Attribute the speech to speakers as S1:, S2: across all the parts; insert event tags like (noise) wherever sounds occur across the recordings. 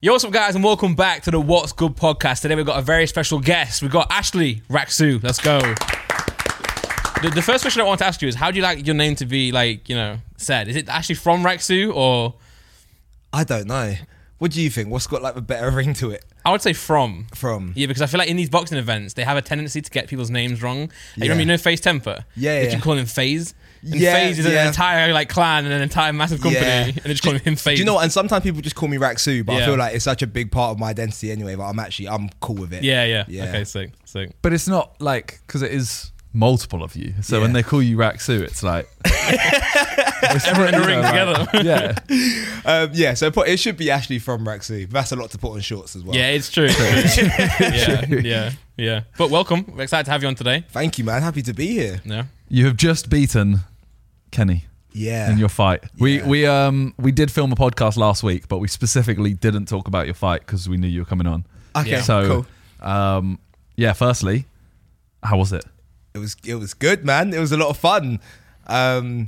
S1: Yo, what's up, guys, and welcome back to the What's Good podcast. Today, we've got a very special guest. We've got Ashley Raksu. Let's go. The, the first question I want to ask you is how do you like your name to be, like, you know, said? Is it actually from Raksu or
S2: I don't know. What do you think? What's got like the better (laughs) ring to it
S1: I would say from?
S2: from?
S1: Yeah, because I feel like in these boxing events, they have a tendency to get people's names wrong. Like, You remember,
S2: Yeah.
S1: you know, Phase Temper?
S2: Yeah,
S1: They
S2: yeah.
S1: keep calling him Phase. And
S2: Yeah,
S1: Phase is an
S2: yeah.
S1: entire, like, clan and an entire massive company,
S2: Yeah.
S1: and they just call him Phase.
S2: Do you know what? And sometimes people just call me Raksu, but
S1: Yeah.
S2: I feel like it's such a big part of my identity anyway. But I'm actually I'm cool with it.
S1: Yeah, yeah.
S2: Yeah.
S1: Okay, sick, sick.
S3: But it's not like because it is multiple of you. So when
S2: Yeah.
S3: they call you Raksu, it's like it's
S1: Everyone in the ring
S3: together. (laughs) Yeah,
S2: Um, yeah. So put, it should be Ashley from Raksu. That's a lot to put on shorts as well.
S1: Yeah, it's
S3: (laughs)
S1: true. yeah, yeah, yeah. But welcome. We're excited to have you on today.
S2: Thank you, man. Happy to be here.
S1: No.
S3: you have just beaten Kenny
S2: Yeah.
S3: in your fight. We
S2: Yeah.
S3: we um we did film a podcast last week, but we specifically didn't talk about your fight because we knew you were coming on.
S2: okay.
S1: Yeah.
S3: So
S2: cool.
S3: um yeah, firstly, how was it?
S2: It was it was good, man. It was a lot of fun. Um,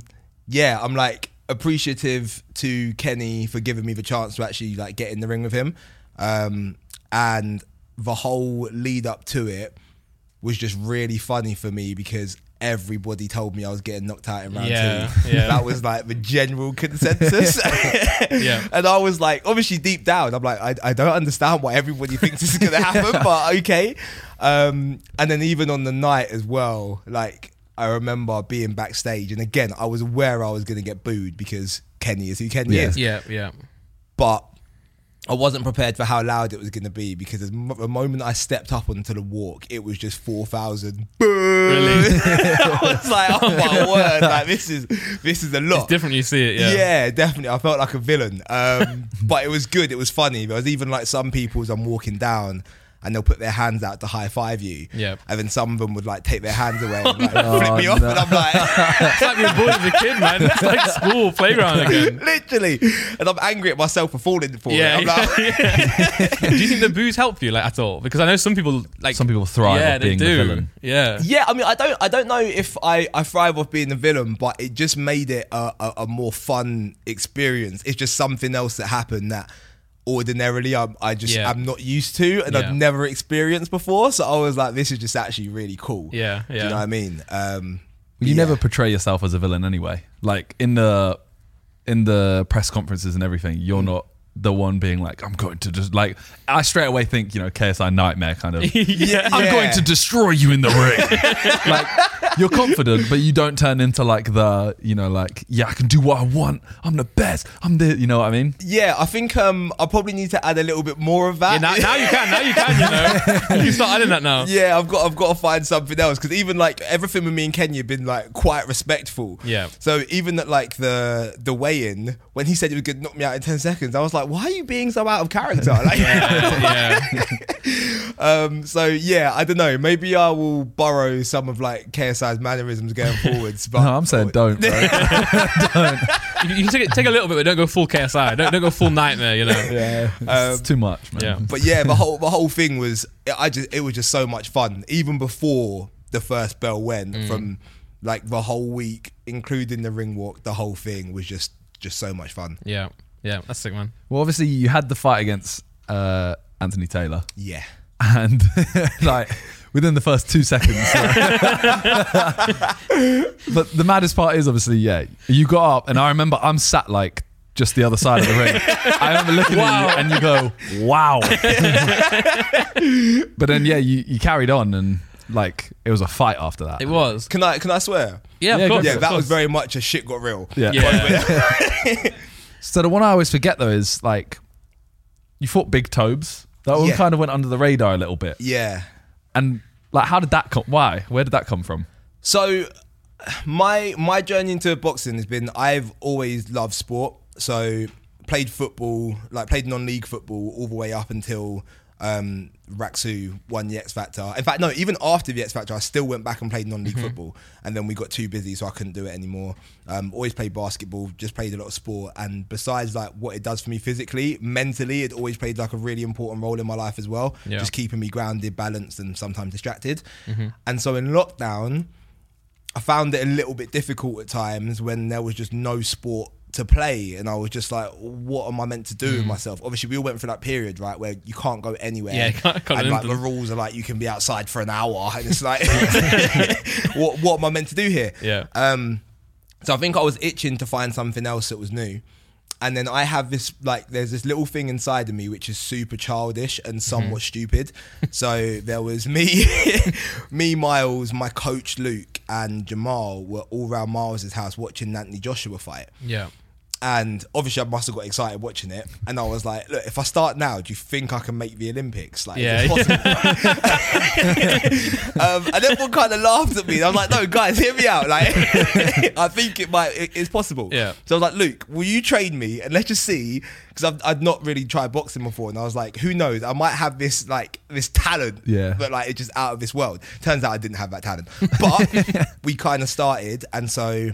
S2: yeah, I'm like appreciative to Kenny for giving me the chance to actually like get in the ring with him. Um, and the whole lead up to it was just really funny for me because everybody told me I was getting knocked out in round
S1: Yeah,
S2: two.
S1: yeah.
S2: That was like the general consensus.
S1: (laughs)
S2: (laughs)
S1: Yeah.
S2: And I was like, obviously deep down, I'm like, I, I don't understand why everybody thinks this is gonna happen,
S3: (laughs)
S2: but okay. Um, and then even on the night as well, like I remember being backstage, and again, I was aware I was gonna get booed because Kenny is who Kenny
S3: Yeah.
S2: is,
S1: Yeah, yeah.
S2: but I wasn't prepared for how loud it was gonna be because as mo- the moment I stepped up onto the walk, it was just four thousand.
S1: Really?
S2: (laughs) I was like, oh
S3: (laughs)
S2: my word, like this is this is a lot.
S1: It's different. You see it.
S2: Yeah.
S1: Yeah.
S2: definitely. I felt like a villain, um, (laughs) but it was good. It was funny. There was even like some people as I'm walking down, and they'll put their hands out to high five you.
S1: Yep.
S2: and then some of them would like take their hands away
S1: (laughs)
S2: and like, flip me
S3: Oh,
S2: off,
S3: no.
S2: and I'm like, (laughs)
S1: It's like being bullied as a kid, man. It's like school playground
S3: (laughs)
S1: again.
S2: literally, and I'm angry at myself for falling for
S1: Yeah.
S2: it.
S1: (laughs)
S2: I'm like,
S1: yeah. do you think the booze help you like at all? Because I know some people like
S3: Some people thrive
S1: Yeah,
S3: off
S1: they
S3: being the
S1: do.
S3: villain.
S1: Yeah.
S2: yeah. I mean, I don't, I don't know if I, I thrive off being a villain, but it just made it a, a, a more fun experience. It's just something else that happened that. Ordinarily, I'm, I just
S1: Yeah.
S2: am not used to, and
S1: Yeah.
S2: I've never experienced before. So I was like, "This is just actually really cool."
S1: Yeah. Yeah.
S2: Do you know what I mean? Um,
S3: You
S2: yeah.
S3: never portray yourself as a villain anyway. Like in the in the press conferences and everything, you're not the one being like, I'm going to just like I straight away think, you know, KSI nightmare kind of
S1: yeah.
S3: I'm
S2: Yeah.
S3: going to destroy you in the ring. like you're confident, but you don't turn into like the, you know, like, yeah, I can do what I want. I'm the best. I'm the you know what I mean?
S2: Yeah, I think um, I probably need to add a little bit more of that.
S1: (laughs) Yeah, now, now you can. Now you can.
S3: (laughs)
S1: You know. You start adding that now.
S2: Yeah, I've got I've got to find something else because even like everything with me and Kenya been like quite respectful.
S1: Yeah.
S2: So even at like the the weigh in when he said he was gonna knock me out in ten seconds, I was like, why are you being so out of
S3: (laughs)
S2: character? Like,
S1: Yeah. yeah.
S2: um, so yeah, I don't know. Maybe I will borrow some of like KSI's mannerisms going
S3: (laughs)
S2: forwards. But
S3: No,
S2: (laughs)
S3: I'm saying don't, bro.
S1: You, you can take, it, take a little bit, but don't go full KSI. Don't, don't go full nightmare. You know.
S3: yeah. It's too much, man.
S1: yeah.
S2: but yeah, the whole the whole thing was I just it was just so much fun. Even before the first bell went,
S3: Mm.
S2: from like the whole week, including the ring walk, the whole thing was just just so much fun.
S1: Yeah. Yeah. That's sick, man.
S3: Well obviously you had the fight against uh Anthony Taylor.
S2: Yeah.
S3: and (laughs) like within the first two seconds. (laughs) but the maddest part is obviously, yeah, you got up, and I remember I'm sat like just the other side of the ring. I remember looking
S1: Wow.
S3: at you, and you go, "Wow!" but then, yeah, you, you carried on, and like it was a fight after that.
S1: It was.
S2: Can I can I swear?
S1: Yeah. Of
S3: Yeah, go
S1: course.
S3: for it.
S2: Yeah,
S1: of
S2: that
S1: course.
S2: was very much a shit got real. (laughs)
S3: Yeah.
S1: Yeah.
S3: So the one I always forget though is like you fought Big Tobes. That one
S2: Yeah.
S3: kind of went under the radar a little bit.
S2: Yeah.
S3: And like, how did that come? Why? Where did that come from?
S2: So my my journey into boxing has been I've always loved sport. So played football, like played non-league football all the way up until um Raksu won the X Factor. In fact, no, even after the X Factor, I still went back and played non-league football. And then we got too busy, so I couldn't do it anymore. Um, always played basketball, just played a lot of sport. And besides like what it does for me physically, mentally, it always played like a really important role in my life as well.
S1: Yeah.
S2: Just keeping me grounded, balanced, and sometimes distracted. And so in lockdown, I found it a little bit difficult at times when there was just no sport to play, and I was just like, "What am I meant to do
S1: Mm.
S2: with myself?" Obviously, we all went through that period, right, where you can't go anywhere,
S1: Yeah, can't- can't
S2: and like
S1: do
S2: the
S1: nothing.
S2: rules are like you can be outside for an hour, and
S1: (laughs)
S2: it's like, (laughs) what, what am I meant to do here?
S1: Yeah.
S2: Um, so I think I was itching to find something else that was new. And then I have this like there's this little thing inside of me which is super childish and somewhat stupid. So there was me, (laughs) me, Miles, my coach Luke, and Jamal were all round Miles's house watching the Anthony Joshua fight.
S1: Yeah.
S2: And obviously I must have got excited watching it. And I was like, look, if I start now, do you think I can make the Olympics? Like,
S1: Yeah.
S2: is it possible? (laughs) um, and everyone kind of laughed at me. And I was like, no, guys, hear me out. Like, (laughs) I think it might, it- it's possible.
S1: Yeah.
S2: So I was like, Luke, will you train me and let's just see? Because I'd not really tried boxing before, and I was like, who knows? I might have this like this talent,
S3: Yeah.
S2: but like it's just out of this world. Turns out I didn't have that talent, but we kind of started, and so.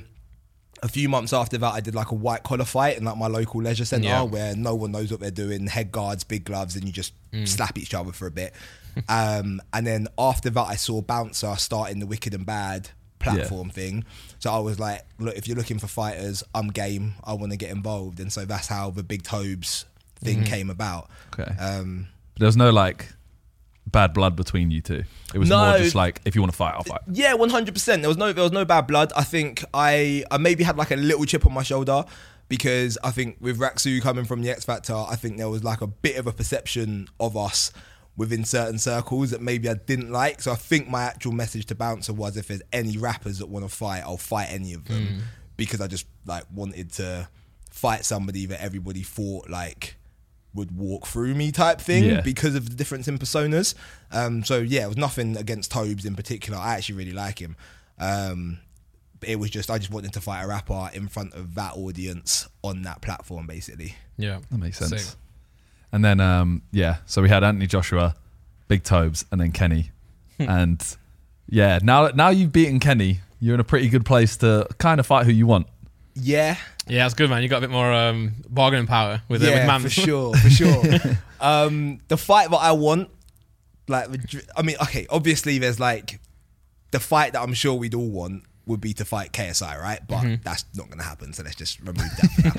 S2: A few months after that, I did like a white collar fight in like my local leisure centre
S1: Yeah.
S2: where no one knows what they're doing, head guards, big gloves, and you just slap each other for a bit. um, and then after that, I saw Bouncer starting the Wicked and Bad platform thing. So I was like, look, if you're looking for fighters, I'm game. I want to get involved. And so that's how the Big Tobes thing came about.
S3: Okay.
S2: Um,
S3: There was no like bad blood between you two. It was
S2: No.
S3: more just like if you want to fight, I'll fight.
S2: Yeah, one hundred percent. There was no there was no bad blood. I think I I maybe had like a little chip on my shoulder because I think with Raksu coming from the X Factor, I think there was like a bit of a perception of us within certain circles that maybe I didn't like. So I think my actual message to Bouncer was if there's any rappers that want to fight, I'll fight any of them because I just like wanted to fight somebody that everybody thought like would walk through me type thing
S3: Yeah.
S2: because of the difference in personas. Um, so yeah, it was nothing against Tobes in particular. I actually really like him. Um, but it was just I just wanted to fight a rapper in front of that audience on that platform, basically.
S1: Yeah.
S3: That makes sense.
S1: Sick.
S3: And then um, yeah, so we had Anthony Joshua, Big Tobes, and then Kenny.
S2: Hmm.
S3: and yeah, now now you've beaten Kenny, you're in a pretty good place to kind of fight who you want.
S2: Yeah,
S1: Yeah, that's good, man. You got a bit more um, bargaining power with uh, with
S2: yeah,
S1: man.
S2: for sure, for sure.
S1: (laughs)
S2: um, the fight that I want, like, the dr- I mean, okay, obviously there's like the fight that I'm sure we'd all want would be to fight KSI, right? But
S1: Mm-hmm.
S2: that's not going to happen, so let's just remove that.
S1: (laughs)
S2: for (laughs)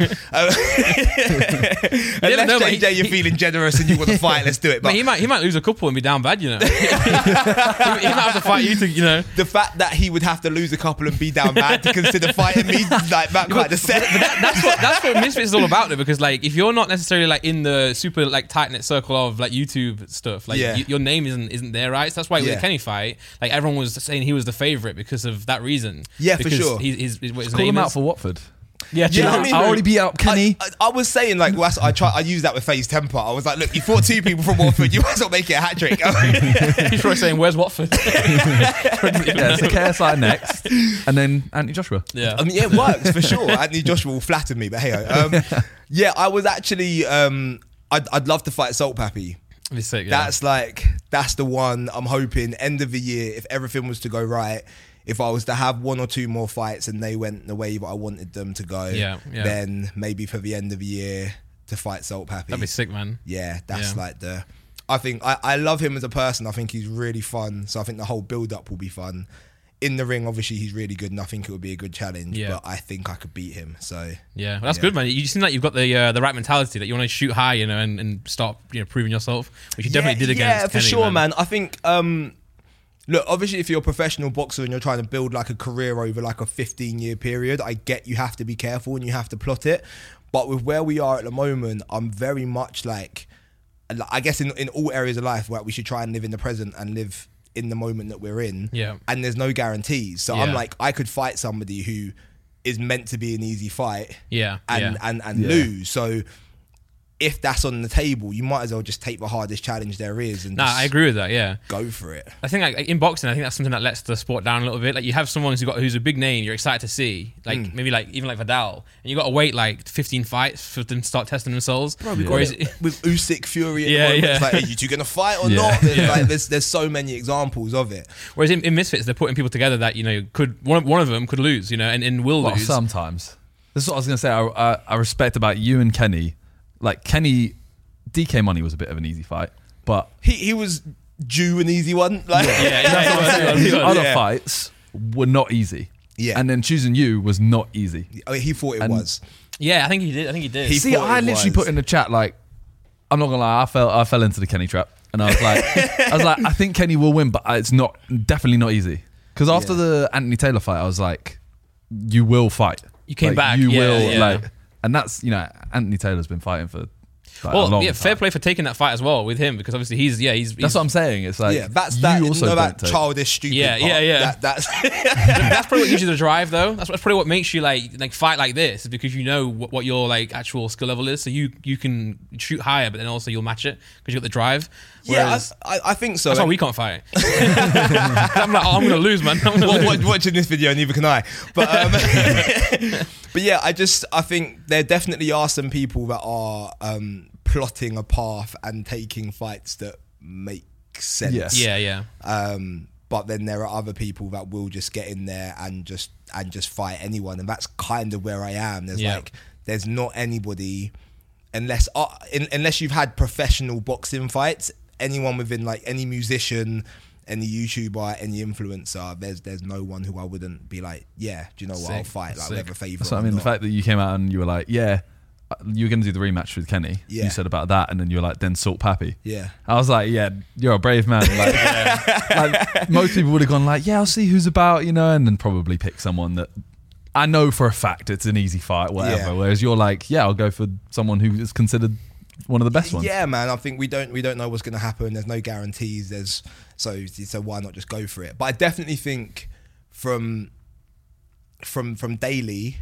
S2: now. Um, Unless
S1: no, but he-
S2: JJ, you're
S1: he-
S2: feeling generous and
S1: (laughs)
S2: you want to fight, let's do it. But
S1: Man, he might he might lose a couple and be down bad, you know. (laughs) he, he might have to fight you to, you know.
S2: the fact that he would have to lose a couple and be down bad to
S1: (laughs)
S2: consider fighting me, like that quite the set.
S1: that's what that's what Misfits is all about though, because like if you're not necessarily like in the super like tight knit circle of like YouTube stuff, like
S2: Yeah.
S1: y- your name isn't isn't there, right? So that's why with
S2: Yeah.
S1: the Kenny fight, like everyone was saying he was the favorite because of that reason.
S2: Yeah, for
S1: Because
S2: sure.
S1: He, he's, he's what his
S3: Call
S1: name
S3: him
S1: is.
S3: out for Watford.
S1: yeah,
S2: Yeah, I
S1: yeah,
S2: mean-
S3: I
S2: (laughs)
S3: already beat out Kenny.
S2: I, I, I was saying like well, that's- I try I used that with FaZe temper. I was like, look, you fought two people from Watford, you might as well make it a hat
S1: (laughs)
S2: trick.
S1: (laughs)
S2: (laughs)
S1: he's probably saying, "Where's Watford?"
S3: yeah, so KSI next, and then Anthony Joshua.
S1: yeah,
S2: I mean, yeah, it works
S1: (laughs)
S2: for sure. Anthony Joshua will flatter me, but hey, um, yeah, I was actually um, I'd, I'd love to fight Salt Pappy.
S1: Be sick, yeah.
S2: That's like that's the one I'm hoping end of the year if everything was to go right. If I was to have one or two more fights and they went the way that I wanted them to go,
S1: Yeah, yeah.
S2: then maybe for the end of the year to fight Salt Pappy.
S1: that'd be sick, man.
S2: Yeah, that's
S1: Yeah.
S2: like the. I think I, I love him as a person. I think he's really fun. So I think the whole build up will be fun. In the ring, obviously, he's really good, and I think it would be a good challenge.
S1: Yeah.
S2: But I think I could beat him. So
S1: Yeah, well, that's
S2: Yeah.
S1: good, man. You seem like you've got the uh, the right mentality that you want to shoot high, you know, and, and start you know proving yourself, which you definitely did against.
S2: Yeah, for
S1: Kenny,
S2: sure, man. I think. um Look, obviously, if you're a professional boxer and you're trying to build like a career over like a 15 year period, I get you have to be careful and you have to plot it. But with where we are at the moment, I'm very much like, I guess in, in all areas of life, where we should try and live in the present and live in the moment that we're in.
S1: Yeah.
S2: And there's no guarantees. So I'm
S1: Yeah.
S2: like, I could fight somebody who is meant to be an easy fight
S1: Yeah,
S2: and
S1: yeah.
S2: and and
S3: Yeah.
S2: lose. So if that's on the table, you might as well just take the hardest challenge there is and
S1: Nah,
S2: just
S1: I agree with that. Yeah,
S2: go for it.
S1: I think like, in boxing, I think that's something that lets the sport down a little bit. Like you have someone who's got who's a big name, you're excited to see, like
S2: Mm.
S1: maybe like even like Vidal, and you got to wait like 15 fights for them to start testing themselves.
S3: we
S1: Or
S3: got
S1: is
S2: With-
S1: it-
S2: With Usyk Fury, at
S1: Yeah,
S2: the moment,
S1: yeah.
S2: it's like, are you two gonna fight or
S3: Yeah.
S2: not? There's, like, there's there's so many examples of it.
S1: (laughs) whereas in, in Misfits, they're putting people together that you know could one of, one of them could lose, you know, and, and will
S3: Well,
S1: lose.
S3: sometimes. This is what I was gonna say. I, I, I respect about you and Kenny. Like Kenny, DK Money was a bit of an easy fight, but
S2: He he was due an easy one. Like, (laughs)
S1: yeah, yeah, yeah,
S3: his
S1: yeah.
S3: other
S2: Yeah.
S3: fights were not easy.
S2: Yeah.
S3: and then choosing you was not easy.
S2: I mean, he thought it
S3: And-
S2: was.
S1: Yeah, I think he did. I think he did.
S2: He-
S3: See,
S2: thought
S3: I
S2: it
S3: literally
S2: was.
S3: put in the chat like, I'm not gonna lie, I fell, I fell into the Kenny trap, and I was like, I was like, I think Kenny will win, but it's not definitely not easy. Because after
S2: Yeah.
S3: the Anthony Taylor fight, I was like, you will fight.
S1: You came
S3: Like,
S1: back,
S3: You
S1: yeah,
S3: will
S1: yeah.
S3: like, and that's you know, Anthony Taylor's been fighting for. Like, a
S1: well,
S3: long
S1: yeah,
S3: time.
S1: fair play for taking that fight as well with him because obviously he's yeah he's, he's
S3: That's what I'm saying. It's like
S2: yeah, that's that.
S3: You also
S2: no, that
S3: don't take-
S2: childish, stupid.
S1: Yeah, yeah,
S2: part.
S1: yeah.
S2: That, that's
S1: (laughs) that's probably what gives you the drive though. That's, that's probably what makes you like like fight like this is because you know what, what your like actual skill level is, so you you can shoot higher, but then also you'll match it because you got the drive.
S2: yeah.
S1: Whereas,
S2: I, I- I think so.
S1: that's why we can't fight. (laughs) I'm like, oh, I'm gonna lose, man. I'm gonna
S2: Wa- (laughs)
S1: lose.
S2: wa- watching this video, neither can I. But um, (laughs) but yeah, I just I think there definitely are some people that are um, plotting a path and taking fights that make sense.
S3: Yes.
S1: Yeah, yeah.
S2: Um, but then there are other people that will just get in there and just and just fight anyone, and that's kind of where I am. There's
S1: Yeah.
S2: like there's not anybody unless uh, in, unless you've had professional boxing fights. Anyone within like any musician, any YouTuber, any influencer, there's there's no one who I wouldn't be like, yeah, do you know what? I'll
S1: Sick.
S2: fight like
S1: Sick.
S2: whether favor.
S3: That's what
S2: or
S3: I mean. The
S2: not.
S3: fact that you came out and you were like, yeah, uh, you're going to do the rematch with Kenny.
S2: Yeah.
S3: You said about that. And then you were like, then salt Pappy.
S2: Yeah.
S3: I was like, yeah, you're a brave man.
S2: (laughs)
S3: Like, like, most people would have gone like, yeah, I'll see who's about, you know, and then probably pick someone that I know for a fact it's an easy fight, whatever.
S2: Yeah.
S3: Whereas you're like, yeah, I'll go for someone who is considered one of the best ones.
S2: Yeah, man. I think we don't we don't know what's going to happen. There's no guarantees. There's so so why not just go for it? But I definitely think from from from Daly,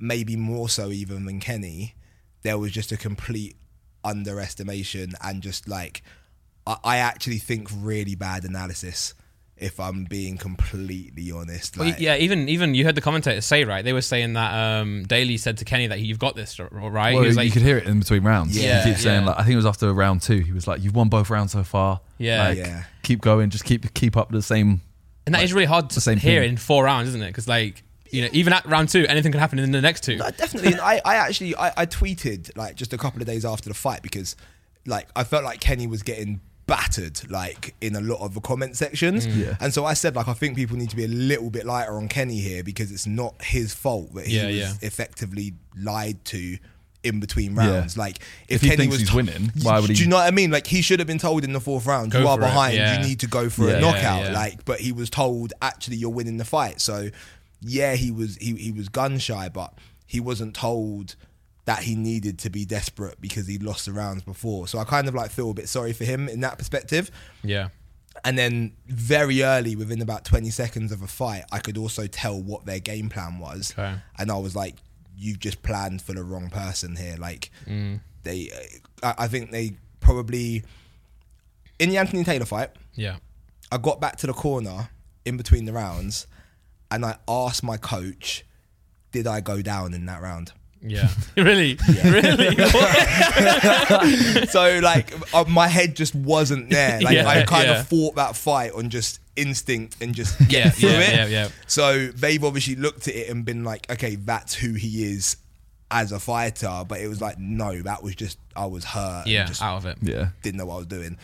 S2: maybe more so even than Kenny, there was just a complete underestimation and just like I, I actually think really bad analysis. If I'm being completely honest,
S1: Well,
S2: like,
S1: E, yeah, even even you heard the commentators say right. They were saying that um, Daly said to Kenny that you've got this, right?
S3: Well,
S1: he was like,
S3: you could hear it in between rounds.
S2: Yeah.
S3: he keeps saying
S1: Yeah.
S3: like, I think it was after round two. He was like, "You've won both rounds so far.
S1: Yeah.
S3: like,
S2: Yeah.
S3: keep going. Just keep keep up the same
S1: and that is really hard to
S3: same
S1: hear
S3: thing.
S1: in four rounds, isn't it? Because like you know, even at round two, anything could happen in the next two.
S2: No, definitely. And I, I actually, I, I tweeted like just a couple of days after the fight because, like, I felt like Kenny was getting battered like in a lot of the comment sections,
S3: Mm. Yeah.
S2: and so I said like I think people need to be a little bit lighter on Kenny here because it's not his fault that he
S1: Yeah,
S2: was
S1: yeah.
S2: effectively lied to in between rounds. Like if,
S3: If he
S2: Kenny
S3: thinks
S2: was
S3: he's winning, why would
S2: Do
S3: he-
S2: you know what I mean? Like he should have been told in the fourth round,
S1: Go
S2: you are
S1: for it,
S2: behind,
S1: yeah.
S2: you need to go for
S3: Yeah,
S2: a
S3: yeah,
S2: knockout.
S1: yeah.
S2: Like like but he was told actually you're winning the fight so yeah he was he, he was gun shy but he wasn't told that he needed to be desperate because he lost the rounds before so i kind of like feel a bit sorry for him in that perspective
S1: Yeah.
S2: and then very early within about 20 seconds of a fight i could also tell what their game plan was
S1: Okay.
S2: and i was like you've just planned for the wrong person here like they uh, I, I think they probably in the anthony taylor fight
S1: Yeah.
S2: I got back to the corner in between the rounds and I asked my coach, did I go down in that round? (laughs)
S1: Yeah. (laughs) really? Really? What?
S2: so, like, uh, my head just wasn't there. Like,
S1: Yeah,
S2: I kind
S1: yeah.
S2: of fought that fight on just instinct and just
S1: (laughs) Yeah,
S2: get through
S1: yeah,
S2: it.
S1: yeah, yeah.
S2: So, they've obviously looked at it and been like, okay, that's who he is as a fighter. But it was like, no, that was just, I was hurt. and
S1: yeah, ah.
S2: Just
S1: out of it.
S3: yeah
S2: didn't know what I was doing.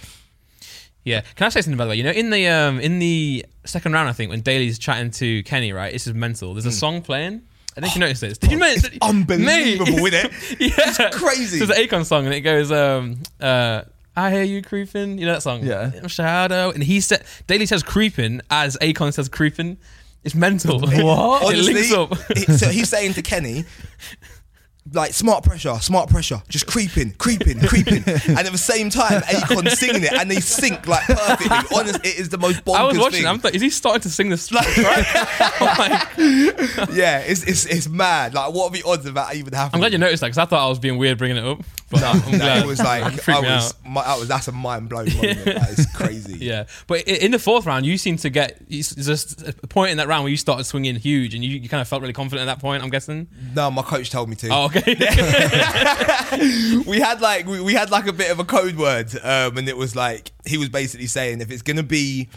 S1: Yeah. Can I say something by the way? You know, in the um in the second round, I think when Daly's chatting to Kenny, right? This is mental. There's a song playing. I think you noticed this. Did you notice?
S2: Mm. Oh, It's unbelievable,
S1: Mate. (laughs)
S2: isn't it?
S1: yeah. It's
S2: crazy.
S1: There's an Akon song and it goes, um, uh, I hear you creeping. You know that song?
S3: Yeah.
S1: "I'm Shadow. And he said, Daly says creeping as Akon says creeping. It's mental.
S3: What?
S1: it links up.
S2: he- so he's saying to Kenny, like smart pressure, smart pressure, just creeping, creeping, creeping, and at the same time, Akon singing it, and they sync like perfectly. Honest, it is the most bonkers
S1: I was watching.
S2: thing.
S1: I'm like, is he starting to sing this? Like, right? (laughs) I'm like,
S2: yeah, it's, it's it's mad. Like, what are the odds of that even happening?
S1: I'm glad you noticed that because I thought I was being weird bringing it up. But I'm
S2: (laughs) That
S1: glad.
S2: was
S1: (laughs) It
S2: like,
S1: freaked
S2: I
S1: me
S2: was,
S1: out.
S2: my, that was that's a mind blowing moment. That is crazy.
S1: (laughs) Yeah, but i- in the fourth round, you seem to get you s- just a point in that round where you started swinging huge, and you, you kind of felt really confident at that point. I'm guessing.
S2: No, my coach told me to.
S1: Oh, (laughs) okay.
S2: we had like we, we had like a bit of a code word, um, and it was like he was basically saying if it's gonna be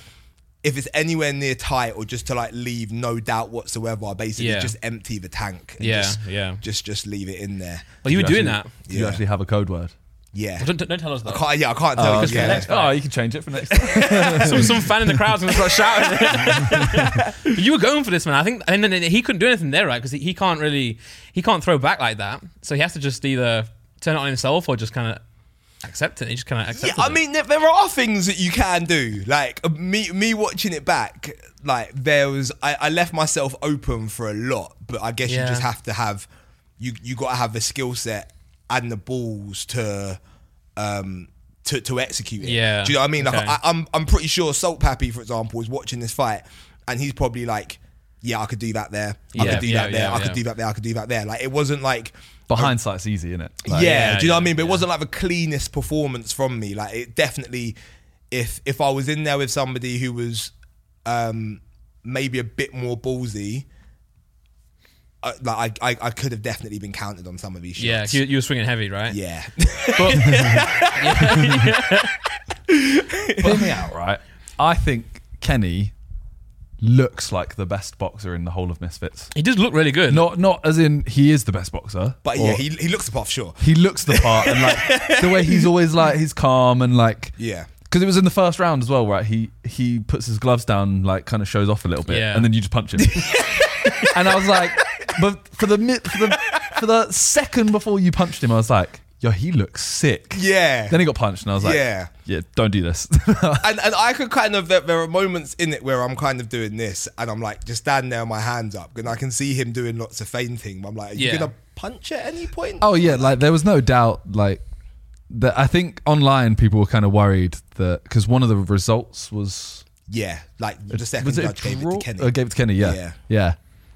S2: if it's anywhere near tight or just to like leave no doubt whatsoever, I basically
S1: Yeah.
S2: just empty the tank. and
S1: Yeah,
S2: just,
S1: yeah.
S2: Just just leave it in there.
S1: well, you were
S3: Did you
S1: doing that.
S3: actually- Do you
S2: Yeah.
S3: actually have a code word?
S2: Yeah.
S1: Don't, don't tell us that.
S2: Can't- yeah, I can't tell. you.
S1: okay.
S2: yeah.
S1: Next
S3: Oh, you can change it for next time.
S1: some, some fan in the crowd's gonna start shouting. But you were going for this man. I think and then he couldn't do anything there, right? Because he, he can't really he can't throw back like that. So he has to just either turn it on himself or just kind of accept it. He just kind of
S2: Yeah,
S1: accepts.
S2: I mean, there, there are things that you can do. Like uh, me, me watching it back, like there was, I, I left myself open for a lot. But I guess
S1: Yeah.
S2: you just have to have, you you got to have the skill set and the balls to, um, to to execute it.
S1: Yeah.
S2: do you know what I mean? Like
S1: Okay.
S2: I, I'm I'm pretty sure Salt Pappy, for example, is watching this fight, and he's probably like, yeah, I could do that there. I
S1: Yeah,
S2: could do
S1: yeah,
S2: that there.
S1: yeah,
S2: I could
S1: yeah.
S2: do that there. I could do that there. Like it wasn't like.
S3: but hindsight's easy, isn't it?
S2: yeah,
S1: yeah,
S2: do you know what I
S1: yeah,
S2: mean? But it wasn't like the cleanest performance from me. Like it definitely, if if I was in there with somebody who was um maybe a bit more ballsy, uh, like I, I I could have definitely been counted on some of these
S1: yeah,
S2: shots.
S1: you, you were swinging heavy, right?
S2: yeah, (laughs)
S1: But,
S3: Hear me out, right? I think Kenny looks like the best boxer in the whole of Misfits.
S1: (laughs) he does look really good.
S3: Not not as in he is the best boxer,
S2: but
S3: or-
S2: yeah, he he looks above sure.
S3: he looks the part and like the way he's always like he's calm and like
S2: Yeah.
S3: because it was in the first round as well right he he puts his gloves down like kind of shows off a little bit
S1: Yeah.
S3: and then you just punch him and i was like but for the mi- for the for the second before you punched him i was like yo he looks sick
S2: Yeah.
S3: then he got punched and i was like
S2: Yeah.
S3: yeah don't do this (laughs)
S2: and and I could kind of there, there are moments in it where I'm kind of doing this and I'm like just standing there with my hands up and I can see him doing lots of fainting. I'm like, are you
S1: Yeah.
S2: gonna punch at any point?
S3: Oh yeah, like there was no doubt. Like that, I think online people were kind of worried that because one of the results was
S2: Yeah, like the second
S3: was it a
S2: judge gave it
S3: draw?
S2: to Kenny.
S3: Oh, gave it to Kenny. Yeah.
S2: Yeah.
S3: yeah,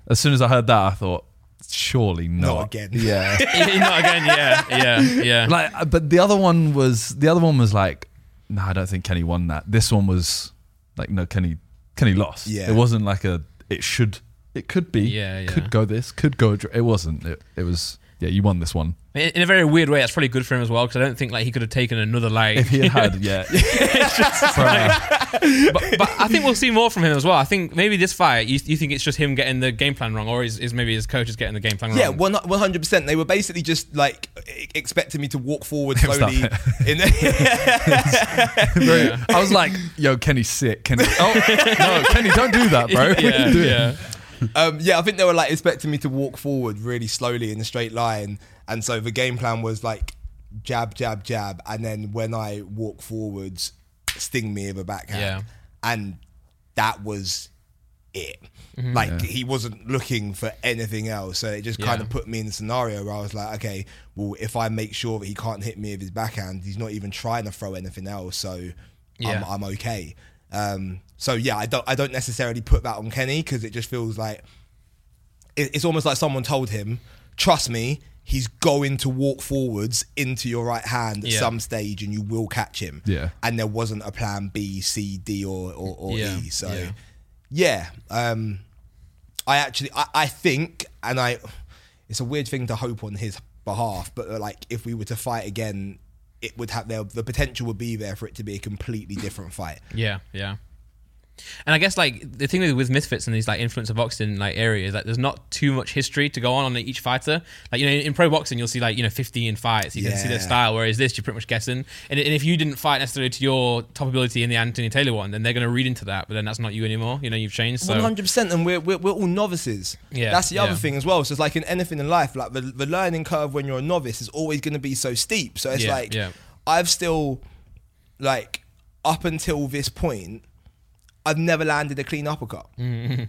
S3: As soon as I heard that, I thought, surely not,
S2: Not Oh, again. (laughs)
S3: Yeah,
S1: Not again. Yeah, yeah, yeah.
S3: like uh, but the other one was the other one was like, no, I don't think Kenny won that. This one was like, no, Kenny, Kenny lost.
S2: Yeah.
S3: it wasn't like a. It should. It could be.
S1: Yeah, yeah.
S3: Could go this. Could go. a dr- It wasn't. It, it was. Yeah, you won this one.
S1: In in a very weird way, that's probably good for him as well because I don't think like he could have taken another like.
S3: If he had had, (laughs)
S1: (laughs)
S3: yeah.
S1: but, but I think we'll see more from him as well. I think maybe this fight, you, you think it's just him getting the game plan wrong, or is, is maybe his coach is getting the game plan
S2: Yeah,
S1: wrong?
S2: one hundred percent. They were basically just like e- expecting me to walk forward slowly.
S3: (laughs) Stop
S2: in (laughs) the-
S3: Very- I was like, yo, Kenny's sick. Kenny, oh, no, Kenny, don't (laughs) do that, bro. What are
S1: (laughs)
S3: you
S1: yeah,
S3: doing?
S1: yeah.
S2: um, yeah, I think they were like expecting me to walk forward really slowly in a straight line, and so the game plan was like jab, jab, jab, and then when I walk forwards, sting me with a backhand,
S1: Yeah.
S2: and that was it.
S1: Mm-hmm.
S2: Like he wasn't looking for anything else, so it just kind
S1: Yeah.
S2: of put me in a scenario where I was like, okay, well, if I make sure that he can't hit me with his backhand, he's not even trying to throw anything else, so
S1: Yeah.
S2: I'm, I'm okay. Um, so yeah, I don't I don't necessarily put that on Kenny because it just feels like it, it's almost like someone told him, trust me, he's going to walk forwards into your right hand at
S1: Yeah.
S2: some stage, and you will catch him.
S3: Yeah.
S2: and there wasn't a plan B, C, D, or or, or
S1: Yeah,
S2: E. So
S1: yeah.
S2: yeah, um, I actually I, I think, and I, it's a weird thing to hope on his behalf, but uh, like if we were to fight again. It would have there. The potential would be there for it to be a completely different fight.
S1: Yeah, yeah. And I guess like the thing with, with Misfits and these like influencer boxing like area is that there's not too much history to go on on each fighter. Like you know, in, in pro boxing you'll see like you know 15 fights, you can see their
S2: Yeah.
S1: style. Whereas this you're pretty much guessing. And, and if you didn't fight necessarily to your top ability in the Anthony Taylor one, then they're going to read into that. But then that's not you anymore. You know, you've changed. So
S2: One hundred percent, and we're, we're we're all novices.
S1: Yeah,
S2: that's the other
S1: yeah.
S2: thing as well. So it's like in anything in life, like the, the learning curve when you're a novice is always going to be so steep. So it's
S1: Yeah,
S2: like
S1: yeah.
S2: I've still like up until this point, I've never landed a clean uppercut.
S1: Mm-hmm.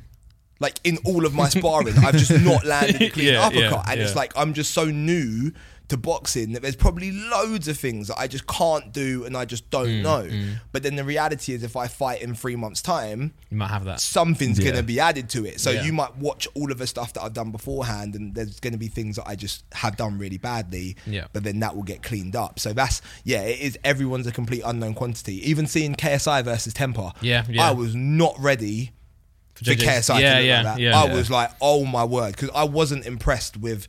S2: Like in all of my sparring, I've just
S1: (laughs)
S2: not landed a clean
S1: Yeah, yeah,
S2: uppercut, and it's
S1: yeah.
S2: like I'm just so new to boxing that there's probably loads of things that I just can't do and I just don't
S1: Mm,
S2: know. But then the reality is, if I fight in three months' time,
S1: you might have that.
S2: something's
S3: Yeah.
S2: going to be added to it. So
S1: Yeah.
S2: you might watch all of the stuff that I've done beforehand, and there's going to be things that I just have done really badly.
S1: Yeah.
S2: But then that will get cleaned up. So that's yeah, it is. Everyone's a complete unknown quantity. Even seeing KSI versus Temper,
S1: Yeah, yeah.
S2: I was not ready. For
S1: judges.
S2: KSI
S1: Yeah,
S2: to look
S1: yeah,
S2: like that.
S1: yeah.
S2: I
S1: Yeah.
S2: was like, oh my word, because I wasn't impressed with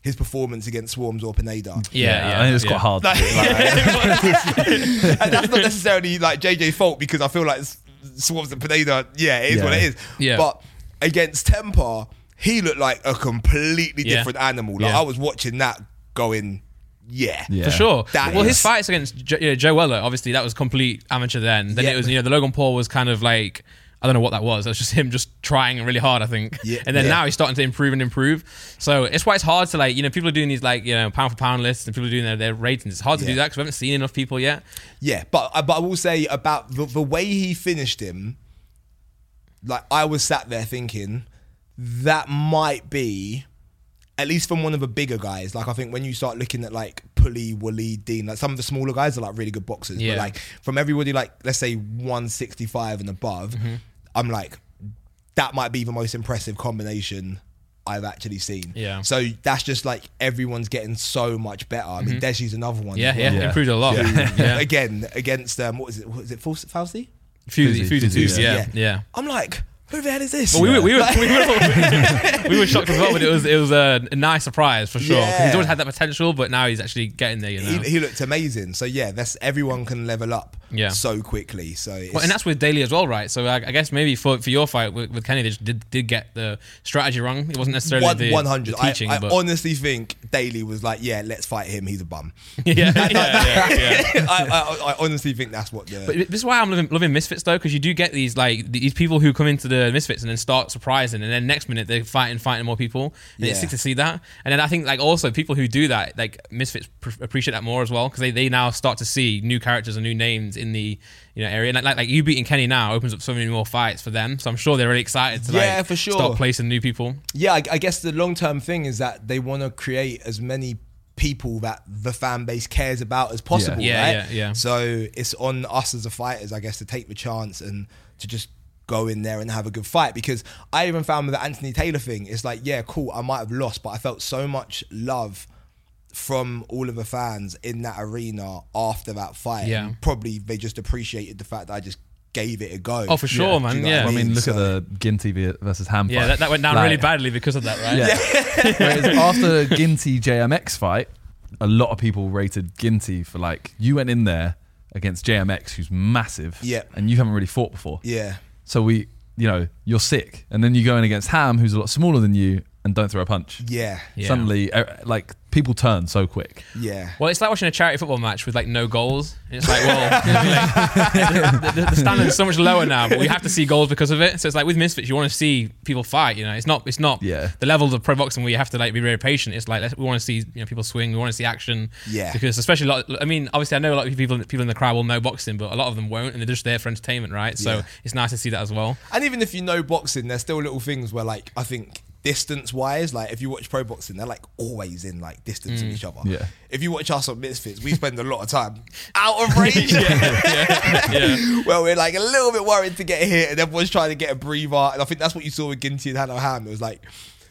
S2: his performance against Swarms or Pineda.
S1: Yeah, yeah.
S3: I think it was
S1: yeah.
S3: quite hard. to do.
S1: (laughs)
S3: Like, (laughs)
S2: and that's not necessarily like JJ's fault because I feel like S- Swabs and Pineda, yeah, it is
S3: Yeah.
S2: what it is.
S1: Yeah.
S2: But against Temper, he looked like a completely
S1: Yeah.
S2: different animal. Like
S1: Yeah.
S2: I was watching that going, yeah.
S3: Yeah.
S1: For sure.
S2: That
S1: well, his
S2: is-
S1: fights against jo- you know, Joe Weller, obviously, that was complete amateur then. Then
S2: Yeah.
S1: it was, you know, the Logan Paul was kind of like, I don't know what that was. That's just him just trying really hard, I think.
S2: Yeah.
S1: And then
S2: Yeah.
S1: now he's starting to improve and improve. So it's why it's hard to like, you know, people are doing these like, you know, pound for pound lists and people are doing their, their ratings. It's hard to
S2: Yeah.
S1: do that because we haven't seen enough people yet.
S2: Yeah, but uh, but I will say about the, the way he finished him, like I was sat there thinking that might be at least from one of the bigger guys. Like I think when you start looking at like Pulley, Waleed, Dean, like some of the smaller guys are like really good boxers.
S1: Yeah.
S2: But like from everybody like let's say 165 and above,
S1: Mm-hmm.
S2: I'm like that might be the most impressive combination I've actually seen.
S1: Yeah.
S2: So that's just like everyone's getting so much better. I mean, Deshi's another one.
S1: Mm-hmm. Yeah,
S2: as
S1: yeah.
S2: well.
S3: Yeah.
S1: Improved a lot. (laughs) Yeah.
S2: Oh, (laughs) again against um, what was it? What was it Fous- Fauci?
S1: Fusey,
S3: Fusey,
S1: Fusey,
S3: Fusey,
S1: Fusey, yeah. Yeah.
S2: I'm like, who the hell is this?
S1: Well, we were, we were, we were, we were shocked as well, but it was it was a nice surprise for sure. 'Cause He's
S2: Yeah.
S1: always had that potential, but now he's actually getting there. You know,
S2: he, he looked amazing. So yeah, that's everyone can level up.
S1: Yeah.
S2: So quickly. So it's,
S1: Well, and that's with Daly as well, right? So I, I guess maybe for, for your fight with, with Kenny, they just did, did get the strategy wrong. It wasn't necessarily
S2: one,
S1: the,
S2: 100.
S1: the teaching,
S2: I, I
S1: but
S2: honestly think Daly was like, yeah, let's fight him. He's a bum.
S1: (laughs) yeah, (laughs)
S2: (laughs)
S1: yeah, yeah, yeah.
S2: I, I, I honestly think that's what the.
S1: (laughs) But this is why I'm loving, loving Misfits though, because you do get these like these people who come into the Misfits and then start surprising, and then next minute they're fighting, fighting more people, and it's
S2: Yeah.
S1: sick to see that. And then I think like also people who do that, like Misfits, pr- appreciate that more as well, because they, they now start to see new characters and new names in the you know area. And like like, like you beating Kenny now opens up so many more fights for them. So I'm sure they're really excited to like
S2: Yeah, for sure.
S1: start placing new people.
S2: yeah, I, I guess the long term thing is that they want to create as many people that the fan base cares about as possible,
S1: Yeah,
S2: right?
S1: yeah, yeah.
S2: So it's on us as the fighters, I guess, to take the chance and to just go in there and have a good fight. Because I even found with the Anthony Taylor thing, it's like, yeah, cool, I might have lost, but I felt so much love from all of the fans in that arena after that fight.
S1: Yeah.
S2: And probably they just appreciated the fact that I just gave it a go.
S1: Oh, for sure,
S2: Do you
S1: man,
S2: know what
S1: yeah.
S3: Well, I mean, look
S2: So-
S3: at the Ginty v- versus Ham
S1: uh, Yeah,
S3: fight.
S1: that, that went down
S3: Like,
S1: really badly because of that, right?
S3: Yeah.
S2: (laughs)
S3: Whereas after Ginty JMX fight, a lot of people rated Ginty for like you went in there against JMX, who's massive,
S2: Yeah.
S3: and you haven't really fought before.
S2: Yeah.
S3: So we, you know, you're sick, and then you go in against Ham, who's a lot smaller than you, and don't throw a punch.
S2: Yeah.
S1: Yeah.
S3: Suddenly, uh, like people turn so quick.
S2: Yeah.
S1: Well, it's like watching a charity football match with like no goals. And it's like,
S3: (laughs)
S1: well, like, the, the, the standard is so much lower now, but we have to see goals because of it. So it's like with Misfits, you want to see people fight. You know, it's not, it's not
S3: Yeah.
S1: the levels of pro boxing where you have to like be very patient. It's like let's, we want to see you know people swing, we want to see action.
S2: Yeah.
S1: Because especially, a lot, I mean, obviously, I know a lot of people people in the crowd will know boxing, but a lot of them won't, and they're just there for entertainment, right? So
S2: Yeah.
S1: it's nice to see that as well.
S2: And even if you know boxing, there's still little things where, like, I think distance wise, like if you watch pro boxing, they're like always in like distance
S1: Mm.
S2: of each other.
S3: Yeah.
S2: If you watch us on Misfits, we spend a lot of time out
S1: (laughs)
S2: of range. (laughs) Well, we're like a little bit worried to get hit, and everyone's trying to get a breather. And I think that's what you saw with Ginty and Hallow Ham. It was like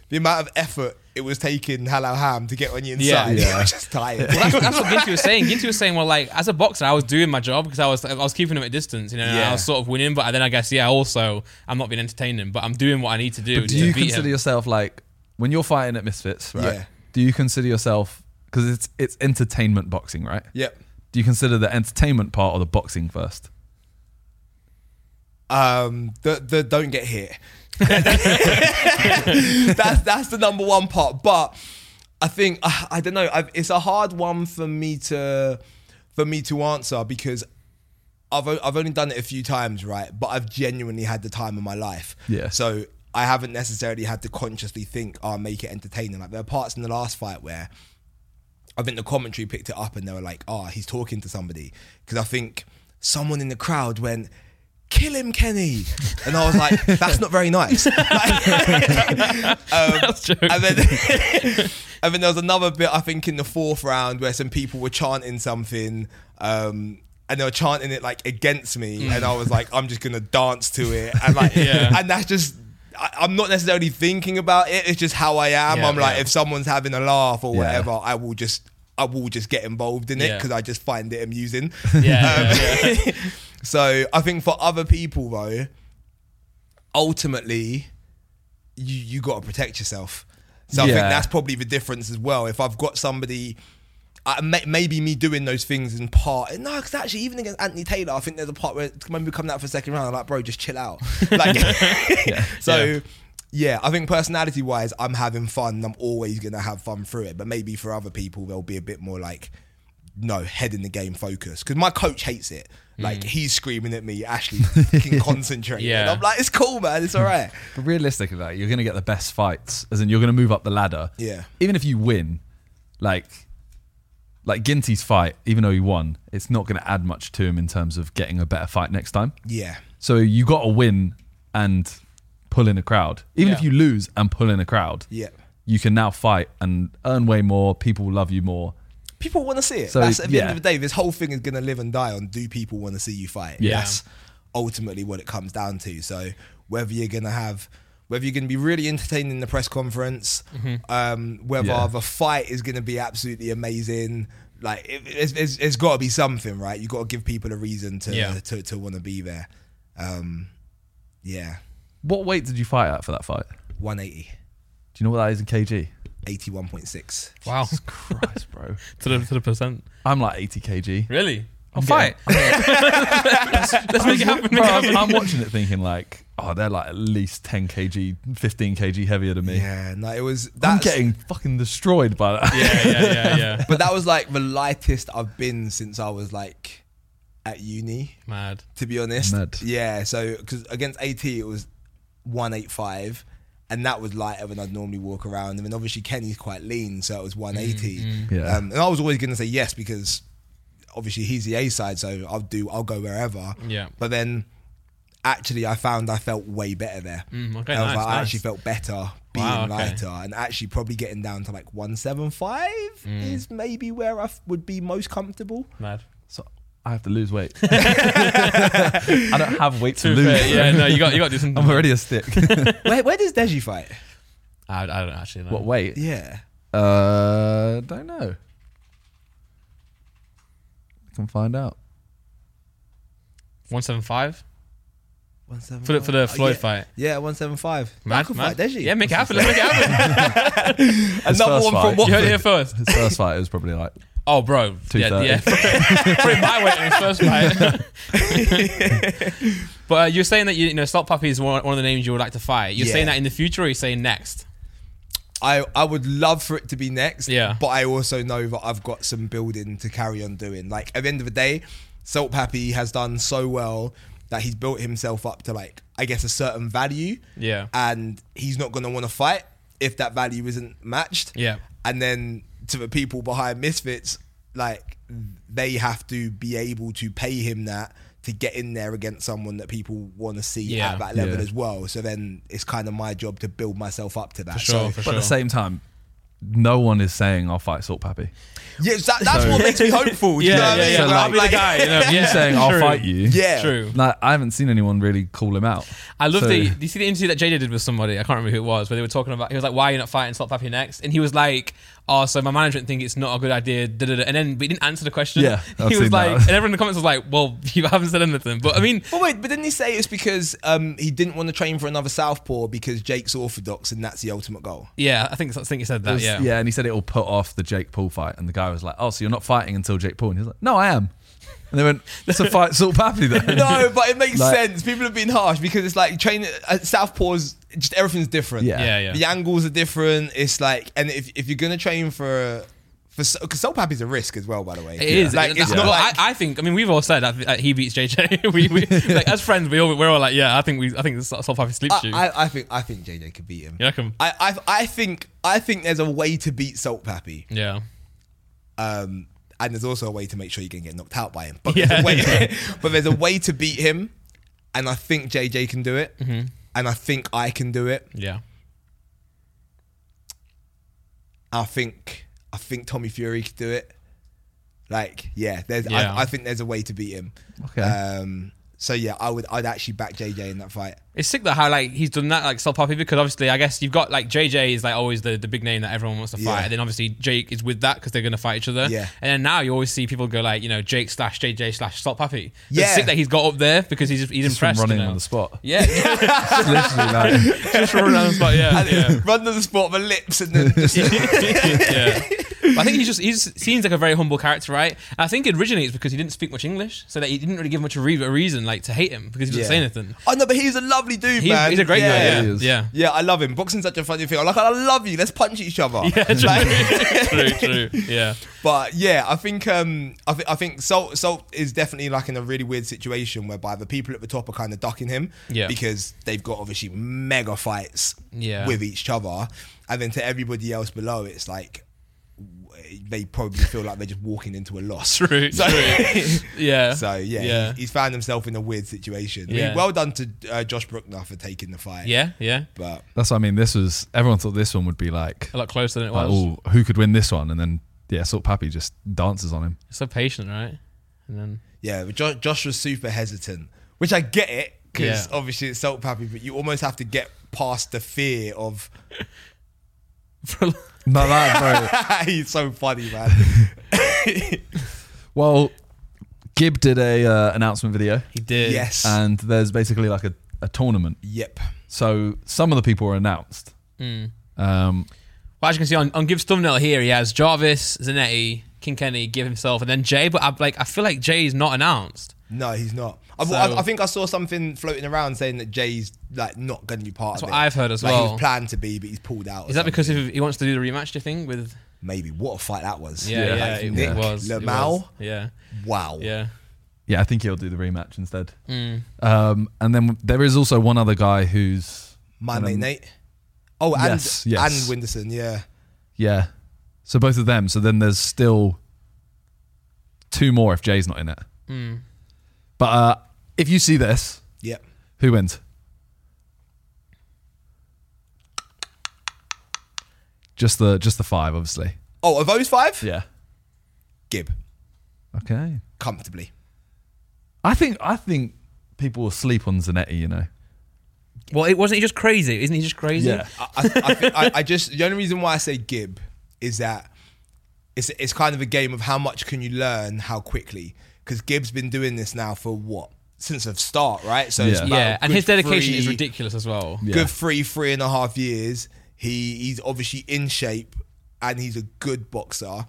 S2: the amount of effort it was taking Hallow Ham to get on the inside. (laughs)
S3: Yeah.
S2: Yeah. was just tired.
S1: Well, that's, that's what Ginty was saying. Ginty was saying, well, like as a boxer, I was doing my job because I was I was keeping him at distance, you know, and I
S2: Yeah.
S1: was sort of winning. But then I guess, yeah, also I'm not being entertaining, but I'm doing what I need to do.
S3: But do
S1: to
S3: you
S1: beat
S3: consider
S1: him.
S3: yourself like when you're fighting at Misfits, right?
S2: Yeah.
S3: Do you consider yourself because it's it's entertainment boxing, right?
S2: (laughs) yep.
S3: Do you consider the entertainment part or the boxing first?
S2: um, the the don't get hit. (laughs) that's that's the number one part. But I think uh, I, I don't know. I've, it's a hard one for me to for me to answer because I've o- I've only done it a few times, right? But I've genuinely had the time of my life.
S3: Yeah.
S2: So I haven't necessarily had to consciously think, "Oh, make it entertaining." Like there are parts in the last fight where I think the commentary picked it up and they were like, "Ah, he's talking to somebody." Because I think someone in the crowd went, "Kill him, Kenny," and I was like, "That's not very nice." (laughs) Like-
S1: (laughs) That's true.
S2: (laughs)
S1: (laughs)
S2: and then, and then there was another bit I think in the fourth round where some people were chanting something, um, and they were chanting it like against me, and I was like, I'm just gonna dance to it, and like,
S1: Mm. (laughs) Yeah.
S2: and that's just. I- I'm not necessarily thinking about it. It's just how I am.
S1: Yeah,
S2: I'm like,
S1: yeah.
S2: if someone's having a laugh or
S3: Yeah.
S2: whatever, I will just, I will just get involved in it
S1: Yeah.
S2: because I just find it amusing.
S1: (laughs)
S2: Um,
S1: Yeah, yeah,
S2: (laughs) so I think for other people though, ultimately, you you got to protect yourself. So I
S3: Yeah.
S2: think that's probably the difference as well. If I've got somebody, I, may, maybe me doing those things in part. No, because actually, even against Anthony Taylor, I think there's a part where it's maybe coming out for the second round. I'm like, bro, just chill out. Like, (laughs) so yeah, I think personality wise, I'm having fun. and I'm always gonna have fun through it. But maybe for other people, they'll be a bit more like, no, head in the game, focus. Because my coach hates it. Like he's screaming at me, Ashley, can concentrate.
S1: Yeah.
S2: And I'm like, it's cool, man. It's all right. (laughs)
S3: But realistically, like you're gonna get the best fights, as in you're gonna move up the ladder.
S2: Yeah.
S3: Even if you win, like like Ginty's fight, even though he won, it's not gonna add much to him in terms of getting a better fight next time.
S2: yeah.
S3: So you got to win and pull in a crowd. Even if
S1: Yeah.
S3: you lose and pull in a crowd,
S2: Yeah.
S3: you can now fight and earn way more. People will love you more.
S2: People want to see it.
S3: So,
S2: That's at the
S3: yeah.
S2: end of the day, this whole thing is gonna live and die on do people want to see you fight?
S3: Yeah.
S2: That's ultimately what it comes down to. So whether you're gonna have whether you're gonna be really entertaining in the press conference, um, whether
S3: Mm-hmm. Yeah.
S2: the fight is gonna be absolutely amazing. Like it, it's, it's, it's got to be something, right? You got to give people a reason to
S1: Yeah.
S2: to to want to be there. Um, yeah,
S3: What weight did you fight at for that fight? Do
S2: 180,
S3: you know what that is in kg?
S2: 81.6.
S1: Wow.
S3: Christ, bro.
S1: to the to the percent.
S3: (laughs) I'm like 80 kg.
S1: Really?
S3: I'll fight.
S1: (laughs) Let's make it happen.
S3: Bro,
S1: Make it happen. (laughs)
S3: I'm, I'm watching it thinking like, oh, they're like at least 10 kg, 15 kg heavier than me.
S2: Yeah, no, it was.
S3: I'm
S2: That's,
S3: getting fucking destroyed by that.
S1: Yeah, yeah, yeah, yeah.
S2: but that was like the lightest I've been since I was like at uni,
S1: Mad.
S2: to be honest.
S3: Mad.
S2: Yeah, so because against AT it was 185, and that was lighter than I'd normally walk around. And then obviously Kenny's quite lean, so it was 180.
S3: Yeah.
S2: Um, and I was always going to say yes because obviously he's the A side, so I'll do, I'll go wherever.
S1: Yeah.
S2: But then actually, I found I felt way better there.
S1: Mm, okay,
S2: I, was
S1: nice,
S2: like, I
S1: nice.
S2: actually felt better being
S1: Wow, okay.
S2: lighter and actually probably getting down to like 175
S1: Mm.
S2: is maybe where I f- would be most comfortable.
S1: Mad.
S3: (laughs) So I have to lose
S1: (laughs)
S3: weight. I don't have weight to
S1: Too
S3: lose.
S1: fair. Yeah, no, you got you got to do something.
S3: (laughs) I'm already a stick. (laughs)
S2: where, where does Deji fight?
S1: I, I don't actually know.
S3: what weight?
S2: Yeah.
S3: Uh, don't know. I can find out.
S1: One seven five.
S2: 175.
S1: For the- for the Floyd
S2: yeah.
S1: fight.
S2: Oh, Yeah, 175. I
S1: Mad,
S2: could
S1: mad.
S2: fight Deji.
S1: Yeah, make it happen. Let's make it happen.
S3: His
S2: Another
S3: first
S2: one
S3: fight-
S2: from
S1: you
S2: what?
S1: heard it here first.
S3: (laughs) His first fight it was probably like
S1: Oh, bro. Yeah,
S3: 230.
S1: yeah. (laughs) Pretty my weight in his first fight. (laughs) but uh, you're saying that you, you know Slot Puppy is one, one of the names you would like to fight. You're
S2: Yeah.
S1: saying that in the future, or you're saying next?
S2: I, I would love for it to be next.
S1: Yeah.
S2: But I also know that I've got some building to carry on doing. Like at the end of the day, Salt Pappy has done so well that he's built himself up to like, I guess, a certain value.
S1: Yeah.
S2: And he's not gonna want to fight if that value isn't matched.
S1: Yeah.
S2: And then to the people behind Misfits, like they have to be able to pay him that to get in there against someone that people want to see
S1: Yeah.
S2: at that level
S3: Yeah.
S2: as well. So then it's kind of my job to build myself up to that.
S1: For sure,
S2: so,
S1: for
S3: But at
S1: sure.
S3: the same time, no one is saying I'll fight Salt Pappy.
S2: Yes, that, that's what makes me hopeful. do you know what I
S1: (laughs)
S2: mean?
S1: yeah.
S2: Where
S1: I'll
S2: I'm
S1: be the
S2: like-
S1: guy. (laughs) You know, yeah,
S3: saying I'll
S1: true.
S3: fight you.
S2: Yeah.
S1: True.
S3: Like I haven't seen anyone really call him out.
S1: I love
S3: So-
S1: the. Do you see the interview that Jada did with somebody? I can't remember who it was, but they were talking about. He was like, "Why are you not fighting Slot Pappy next?" And he was like, "Oh, so my management think it's not a good idea." Da, da, da. And then we didn't answer the question.
S3: Yeah,
S1: (laughs)
S3: I've
S1: he was
S3: seen
S1: like,
S3: that.
S1: and everyone in the comments was like, "Well, (laughs) you haven't said anything." But I mean,
S2: (laughs) But wait, but didn't he say it's because um, he didn't want to train for another Southpaw because Jake's orthodox and that's the
S1: (laughs)
S2: ultimate goal?
S1: yeah, I think I think you said that.
S3: It was-
S1: yeah,
S3: and he said it'll put off the Jake Paul fight. And the guy was like, "Oh, so you're not fighting until Jake Paul?" And he was like, "No, I am." And they went, "Let's fight Salt
S1: (laughs)
S3: Pappy then." (laughs)
S2: No, but it makes
S3: Like-
S2: sense. People have been harsh because it's like training uh, Southpaws, just everything's different.
S3: Yeah.
S1: yeah, yeah.
S2: The angles are different. It's like, and if, if you're gonna train for for because Soul Pappy's a risk as well, by the way.
S1: It is.
S2: like
S1: It-
S2: it's
S1: that-
S2: not
S1: well,
S2: like
S1: I, I think. I mean, we've all said that, that he beats JJ. (laughs) we, we like as friends, we all we're all like, yeah, I think we, I think Slot Slot Pappy sleeps you.
S2: I, I, I think I think JJ could beat him.
S1: you reckon?
S2: I, I I think I think there's a way to beat Salt Pappy.
S1: yeah.
S2: Um, and there's also a way to make sure you can get knocked out by him. But,
S1: Yeah.
S2: there's, a way, (laughs) but there's a way to beat him, and I think JJ can do it,
S1: Mm-hmm.
S2: and I think I can do it.
S1: Yeah.
S2: I think I think Tommy Fury could do it. Like, yeah, there's.
S1: Yeah.
S2: I, I think there's a way to beat him.
S3: Okay.
S1: Uh,
S2: Um, so yeah, I would. I'd actually back JJ in that fight.
S1: It's sick that how like he's done that like Sol Poppy because obviously I guess you've got like JJ is like always the, the big name that everyone wants to fight
S2: Yeah.
S1: and then obviously Jake is with that because they're gonna fight each other
S2: Yeah.
S1: and then now you always see people go like you know Jake slash JJ slash Sol Poppy yeah it's
S2: Yeah.
S1: sick that he's got up there because he's he's
S3: Just from
S1: impressed
S3: running
S1: you know?
S3: on the spot.
S1: yeah (laughs) just
S3: It's literally
S2: (laughs)
S3: like,
S1: from running on the spot yeah (laughs)
S2: Run to the spot, the lips, and then just
S1: yeah yeah (laughs) But I think he's just he just seems like a very humble character, right? And I think originally it's because he didn't speak much English, so that he didn't really give much a, re- a reason like to hate him because he doesn't say anything.
S2: I know, Oh, but he's a lovely dude,
S1: He's,
S2: man.
S1: he's a great
S3: Yeah,
S1: guy.
S3: he
S1: Yeah,
S3: is.
S1: yeah.
S2: Yeah, I love him. Boxing's such a funny thing. I'm like, I love you. Let's punch each other. Like- (laughs)
S1: true, true. Yeah,
S2: but yeah, I think um, I, th- I think Salt Salt is definitely like in a really weird situation whereby the people at the top are kind of ducking him
S1: Yeah.
S2: because they've got obviously mega fights
S1: Yeah.
S2: with each other, and then to everybody else below, it's like w- they probably feel like they're just walking into a
S1: (laughs)
S2: loss.
S1: true,
S2: So-
S1: true. Yeah.
S2: (laughs) So yeah, he-
S1: yeah,
S2: He's, found himself in a weird situation. I mean,
S1: Yeah.
S2: well done to uh, Josh Bruckner for taking the fight.
S1: yeah, yeah.
S2: but
S3: That's what I mean. This was everyone thought this one would be like,
S1: A lot closer than it
S3: like
S1: was.
S3: oh, who could win this one? And then yeah, Salt Pappy just dances on him.
S1: So patient, right? And (laughs) then
S2: Yeah, but Josh, Josh was super hesitant, which I get it because
S1: Yeah.
S2: obviously it's Salt Pappy, but you almost have to get past the fear of.
S3: Not
S1: (laughs)
S3: that,
S2: (laughs)
S3: bro.
S2: He's so funny, man.
S3: well, Gib did a uh, announcement video,
S1: he did.
S2: yes.
S3: and there's basically like a, a tournament.
S2: yep.
S3: So some of the people were announced. Um,
S1: Well, as you can see on, on Gibbs' thumbnail here, he has Jarvis, Zanetti, King Kenny, Give himself, and then Jay. But I like I feel like Jay is not announced.
S2: No, he's not. I,
S1: So-
S2: I, I think I saw something floating around saying that Jay's like not going to be part
S1: That's
S2: of
S1: what
S2: it.
S1: I've heard as
S2: like, He
S1: well.
S2: was planned to be, but he's pulled out. or
S1: Is that
S2: something.
S1: because if he wants to do the rematch? Do you think with
S2: maybe what a fight that was?
S1: yeah yeah,
S3: Yeah.
S1: it,
S2: Nick
S1: was it
S2: Lamau?
S1: was. yeah
S2: Wow.
S1: yeah
S3: Yeah, I think he'll do the rematch instead. Um, and then there is also one other guy who's
S2: My
S3: Um,
S2: mate Nate. Oh, and
S3: yes, yes.
S2: and Winderson. Yeah.
S3: yeah. So both of them. So then there's still two more if Jay's not in it. But uh, if you see this,
S2: Yep.
S3: who wins? Just the just the five, obviously.
S2: Oh, are those five?
S3: Yeah.
S2: Gib
S3: Okay.
S2: comfortably.
S3: I think I think people will sleep on Zanetti. You know.
S1: well it wasn't he just crazy isn't he just crazy
S2: I, I, I, think- I, I just the only reason why I say Gib is that it's it's kind of a game of how much can you learn how quickly because Gib's been doing this now for what since the start right so it's
S3: Yeah.
S2: about a
S1: yeah and
S2: good
S1: his dedication
S2: three-
S1: is ridiculous as well
S3: Yeah.
S2: good three three and a half years he he's obviously in shape and he's a good boxer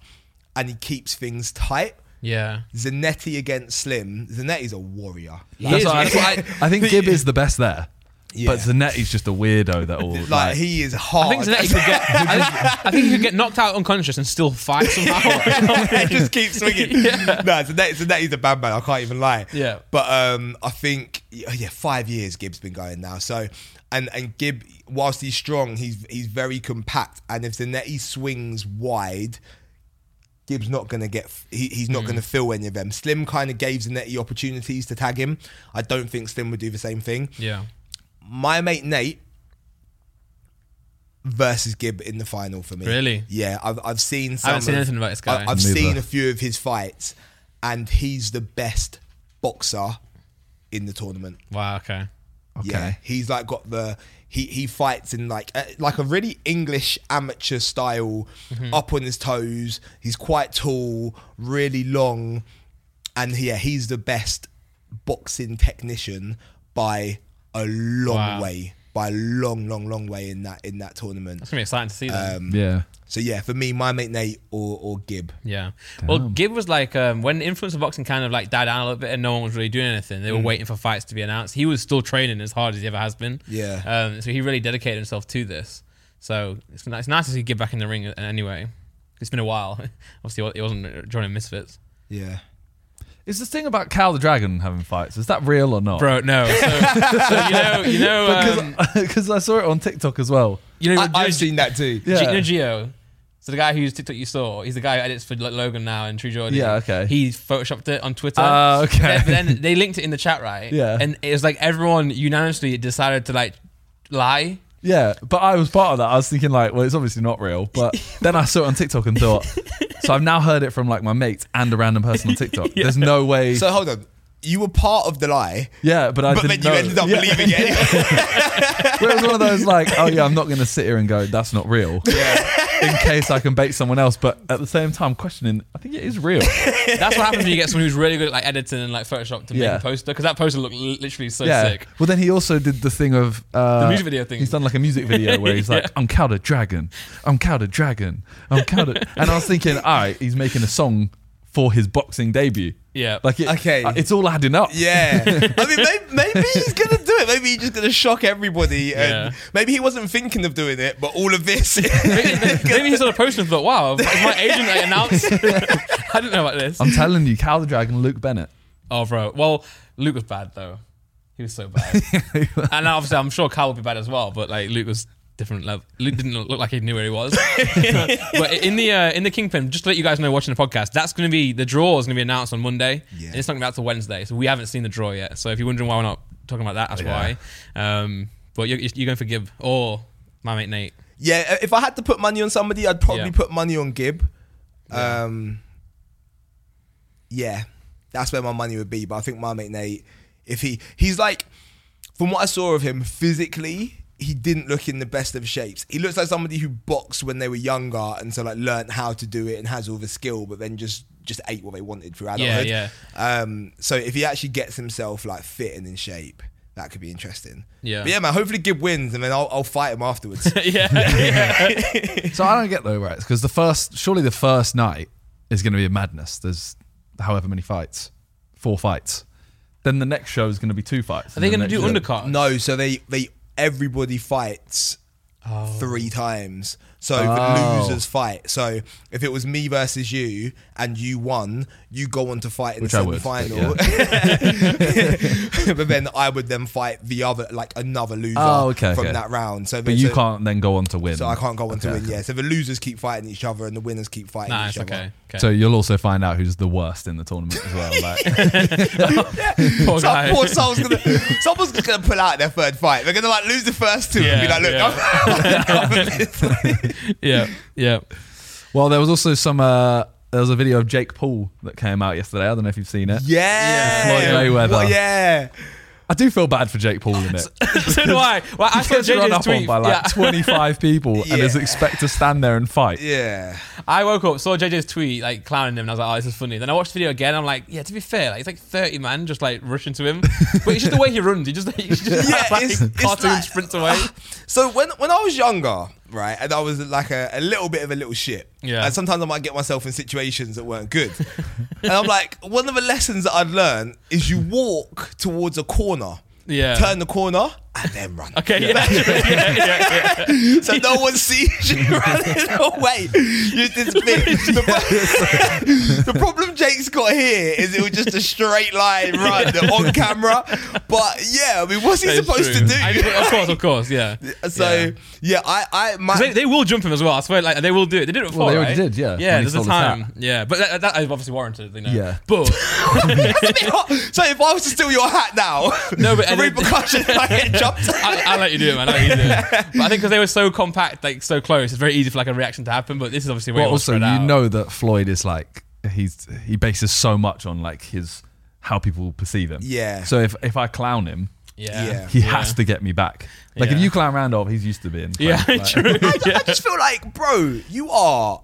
S2: and he keeps things tight
S1: yeah
S2: Zanetti against Slim Zanetti's a warrior
S1: He is,
S3: That's why I,
S1: man.
S3: I, I think Gibb is the best there.
S2: Yeah.
S3: But Zanetti's just a weirdo that all
S2: like,
S3: like,
S2: he is
S1: I
S2: hard
S1: think Zanetti could get Oh, (laughs) I, think- I think he could get knocked out unconscious and still fight (laughs) somehow
S2: (laughs) just keep swinging. No, so that, so that is a bad man. I can't even lie.
S1: Yeah.
S2: But um, I think yeah, yeah, five years Gibb's been going now. So and and Gibb, whilst he's strong, he's he's very compact. And if Zanetti swings wide. Gibb's not going to get, he, he's not going to fill any of them. Slim kind of gave Zanetti opportunities to tag him. I don't think Slim would do the same thing.
S1: yeah
S2: My mate Nate versus Gibb in the final for me.
S1: Really?
S2: Yeah, I've, I've seen. Some
S1: I haven't seen
S2: of-
S1: anything about this guy.
S2: I, have
S3: Neither.
S2: seen a few of his fights, and he's the best boxer in the tournament.
S1: wow okay
S2: Yeah, he's like got the he he fights in like uh, like a really English amateur style,
S3: Mm-hmm.
S2: up on his toes. He's quite tall, really long, and yeah, he's the best boxing technician by a long
S1: Wow.
S2: way, by a long, long, long way in that in that tournament. Um,
S1: it's gonna be exciting to see that
S3: yeah.
S2: So yeah, for me, my mate Nate or or Gib.
S1: Yeah. Well, Gibb was like um, when influencer boxing kind of like died down a little bit and no one was really doing anything. They were waiting for fights to be announced. He was still training as hard as he ever has been.
S2: Yeah.
S1: Um, so he really dedicated himself to this. So it's, ni- it's nice to see Gibb back in the ring a- anyway. It's been a while. (laughs) Obviously, he wasn't joining Misfits.
S2: Yeah.
S3: Is this thing about Cal the Dragon having fights? Is that real or (laughs) not?
S1: Bro, no. So, so you know, you know, um,
S3: Because I saw it on TikTok as well.
S1: you know,
S2: I,
S1: you know,
S2: I've seen that too.
S3: Yeah.
S1: G- you know Geo. So the guy whose TikTok you saw, he's the guy who edits for Lo- Logan now and True Jordan.
S3: Yeah, okay.
S1: He photoshopped it on Twitter.
S3: Ah, okay.
S1: Then, but
S3: (laughs)
S1: then they linked it in the chat, right?
S3: Yeah.
S1: And it was like everyone unanimously decided to like lie.
S3: Yeah, but I was part of that. I was thinking like, well, it's obviously not real. But then I saw it on TikTok and thought, so I've now heard it from like my mates and a random person on TikTok. There's no way.
S2: So hold on, you were part of the lie,
S3: yeah, but I
S2: but then
S3: didn't
S2: you
S3: know.
S2: ended up
S3: Yeah.
S2: believing it.
S3: (laughs)
S2: anyway.
S3: But it was one of those like, oh yeah, I'm not going to sit here and go, that's not real. in case I can bait someone else. But at the same time, questioning, I think it is real.
S1: That's what happens when you get someone who's really good at like editing and like Photoshop to
S3: Yeah.
S1: make a poster because that poster looked li- literally so
S3: yeah.
S1: sick.
S3: Well, then he also did the thing of uh,
S1: The music video thing.
S3: He's done like a music video
S1: (laughs)
S3: where he's like, "I'm cowed a dragon. I'm cowed a dragon. I'm cowed."
S1: (laughs)
S3: A... And I was thinking, all right, he's making a song for his boxing debut.
S1: Yeah.
S3: Like, it,
S2: Okay.
S3: uh, it's all adding up.
S2: Yeah. I mean, maybe, maybe he's going to do it. Maybe he's just going to shock everybody. And
S1: Yeah.
S2: maybe he wasn't thinking of doing it, but all of this. (laughs)
S1: Maybe, maybe he saw the poster and thought, "Wow, is my agent like, announced." (laughs) I didn't know about this.
S3: I'm telling you, cow the dragon, Luke Bennett.
S1: Oh, bro. Well, Luke was bad though. He was so bad. and obviously, I'm sure Kyle would be bad as well. But like, Luke was different level. Luke didn't look like he knew where he was. but in the uh, in the kingpin, just to let you guys know, watching the podcast, that's going to be the draw is going to be announced on Monday.
S2: Yeah.
S1: And it's not going to be out till Wednesday, so we haven't seen the draw yet. So if you're wondering why we're not talking about that, that's why. Um, but you're, you're going to forgive or my mate Nate.
S2: yeah, if I had to put money on somebody, I'd probably
S1: Yeah.
S2: put money on Gib. Um, yeah, that's where my money would be. But I think my mate Nate, if he he's like, from what I saw of him physically, he didn't look in the best of shapes. He looks like somebody who boxed when they were younger and so like learned how to do it and has all the skill, but then just just ate what they wanted through adulthood.
S1: Yeah,
S2: Um, so if he actually gets himself like fit and in shape, that could be interesting.
S1: Yeah.
S2: But yeah, man. Hopefully Gib wins, and then I'll, I'll fight
S1: (laughs)
S2: him afterwards.
S1: yeah.
S3: So I don't get though, right? Because the first, surely the first night is going to be a madness. There's however many fights, four fights. Then the next show is going to be two fights.
S1: Are they going to do undercard?
S2: No, so they they everybody fights three times. So the
S3: Oh.
S2: losers fight. So if it was me versus you and you won, you go on to fight in
S3: Which
S2: the
S3: I
S2: semi
S3: would, but
S2: final. (laughs) but then I would then fight the other like another loser
S3: Oh, okay,
S2: from
S3: okay.
S2: that round. So
S3: But you
S2: so,
S3: can't then go on to win.
S2: So I can't go on to
S3: Okay.
S2: win. Yeah. So the losers keep fighting each other and the winners keep fighting
S1: Nah,
S2: each
S1: it's
S2: other.
S1: okay. (laughs) okay.
S3: So you'll also find out who's the worst in the tournament as well. Like, (laughs)
S2: (laughs)
S1: poor
S2: Some
S1: guy.
S2: poor soul's gonna, someone's just gonna pull out their third fight. They're gonna like lose the first two and be
S1: Yeah,
S2: like, "Look,
S1: yeah.
S2: I'm, (laughs) I'm
S1: (laughs)
S2: this."
S1: yeah, yeah. (laughs)
S3: well, there was also some. Uh, there was a video of Jake Paul that came out yesterday. I don't know if you've seen it.
S2: Yeah.
S3: Yeah. Floyd Mayweather.
S2: Well, yeah.
S3: I do feel bad for Jake Paul in it.
S1: so do (laughs) I. Well, I
S3: He
S1: saw
S3: gets run
S1: JJ's
S3: up on
S1: tweet.
S3: by like
S1: yeah. (laughs)
S3: 25 people and is
S2: Yeah.
S3: expect to stand there and fight.
S2: Yeah.
S1: I woke up, saw JJ's tweet, like clowning him, and I was like, "Oh, this is funny." Then I watched the video again. I'm like, "Yeah, to be fair, like it's like 30 man just like rushing to him, but it's just the way he runs. He just, he just
S2: Yeah,
S1: like,
S2: it's- it's
S1: cartoon
S2: like-
S1: sprints away.
S2: So when when I was younger, right, and I was like a, a little bit of a little shit.
S1: Yeah.
S2: And sometimes I might get myself in situations that weren't good. (laughs) and I'm like, one of the lessons that I'd learned is you walk towards a corner.
S1: Yeah.
S2: Turn the corner and then run.
S1: Okay, yeah, (laughs) yeah, yeah, yeah.
S2: So no one sees you (laughs) running away. You're this big. The, pro- (laughs) the problem Jake's got here is it was just a straight line run on camera. But yeah, I mean, what's he
S1: That is
S2: supposed to
S1: true.
S2: do?
S1: I- of course, of course, yeah.
S2: (laughs) So
S1: Yeah.
S2: yeah, I I my, (laughs)
S1: 'Cause They, they will jump him as well. I swear, like they will do it. They did it before.
S3: they already
S1: right?
S3: did, yeah,
S1: Yeah,
S3: when he
S1: there's a
S3: stole his
S1: time. Yeah, but that, that is obviously warranted. You know.
S3: Yeah.
S1: But
S2: so if I was to steal your hat now,
S1: No, but-
S2: (laughs) the repercussions
S1: (laughs)
S2: I get jumped.
S1: I, I let you do it, man. I let you do it. But I think because they were so compact, like so close, it's very easy for like a reaction to happen. But this is obviously way
S3: But
S1: more
S3: also,
S1: spread
S3: you
S1: out.
S3: know that Floyd is like he's he bases so much on like his how people perceive him.
S2: Yeah.
S3: So if if I clown him,
S1: Yeah.
S2: Yeah.
S3: he has to get me back. Like if
S1: Yeah.
S3: you clown Randolph, he's used to being. (laughs)
S1: Yeah,
S3: clowned,
S1: (laughs)
S3: like-
S1: true.
S2: I, (laughs) ju- I just feel like, bro, you are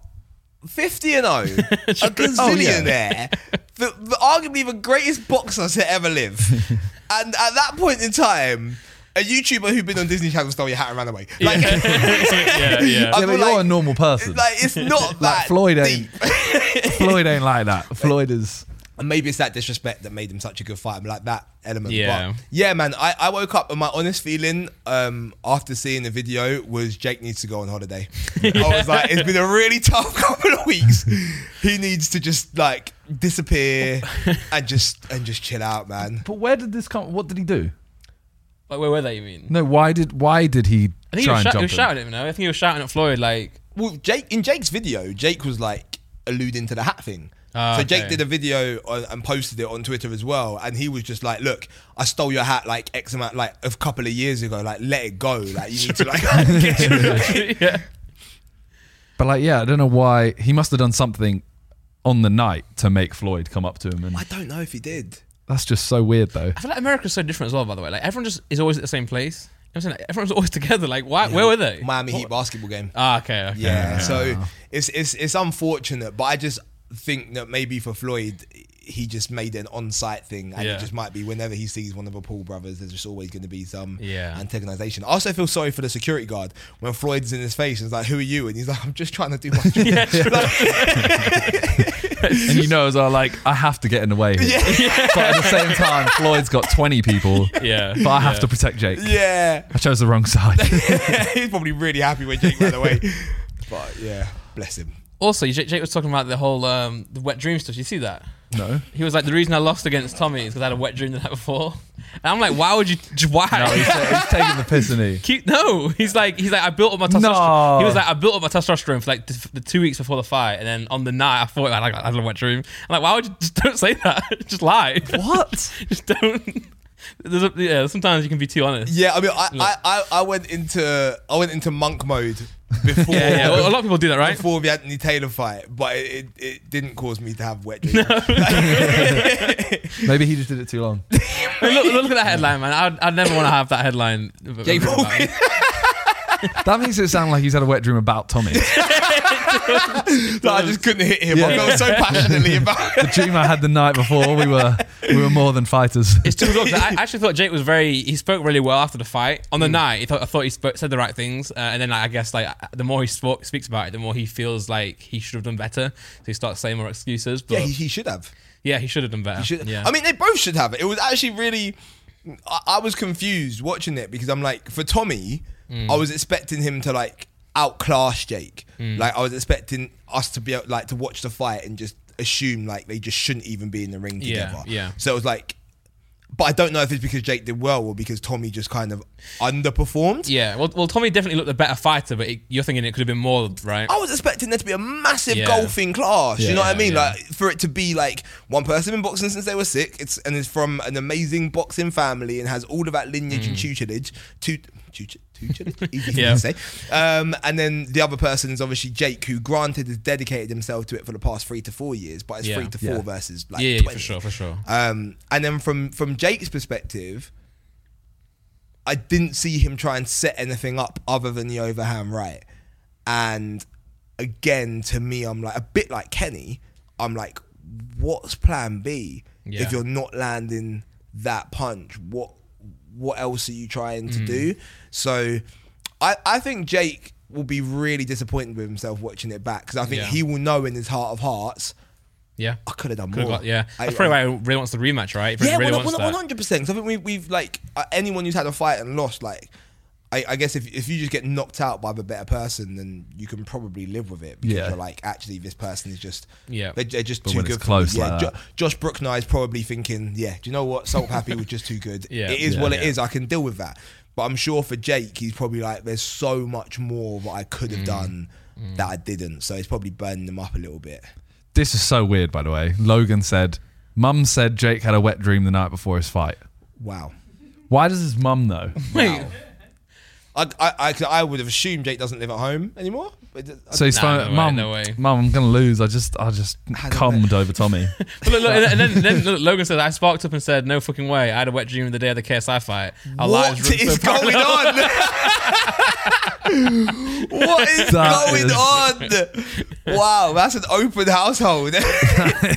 S2: 50 and
S3: (laughs)
S2: 0,
S3: Oh,
S2: a gazillionaire, the, the, arguably the greatest boxer to ever live.
S3: (laughs)
S2: and at that point in time, a YouTuber who'd been on Disney Channel stole your hat and ran away. Like, (laughs)
S1: yeah, yeah.
S2: I
S3: Yeah, but
S2: feel
S3: you're
S2: like-
S3: a normal person.
S2: like it's not that
S3: like Floyd
S2: deep.
S3: ain't. (laughs) Floyd ain't like that. Floyd is.
S2: And maybe it's that disrespect that made him such a good fighter, like that element.
S1: Yeah.
S2: But yeah, man, I, I woke up and my honest feeling um, after seeing the video was Jake needs to go on holiday. I was like, it's been a really tough (laughs) couple of weeks. He needs to just like disappear and just and just chill out, man.
S3: But where did this come? What did he do?
S1: (laughs) Like, where were they? You mean?
S3: No, why did why did he
S1: I think he
S3: try
S1: was, shout-
S3: and
S1: he
S3: jump
S1: was
S3: him?
S1: shouting at him. No, I think he was shouting at Floyd. Like,
S2: Well, Jake in Jake's video, Jake was like alluding to the hat thing.
S1: Ah,
S2: so Jake
S1: okay.
S2: did a video on, and posted it on Twitter as well, and he was just like, "Look, I stole your hat like X amount like a couple of years ago. Like, let it go. Like, you need to like." (laughs) get
S1: (laughs)
S2: it."
S1: yeah,
S3: But like, yeah, I don't know why he must have done something on the night to make Floyd come up to him, and
S2: I don't know if he did.
S3: that's just so weird, though.
S1: I feel like America's so different as well. By the way, like everyone just is always at the same place. I'm saying like, everyone's (laughs) always together. Like, why? Where were they?
S2: Miami Heat basketball game.
S1: ah, okay, okay.
S2: Yeah. So it's it's it's unfortunate, but I just think that maybe for Floyd, he just made an on-site thing, and
S1: Yeah.
S2: it just might be whenever he sees one of the Paul brothers, there's just always going to be some
S1: Yeah.
S2: antagonization. I also feel sorry for the security guard when Floyd's in his face and he's like, "Who are you?" and he's like, "I'm just trying to do
S1: (laughs)
S2: my job."
S1: Yeah,
S2: (laughs)
S1: true.
S3: and you know as well, like I have to get in the way. Here. (laughs) But at the same time, Floyd's got 20 people.
S1: Yeah.
S3: But I have
S1: Yeah.
S3: to protect Jake.
S2: yeah. (laughs)
S3: I chose the wrong side. (laughs)
S2: he's probably really happy when Jake
S1: (laughs)
S2: ran away. But yeah, bless him.
S1: Also, Jake, Jake was talking about the whole um, the wet dream stuff. You see that?
S3: no.
S1: He was like, the reason I lost against Tommy is because I had a wet dream the night before. And I'm like, why would you? (laughs) Why?
S3: No, he's, uh, he's taking the piss in he.
S1: Keep, no, he's like he's like I built up my testosterone.
S3: No.
S1: He was like I built up my testosterone for like the, the two weeks before the fight, and then on the night I thought like, I had a wet dream. I'm like, why would you (laughs) just don't say that? just lie.
S3: What?
S1: (laughs) just don't. There's a, yeah, sometimes you can be too honest.
S2: Yeah, I mean, I, I, I, I went into I went into monk mode before.
S1: (laughs) Yeah, yeah. well, a lot of people do that,
S2: (laughs)
S1: right? (laughs)
S2: Before the Anthony Taylor fight, but it, it, it didn't cause me to have wet dreams. (laughs)
S3: Maybe he just did it too long.
S1: I mean, look, look at that headline, man. I'd, I'd never want to have that headline.
S2: Jake Paul.
S3: That makes it sound like he's had a wet dream about Tommy. The
S2: No, I just couldn't hit him. I
S3: Yeah.
S2: felt so (laughs) passionately about it.
S3: dream I had the night before, we were we were more than fighters.
S1: It's too long. 'cause
S2: (laughs)
S1: I actually thought Jake was very. He spoke really well after the fight.
S2: Hmm.
S1: On the night, he thought, I thought he spoke, said the right things, uh, and then like, I guess like the more he spoke, speaks about it, the more he feels like he should have done better. So he starts saying more excuses. But
S2: Yeah,
S1: yeah,
S2: he,
S1: he,
S2: he should have.
S1: should have done better.
S2: Should,
S1: yeah.
S2: I mean, they both should have it. It was actually really. I, I was confused watching it because I'm like, for Tommy,
S1: Mm.
S2: I was expecting him to like outclass Jake.
S1: Mm.
S2: Like, I was expecting us to be able, like to watch the fight and just assume like they just shouldn't even be in the ring
S1: Yeah,
S2: together.
S1: yeah.
S2: So it was like, but I don't know if it's because Jake did well or because Tommy just kind of underperformed.
S1: yeah. Well, well, Tommy definitely looked the better fighter, but it, you're thinking it could have been more, right?
S2: I was expecting there to be a massive
S1: Yeah.
S2: golfing clash. you know what I
S1: Yeah,
S2: mean?
S1: yeah.
S2: Like for it to be like one person been boxing since they were sick. It's and is from an amazing boxing family and has all of that lineage and tutelage. Tu- tutelage. Tutelage,
S1: (laughs)
S2: easy for
S1: Mm.
S2: me
S1: Yeah.
S2: to say. Um, and then the other person is obviously Jake, who granted has dedicated himself to it for the past three to four years, but it's
S1: Yeah.
S2: three to four
S3: Yeah.
S2: versus like
S1: yeah, yeah,
S2: 20.
S1: for sure, for sure.
S2: Um, and then from from Jake's perspective, I didn't see him try and set anything up other than the overhand right. And again, to me, I'm like a bit like Kenny. I'm like, what's Plan B
S1: Yeah.
S2: if you're not landing that punch? What what else are you trying
S1: Mm.
S2: to do? So, I I think Jake will be really disappointed with himself watching it back because I think
S1: Yeah.
S2: he will know in his heart of hearts.
S1: Yeah.
S2: I could have done
S1: Could've
S2: more.
S1: got- yeah.
S2: Oh, I-
S1: That's probably why he really wants the rematch, right? He
S2: Yeah,
S1: really wants
S2: one
S1: that.
S2: hundred percent. I think we, we've like uh, anyone who's had a fight and lost, like I, I guess if if you just get knocked out by the better person, then you can probably live with it because
S3: Yeah.
S2: you're like, actually, this person is just
S1: Yeah.
S2: they're, they're just
S3: But
S2: too
S3: when it's
S2: good. for me.
S3: close like
S2: Jo-
S3: that.
S2: Josh Brookner is probably thinking, yeah, do you know what? Salt Happy was just too good.
S1: Yeah.
S2: it is
S1: Yeah.
S2: what it
S1: Yeah.
S2: is. I can deal with that. But I'm sure for Jake, he's probably like, there's so much more that I could have done that I didn't. So it's probably burning them up a little bit.
S3: This is so weird, by the way. Logan said, Mum said Jake had a wet dream the night before his fight.
S2: Wow.
S3: Why does his
S1: (laughs)
S3: mum know?
S1: Wait,
S2: I, I, I, 'cause I would have assumed Jake doesn't live at home anymore. But I-
S3: So he's
S1: Nah,
S3: phone,
S1: no way,
S3: Mum,
S1: no way."
S3: Mum, I'm going to lose. I just, I just cummed over Tommy.
S1: But look, look, and then, then look, Logan said, I sparked up and said, no fucking way. I had a wet dream the day of the KSI fight. Our
S2: What
S1: lives run so
S2: is going
S1: parallel."
S2: on?
S1: (laughs)
S2: what is
S3: That
S2: going
S3: is-
S2: on? Wow, that's an open household.
S1: (laughs)
S2: (laughs)
S3: (laughs)
S1: I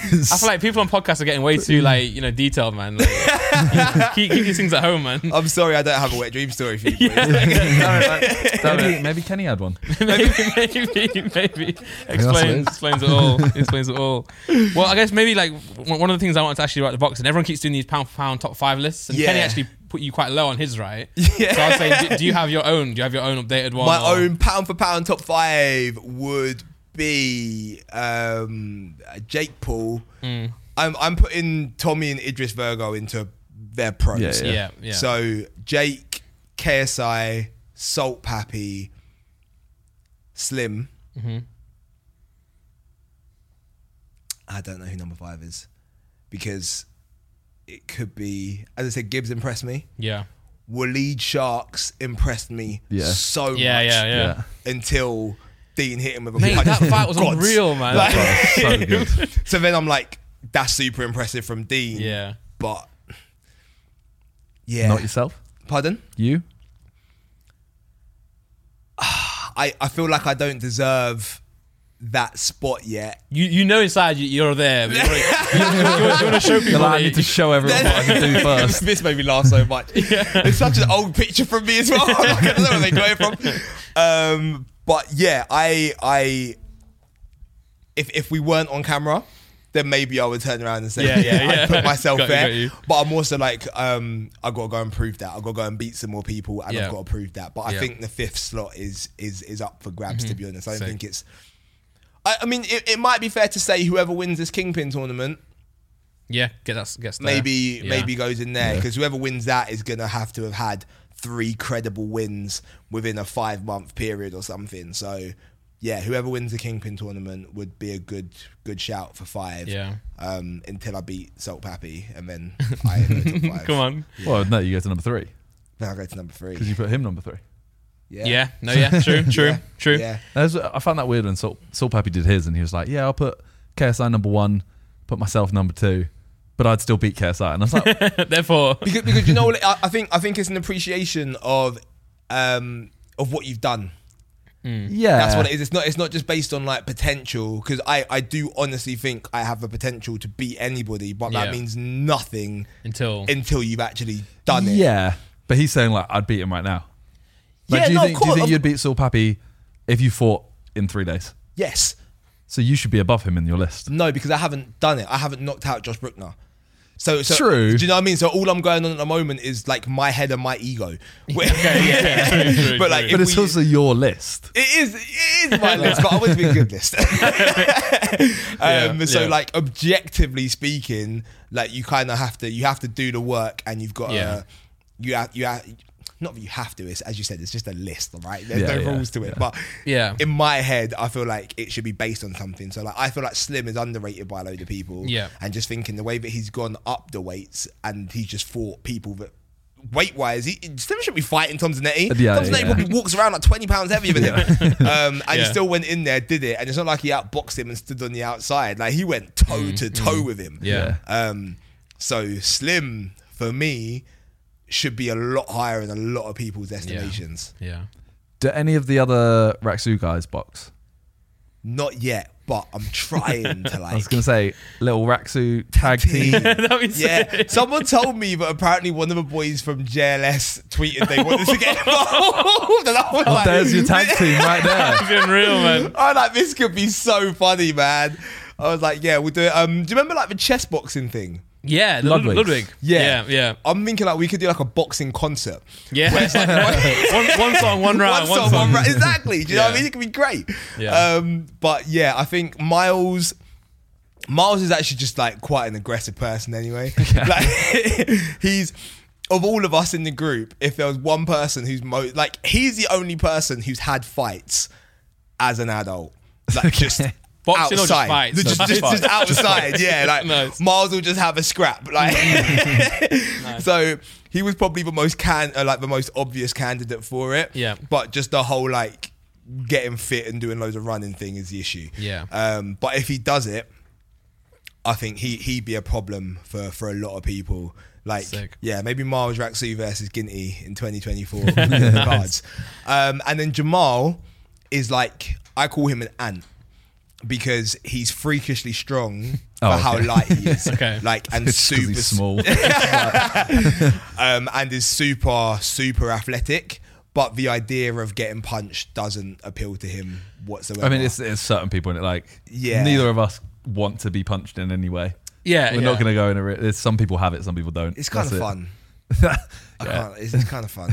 S1: feel like people on podcasts are getting way too, like, you know, detailed, man.
S2: (laughs)
S1: Like, keep, keep these things at home, man. (laughs)
S2: I'm sorry, I don't have a wet dream story for you. boys.
S3: maybe, maybe Kenny had one.
S1: maybe, maybe, maybe. Explains, explains it all. Explains it all. Well, I guess maybe, like, one one of the things I wanted to actually write the box, and everyone keeps doing these pound for pound top five lists, and
S2: Yeah.
S1: Kenny actually put you quite low on his,
S2: (laughs)
S1: right? Yeah. So I'd say, do, do you have your own? Do you have your own updated one?
S2: My
S1: or-
S2: own pound for pound top five would be um, Jake Paul.
S1: Hmm.
S2: I'm, I'm putting Tommy and Idris Virgo into their pros.
S3: Yeah, yeah.
S1: Yeah, yeah.
S2: So Jake, KSI, Salt Pappy, Slim.
S1: Mm-hmm.
S2: I don't know who number five is because it could be, as I said, Gibbs impressed me.
S1: Yeah.
S2: Waleed Sharks impressed me
S3: Yeah.
S2: so
S1: Yeah,
S2: much
S1: yeah, yeah.
S3: Yeah.
S2: until Dean hit him with a
S1: Mate,
S2: punch.
S1: that fight was
S2: (laughs) Gods.
S1: unreal, man.
S2: Like-
S3: Oh, so good.
S2: (laughs) so then I'm like, that's super impressive from Dean.
S1: Yeah.
S2: But yeah.
S3: Not yourself?
S2: Pardon?
S3: You?
S2: I, I feel like I don't deserve that spot yet.
S1: You you know inside you, you're (laughs) there. But you
S2: (laughs)
S1: wanna- you want, to show people.
S3: They're like,
S1: that
S3: I need to
S1: you-
S3: show everyone what I
S1: (laughs)
S3: can
S2: (laughs)
S3: do first.
S2: this made me laugh so much. It's such an old picture from me as well. (laughs) I don't know where they got it from. Um, but yeah, I I if if we weren't on camera, then maybe I would turn around and say,
S1: Yeah, yeah,
S2: yeah, (laughs)
S1: yeah.
S2: I put myself
S1: Got you,
S2: there.
S1: got you.
S2: But I'm also like, um, I got to go and prove that. I got to go and beat some more people, and
S1: Yeah.
S2: I've got to prove that. But I
S1: Yeah. Mm-hmm.
S2: think the fifth slot is is is up for grabs. To be honest, I don't
S1: Sick.
S2: think it's. I, I mean, it, it might be fair to say whoever wins this kingpin tournament
S1: yeah, get that. Gets there.
S2: maybe
S1: Yeah.
S2: maybe goes in there because whoever wins that is gonna have to have had three credible wins within a five month period or something. So yeah, whoever wins the Kingpin tournament would be a good good shout for five.
S1: Yeah.
S2: Um, until I beat Salt Pappy
S1: (laughs)
S2: and then I go top five.
S1: Come on.
S3: Well, no, you go to number three
S2: Then I go to number three.
S3: because you put him number three.
S2: Yeah.
S1: Yeah. No. Yeah. True. True.
S2: (laughs) Yeah.
S1: True.
S2: Yeah.
S3: That's- I found that weird when Soul, Soul Pappy did his, and he was like, "Yeah, I'll put KSI number one, put myself number two, but I'd still beat KSI." And I was
S2: (laughs)
S3: like,
S1: (laughs)
S2: Hmm.
S1: Therefore,
S2: Because, because you know what I, I think I think it's an appreciation of um of what you've done.
S3: "Yeah,
S2: That's
S1: Uh,
S2: what it is. It's not. It's not just based on like potential because I I do honestly think I have the potential to beat anybody, but
S1: Yeah.
S2: that means nothing
S1: until
S2: until you've actually done it.
S3: Yeah, but he's saying like, "I'd beat him right now." Like,
S2: Yeah,
S3: do you
S2: no, of
S3: think, do you
S2: course,
S3: think
S2: of-
S3: you'd beat Soul Pappy if you fought in three days?
S2: Yes.
S3: So you should be above him in your list.
S2: No, because I haven't done it. I haven't knocked out Josh Brookner. So, so
S3: True.
S2: Do you know what I mean? So all I'm going on at the moment is like my head and
S1: (laughs)
S2: my ego.
S1: yeah, true, true,
S2: (laughs) but like,
S1: true.
S2: if
S3: But it's
S2: we-
S3: also your list.
S2: It is. It is my list, but I want to be a good list. um,
S1: Yeah,
S2: so,
S1: yeah.
S2: like, objectively speaking, like you kind of have to you have to do the work, and you've got
S1: Yeah.
S2: to you have you have. Not that you have to. It's as you said. It's just a list, right? There's
S3: Yeah,
S2: no
S3: yeah,
S2: rules to it.
S3: yeah.
S2: But
S1: Yeah.
S2: in my head, I feel like it should be based on something. So like, I feel like Slim is underrated by a load of people.
S1: Yeah.
S2: And just thinking the way that he's gone up the weights and he just fought people that weight wise, he Slim should be fighting Tom Zanetti.
S3: Yeah,
S2: Tom Zanetti
S3: yeah.
S2: probably walks around like 20 pounds heavier than him. (laughs) Um, and he
S1: Yeah.
S2: still went in there, did it. And it's not like he outboxed him and stood on the outside. Like he went toe
S3: Mm,
S2: to toe with him.
S1: yeah.
S2: Um, so Slim, for me, should be a lot higher in a lot of people's estimations.
S1: Yeah.
S3: Do any of the other Raxu guys box?
S2: Not yet, but
S3: (laughs)
S2: I'm trying to
S3: I was
S2: like.
S3: gonna say little Raxu tag
S1: (laughs)
S3: team.
S1: That'd be sick.
S2: (laughs) Yeah, someone told me that apparently one of the boys from JLS tweeted they wanted to get
S3: (laughs)
S2: involved. And I was
S3: Oh,
S2: like,
S3: there's your
S2: (laughs)
S3: tag team right there.
S1: It's unreal, man.
S2: I like this could be so funny, man. I was like, yeah, we'll do it. Um, do you remember like the chess boxing thing?
S1: Yeah, the Lud-
S3: Ludwig.
S1: Ludwig.
S2: Yeah.
S1: yeah, yeah.
S2: I'm thinking like we could do like a boxing concert.
S1: Yeah. (laughs) one, one song, one round,
S2: (laughs) one song, one round. Exactly. Do you know what I
S1: Yeah.
S2: mean? It could be great.
S1: Yeah.
S2: Um, but yeah, I think Miles. Miles is actually just like quite an aggressive
S1: (laughs)
S2: person anyway. Like (laughs) he's of all of us in the group, if there was one person who's mo like he's the only person who's had fights as an adult. Like just
S1: (laughs) Boxing or just
S2: outside.
S1: fights?
S2: Just-
S1: Just
S2: just- just
S1: fights.
S2: outside, yeah. Like
S1: (laughs) Nice.
S2: Miles will just have a scrap.
S1: (laughs)
S2: Like (laughs) so he was probably the most can uh, like the most obvious candidate for it.
S1: Yeah.
S2: But just the whole like getting fit and doing loads of running thing is the issue.
S1: Yeah.
S2: Um, but if he does it, I think he he'd be a problem for for a lot of people. Like
S1: Sick.
S2: yeah, maybe Miles Raxu versus Ginty
S1: (laughs)
S2: in 2024 in the cards. Um, and then Jamal is like I call him an ant because he's freakishly strong
S3: Oh,
S2: for how
S3: okay.
S2: light he is.
S1: (laughs) Okay.
S2: Like and
S3: It's (laughs) 'cause
S2: super (laughs)
S3: he's small.
S2: um, and is super, super athletic. But the idea of getting punched doesn't appeal to him whatsoever.
S3: I mean, it's, it's certain people in it. Like,
S2: Yeah.
S3: neither of us want to be punched in any way.
S1: Yeah,
S3: we're
S1: yeah.
S3: not gonna go in a. Re- there's some people have it, some people don't.
S2: it's kind of
S3: That's it.
S2: fun. I
S3: (laughs) Yeah.
S2: can't, it's, kind of
S3: (laughs)
S2: fun.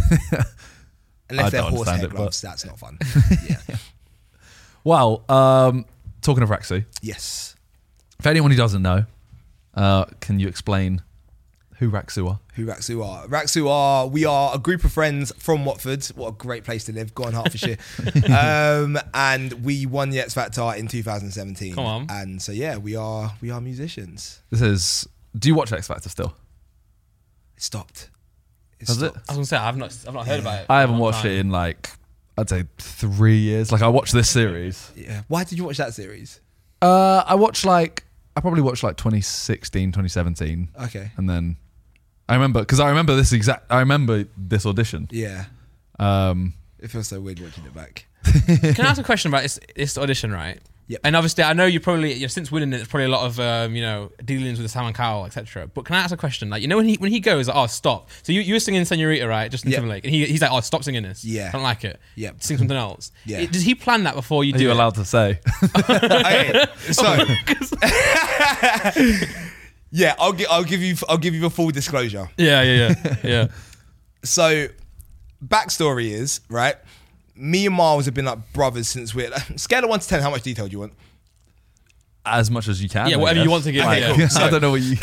S2: Unless
S3: I
S2: they're
S3: don't
S2: horse
S3: understand
S2: hair
S3: it, but-
S2: gloves, that's not fun. (laughs) Yeah.
S3: Wow. Um, talking of Raxu,
S2: yes.
S3: for anyone who doesn't know, uh, can you explain who Raxu are?
S2: Who Raxu are? Raxu are we are a group of friends from Watford. What a great place to live. Go on
S3: (laughs)
S2: Hertfordshire. um, and we won the X Factor in 2017.
S1: Come on.
S2: And so yeah, we are we are musicians.
S3: This is. Do you watch X Factor still?
S2: It stopped. It
S3: Has it?
S1: I was gonna say I've not, I've not heard about it.
S3: I haven't watched it in like I'd say three years. Like I watched this series.
S2: Yeah. Why did you watch that series?
S3: Uh, I watched like I probably watched like 2016, 2017,
S2: Okay.
S3: and then I remember because I remember this exact. I remember this audition.
S2: Yeah.
S3: Um,
S2: It feels so weird watching it back.
S1: Can I ask a question about this, this audition, right?
S2: Yep.
S1: And obviously, I know you probably you know, since winning it, there's probably a lot of um, you know dealings with Simon Cowell, etc. But can I ask a question? Like, you know, when he when he goes, like, oh, stop. So you, you were singing Senorita, right? Justin
S2: Yeah.
S1: Timberlake, and he, he's like, oh, stop singing this.
S2: Yeah.
S1: I don't like it.
S2: Yeah.
S1: Sing something else.
S2: Yeah.
S1: It- does he plan that before you
S3: Are
S1: do?
S3: you
S1: it?
S3: allowed to say?
S2: Okay, so yeah, I'll give I'll give you I'll give you a full disclosure.
S1: Yeah, yeah, yeah, yeah.
S2: So backstory is right. Me and Miles have been like brothers since we're (laughs) scale of one to ten. How much detail do you want?
S3: (laughs) as much as you can.
S1: Yeah,
S3: I
S1: whatever you
S3: guess.
S1: want to
S3: (laughs)
S1: give,
S3: Like,
S1: yeah. Okay,
S2: cool.
S3: I don't know what you.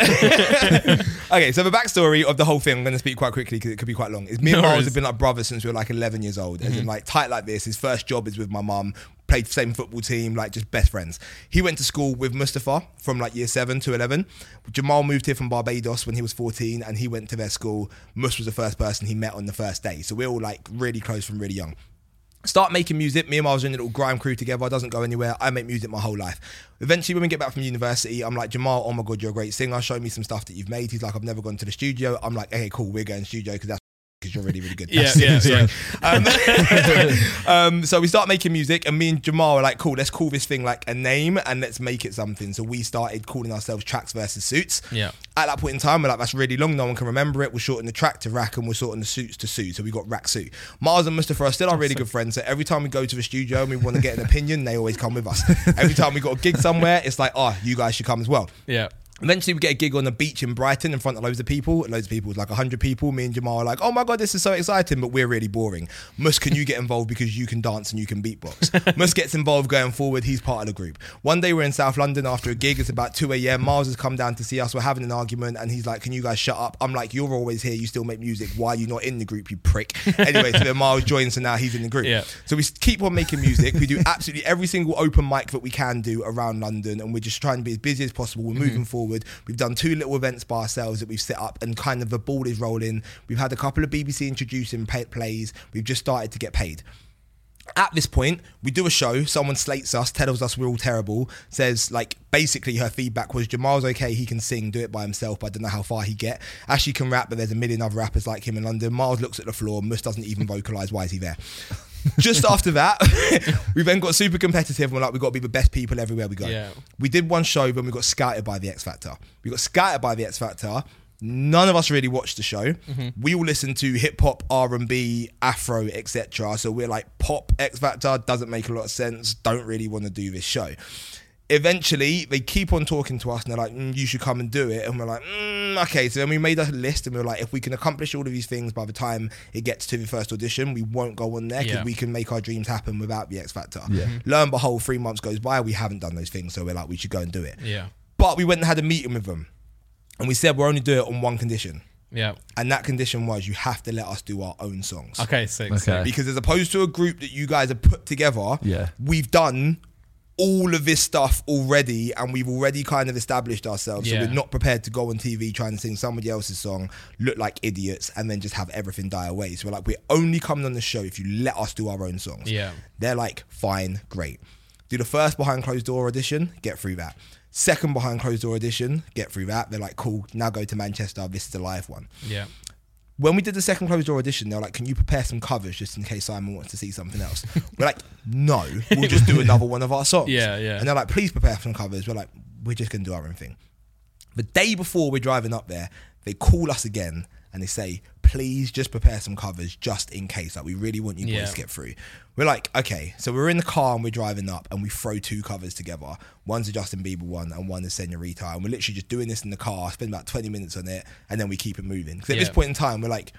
S2: Okay, so the backstory of the whole thing, I'm going to speak quite quickly because it could be quite long. Is me and
S1: No
S2: Miles
S1: worries. Mm-hmm.
S2: have been like brothers since we were like 11 years old, as in like tight like this. His first job is with my mum. Played same football team, like just best friends. He went to school with Mustafa from like year seven to eleven. Jamal moved here from Barbados when he was fourteen, and he went to their school. Mus was the first person he met on the first day, so we're all like really close from really young start making music. Me and Miles are in a little grime crew together. It doesn't go anywhere. I make music my whole life. Eventually, when we get back from university, I'm like, Jamal, oh my God, you're a great singer. Show me some stuff that you've made. He's like, I've never gone to the studio. I'm like, okay, cool, we're going studio because that's because you're really, really good.
S1: Yeah,
S2: (laughs)
S1: yeah,
S2: Sorry. Um, um, so we start making music, and me and Jamal are like, cool, let's call this thing like a name and let's make it something. So we started calling ourselves Tracks versus Suits.
S1: Yeah.
S2: At that point in time, we're like, that's really long. No one can remember it. We'll shorten the track to rack and we'll shorten the suits to sue. So we got rack suit. Miles and Mustafa are still our really good friends. So every time we go to the studio and we want to get an opinion, they always come with us. (laughs) Every time we got a gig somewhere, it's like, oh, you guys should come as well.
S1: yeah.
S2: Eventually, we get a gig on the beach in Brighton in front of loads of people. Loads of people, like 100 people. Me and Jamal are like, oh my God, this is so exciting, but we're really boring. Mus, can you get involved because you can dance and you can beatbox? Mus gets involved going forward. He's part of the group. One day, we're in South London after a gig. It's about 2 a.m. Miles has come down to see us. We're having an argument, and he's like, can you guys shut up? I'm like, you're always here. You still make music. Why are you not in the group, you prick? Anyway, so then Miles joins, and now he's in the group.
S1: Yeah.
S2: So we s- keep on making music. We do absolutely every single open mic that we can do around London, and we're just trying to be as busy as possible. We're moving forward. We've done two little events by ourselves that we've set up, and kind of the ball is rolling. We've had a couple of BBC introducing pay- plays. We've just started to get paid. At this point, we do a show. Someone slates us, tells us we're all terrible. Says like basically her feedback was Jamal's okay. He can sing, do it by himself. But I don't know how far he get. Ashley can rap, but there's a million other rappers like him in London. Miles looks at the floor. Mus doesn't even vocalize. Why is he there? Just after that, (laughs) we then got super competitive. And we're like, we got to be the best people everywhere we go.
S1: Yeah.
S2: We did one show, but we got scouted by the X Factor. We got scouted by the X Factor. None of us really watched the show. We all listened to hip hop, R and B, Afro, etc. So we're like, pop X Factor doesn't make a lot of sense. Don't really want to do this show. Eventually, they keep on talking to us and they're like, "Mm, you should come and do it. And we're like, mm, okay. So then we made a list and we were like, if we can accomplish all of these things by the time it gets to the first audition, we won't go on there because
S1: Yeah.
S2: we can make our dreams happen without the X Factor.
S3: Yeah.
S1: Mm-hmm.
S3: Mhm.
S2: Lo and behold, three months goes by, we haven't done those things. So we're like, we should go and do it.
S1: Yeah.
S2: But we went and had a meeting with them and we said, we'll only do it on one condition.
S1: Yeah.
S2: And that condition was you have to let us do our own songs.
S1: Okay, six.
S3: Okay.
S2: Because as opposed to a group that you guys have put together,
S3: Yeah.
S2: we've done all of this stuff already and we've already kind of established ourselves.
S1: Yeah.
S2: So we're not prepared to go on TV trying to sing somebody else's song, look like idiots, and then just have everything die away. So we're like, we're only coming on the show if you let us do our own songs.
S1: Yeah.
S2: They're like, fine, great. Do the first behind closed door audition, get through that. Second behind closed door audition, get through that. They're like, cool, now go to Manchester. This is the live one
S1: Yeah.
S2: when we did the second closed door audition, they were like, "Can you prepare some covers just in case Simon wants to see something
S1: (laughs)
S2: else?" we're like, "No, we'll just do another one of our songs."
S1: Yeah, yeah.
S2: And they're like, "Please prepare some covers." We're like, "We're just gonna do our own thing." The day before we're driving up there, they call us again and they say, "Please just prepare some covers just in case. Like, we really want you
S1: Yeah.
S2: boys to get through." We're like, "Okay." So we're in the car and we're driving up and we throw two covers together. One's a Justin Bieber one and one is Senorita, and we're literally just doing this in the car. Spend about twenty minutes on it and then we keep it moving. 'Cause at this
S1: Yeah.
S2: point in time, we're like,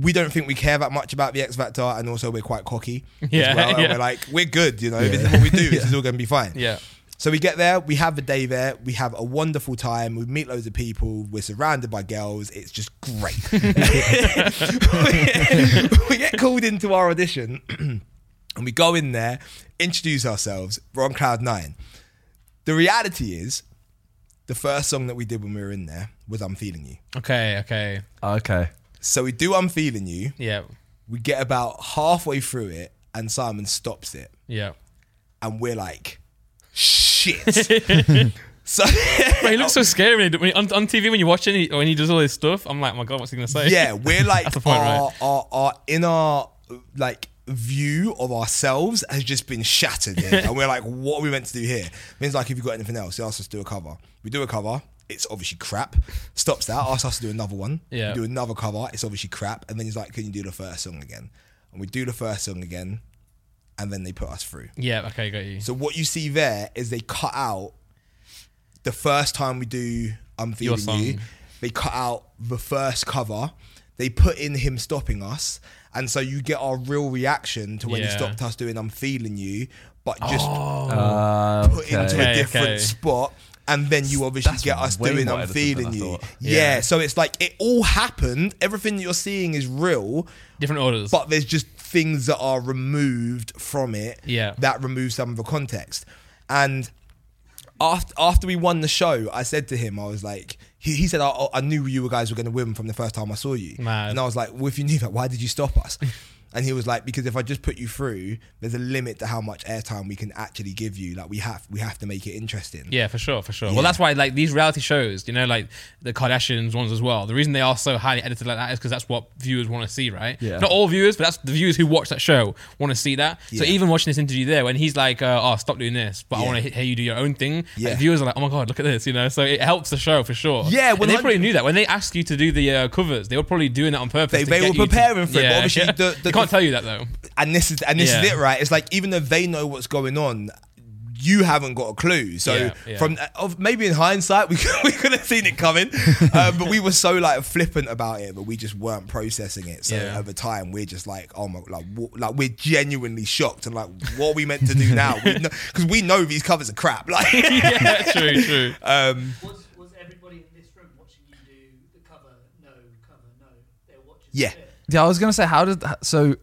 S2: we don't think we care that much about the X Factor, and also we're quite cocky. as
S1: Yeah,
S2: well, and
S1: yeah.
S2: We're like, we're good, you know, this is what we do, this is all going to be fine.
S1: (laughs) Yeah.
S2: So we get there, we have the day there, we have a wonderful time, we meet loads of people, we're surrounded by girls, it's just great.
S1: (laughs)
S2: (laughs) we get called into our audition, (clears throat) and we go in there, introduce ourselves, we're on Cloud Nine. The reality is, the first song that we did when we were in there was I'm Feeling You.
S1: Okay, okay.
S3: (laughs) okay.
S2: So we do I'm Feeling You.
S1: Yeah.
S2: We get about halfway through it, and Simon stops it,
S1: Yeah.
S2: and we're like,
S1: (laughs)
S2: "Shit!" so
S1: But he
S2: (laughs)
S1: looks so scary when he, when he, on, on TV when you watch it he, when he does all this "Oh stuff. I'm like, my God, what's he gonna say?
S2: yeah, we're like
S1: the point,
S2: our,
S1: right?
S2: our our inner like view of ourselves has just been shattered.
S1: (laughs)
S2: yeah. and we're like, what are we meant to do here? Means like, if you've got anything else, they ask us to do a cover. We do a cover. It's obviously crap. Stops that. Asks us to do another one.
S1: Yeah.
S2: We do another cover. It's obviously crap. And then he's like, can you do the first song again? And we do the first song again. And then they put us through.
S1: Yeah, okay, got you.
S2: So what you see there is they cut out the first time we do I'm
S1: Your
S2: Feeling You.
S1: song.
S2: They cut out the first cover. They put in him stopping us. And so you get our real reaction to when he
S1: Yeah. Oh,
S2: stopped us doing I'm Feeling You, but just
S3: Uh,
S2: put into
S1: Okay,
S2: a different
S1: okay.
S2: spot. And then you obviously
S3: That's
S2: get us
S3: way
S2: doing
S3: more
S2: I'm
S3: edited
S2: Feeling
S3: than I
S2: You.
S3: thought.
S2: Yeah.
S1: Yeah.
S2: So it's like it all happened. Everything that you're seeing is real,
S1: Different orders.
S2: but there's just things that are removed from it
S1: Yeah.
S2: that removes some of the context. And after after we won the show, I said to him, I was like, he, he said, I, I knew you guys were going to win from the first time I saw you.
S1: Mad.
S2: And I was like, well, if you knew that, why did you
S1: (laughs)
S2: stop us? And he was like, because if I just put you through, there's a limit to how much airtime we can actually give you. Like we have, we have to make it interesting.
S1: Yeah, for sure, for sure. Well, that's why like these reality shows, you know, like the Kardashians ones as well. The reason they are so highly edited like that is because that's what viewers want to see, right?
S3: Yeah.
S1: Not all viewers, but that's the viewers who watch that show want to see that. So
S2: Yeah.
S1: even watching this interview there, when he's like, uh, "Oh, stop doing this," but I
S2: Yeah.
S1: want to hear you do your own thing.
S2: Yeah.
S1: Like, viewers are like, "Oh my god, look at this," you know. So it helps the show for sure.
S2: Yeah,
S1: and they
S2: 100
S1: probably knew that when they asked you to do the uh, covers, they were probably doing that on purpose.
S2: They-
S1: to
S2: they
S1: get
S2: were
S1: you to-
S2: preparing for it,
S1: (laughs)
S2: but obviously the- the-
S1: they can't tell you that
S2: (laughs)
S1: though. (laughs)
S2: and this is and this
S1: Yeah.
S2: is it, right? It's like even though they know what's going on, you haven't got a clue. So
S1: Yeah, yeah.
S2: from uh, of, maybe in hindsight, we (laughs) could, we could have seen
S1: (laughs)
S2: it coming, um, but we were so like flippant about it, but we just weren't processing it. So
S1: Yeah.
S2: over time, we're just like, oh my, like wha- like we're genuinely shocked and like, what are we meant to do now? Because we, know these covers are crap. (laughs) Like,
S1: yeah, true, true.
S2: um,
S4: Was was everybody in this room watching you do the cover? No, cover, no. They were watching.
S2: Yeah.
S4: it.
S3: Yeah, I was gonna say, how did h- so?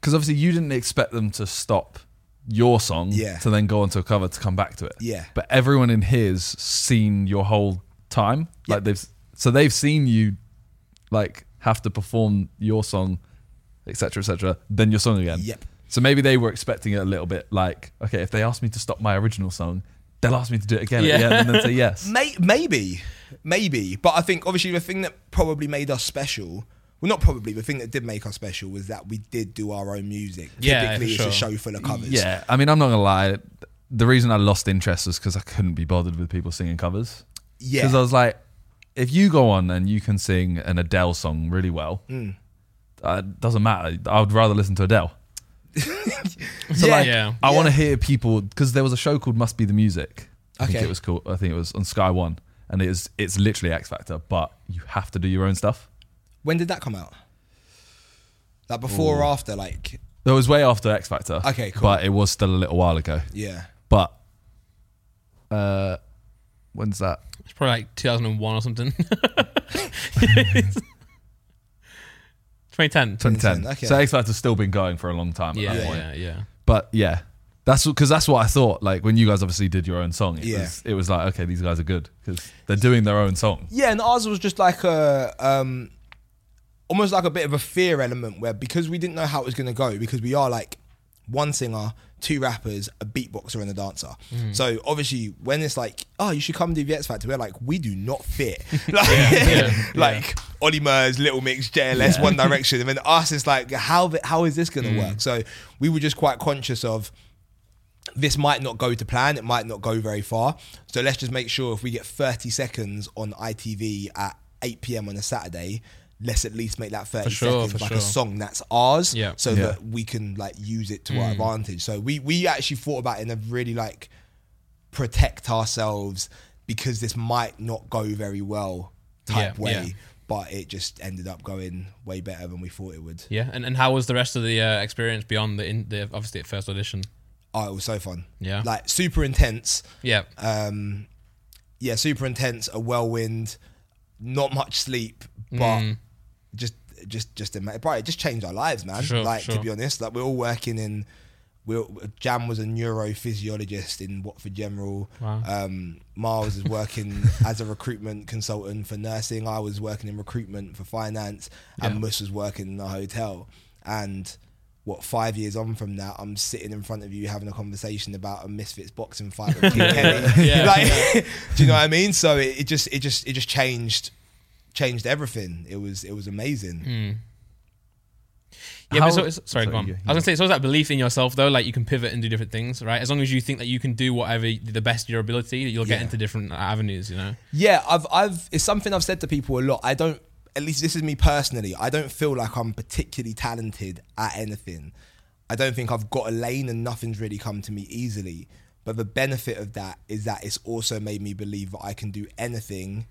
S3: Because obviously you didn't expect them to stop your song,
S2: Yeah.
S3: to then go onto a cover to come back to it,
S2: Yeah.
S3: But everyone in here's seen your whole time,
S2: Yeah.
S3: like they've s- so they've seen you, like have to perform your song, etc., etc. Then your song again.
S2: Yep.
S3: So maybe they were expecting it a little bit, like okay, if they ask me to stop my original song, they'll ask me to do it again at
S1: Yeah.
S3: the end and then say
S2: (laughs)
S3: yes.
S2: May- maybe, maybe. But I think obviously the thing that probably made us special. Well, not probably. The thing that did make us special was that we did do our own music.
S1: Yeah,
S2: Typically,
S1: for
S2: it's
S1: sure.
S2: a show full of covers.
S3: Yeah, I mean, I'm not gonna lie. The reason I lost interest was because I couldn't be bothered with people singing covers.
S2: yeah.
S3: Because I was like, if you go on and you can sing an Adele song really well,
S2: Mm.
S3: uh, it doesn't matter. I would rather listen to
S2: (laughs)
S3: Adele. so
S2: Yeah.
S3: like,
S1: Yeah.
S3: I want to
S2: Yeah.
S3: hear people because there was a show called Must Be the Music. I think
S2: Okay.
S3: it was called. I think it was on Sky One, and it is it's literally X Factor, but you have to do your own stuff.
S2: when did that come out? Like before or after? Like
S3: It was way after X Factor.
S2: Okay, cool.
S3: But it was still a little while ago.
S2: yeah.
S3: But uh, when's that?
S1: It's probably like 2001 or something. 2010.
S3: 2010.
S2: okay.
S3: So X Factor's still been going for a long time.
S1: Yeah,
S3: At that
S1: yeah,
S3: point.
S1: yeah, yeah.
S3: But yeah, that's because that's what I thought. Like when you guys obviously did your own song, it,
S2: Yeah.
S3: was, it was like okay, these guys are good because they're doing their own song.
S2: Yeah, and ours was just like a um almost like a bit of a fear element where because we didn't know how it was gonna go, because we are like one singer, two rappers, a beatboxer and a dancer.
S1: Mm.
S2: So obviously when it's like, oh, you should come do the X Factor, we're like, we do not
S1: (laughs)
S2: fit. (laughs) like
S1: yeah,
S2: (laughs) like Ollie Murs, Little Mix, JLS, One Direction. And then us it's like, how the, how is this gonna
S1: Mm.
S2: work? So we were just quite conscious of this might not go to plan. It might not go very far. So let's just make sure if we get 30 seconds on ITV at 8 p.m. on a Saturday, let's at least make that 30
S1: sure,
S2: seconds
S1: for
S2: like
S1: sure.
S2: a song that's ours,
S1: Yeah. Mm.
S2: so
S3: Yeah.
S2: that we can like use it to our advantage. So we we actually thought about it in a really like protect ourselves because this might not go very well type
S1: Yeah,
S2: way.
S1: yeah.
S2: But it just ended up going way better than we thought it would.
S1: Yeah, and, and how was the rest of the uh, experience beyond the, in, the obviously at first audition?
S2: Oh, it was so fun.
S1: Yeah.
S2: Like super intense.
S1: Yeah,
S3: Uh,
S2: um, yeah, super intense, a whirlwind, not much sleep,
S1: Mm.
S2: but just just just ima- probably just changed our lives, man.
S1: Sure,
S2: like
S1: sure.
S2: to be honest, like we're all working in. We Jam was a neurophysiologist in Watford General.
S1: Wow.
S2: Um, Miles is working
S1: (laughs)
S2: as a recruitment consultant for nursing. I was working in recruitment for finance, and
S1: Yeah.
S2: Mus was working in a hotel. And what five years on from that, I'm sitting in front of you having a conversation about a misfits boxing fight with King
S1: (laughs)
S2: Kenny.
S1: Yeah.
S2: (laughs) Like, do you know what I mean? So it, it just it just it
S1: Mm.
S2: just changed changed everything. It was it was amazing.
S1: Yeah, but
S3: How-
S1: so it's, sorry,
S3: sorry,
S1: go on.
S3: you go,
S1: I was
S3: you
S1: gonna say it's always that belief in yourself though, like you can pivot and do different things, right? As long as you think that you can do whatever y- the best of your ability, that you'll get
S2: Yeah.
S1: into different avenues, you know.
S2: Yeah, I've I've it's something I've said to people a lot. I don't at least this is me personally, I don't feel like I'm particularly talented at anything. I don't think I've got a lane and nothing's really come to me easily. But the benefit of that is that it's also made me believe that I can do anything,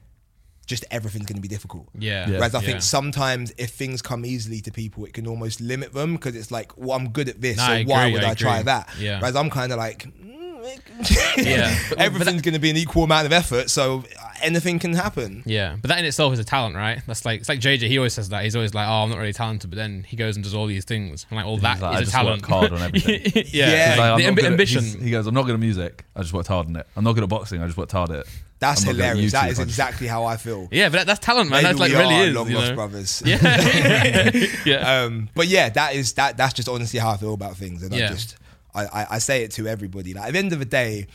S2: just everything's gonna be difficult.
S1: Yeah.
S3: Yeah.
S2: Whereas I
S1: Yeah.
S2: think sometimes if things come easily to people, it can almost limit them because it's like, well, I'm good at this,
S1: No,
S2: so
S1: I
S2: why
S1: agree,
S2: would
S1: I
S2: I, try
S1: agree.
S2: that?
S1: Yeah.
S2: Whereas I'm kind of like, mm, it- (laughs)
S1: Yeah. But- but
S2: everything's going to be an equal amount of effort, so anything can happen.
S1: Yeah, but that in itself is a talent, right? That's like it's like JJ. He always says that. He's always like, "Oh, I'm not really talented," but then he goes and does all these things. I'm like, "Well, that is
S3: He's like, "I
S1: a
S3: just
S1: talent."
S3: work hard on everything.
S1: (laughs) yeah,
S2: Yeah.
S1: like,
S3: He's like, "I'm
S1: the
S3: not
S1: amb-
S3: good at-"
S1: ambition.
S3: he's- he goes, I'm not good at music. I just worked hard on it. I'm not good at boxing. I just worked hard at it.
S2: That's
S3: I'm not good at
S2: hilarious.
S3: YouTube.
S2: That is
S3: I just-
S2: exactly how I feel.
S1: yeah, but that, that's talent, man.
S2: Maybe
S1: that's like
S2: we
S1: really
S2: are
S1: is.
S2: long
S1: you
S2: lost
S1: know? (laughs)
S2: brothers. (laughs)
S1: Yeah, yeah.
S2: Um, but yeah, that is that. That's just honestly how I feel about things, and
S1: Yeah.
S2: I just I, I, I say it to everybody. Like at the end of the day,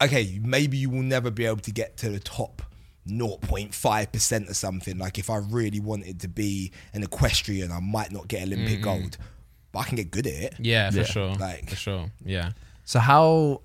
S2: okay, maybe you will never be able to get to the top 0.5 percent or something. Like if I really wanted to be an equestrian, I might not get Olympic gold, but I can get good at it.
S1: Yeah, for
S3: Yeah.
S1: sure.
S2: Like-
S1: for sure. Yeah.
S2: (laughs)
S3: So how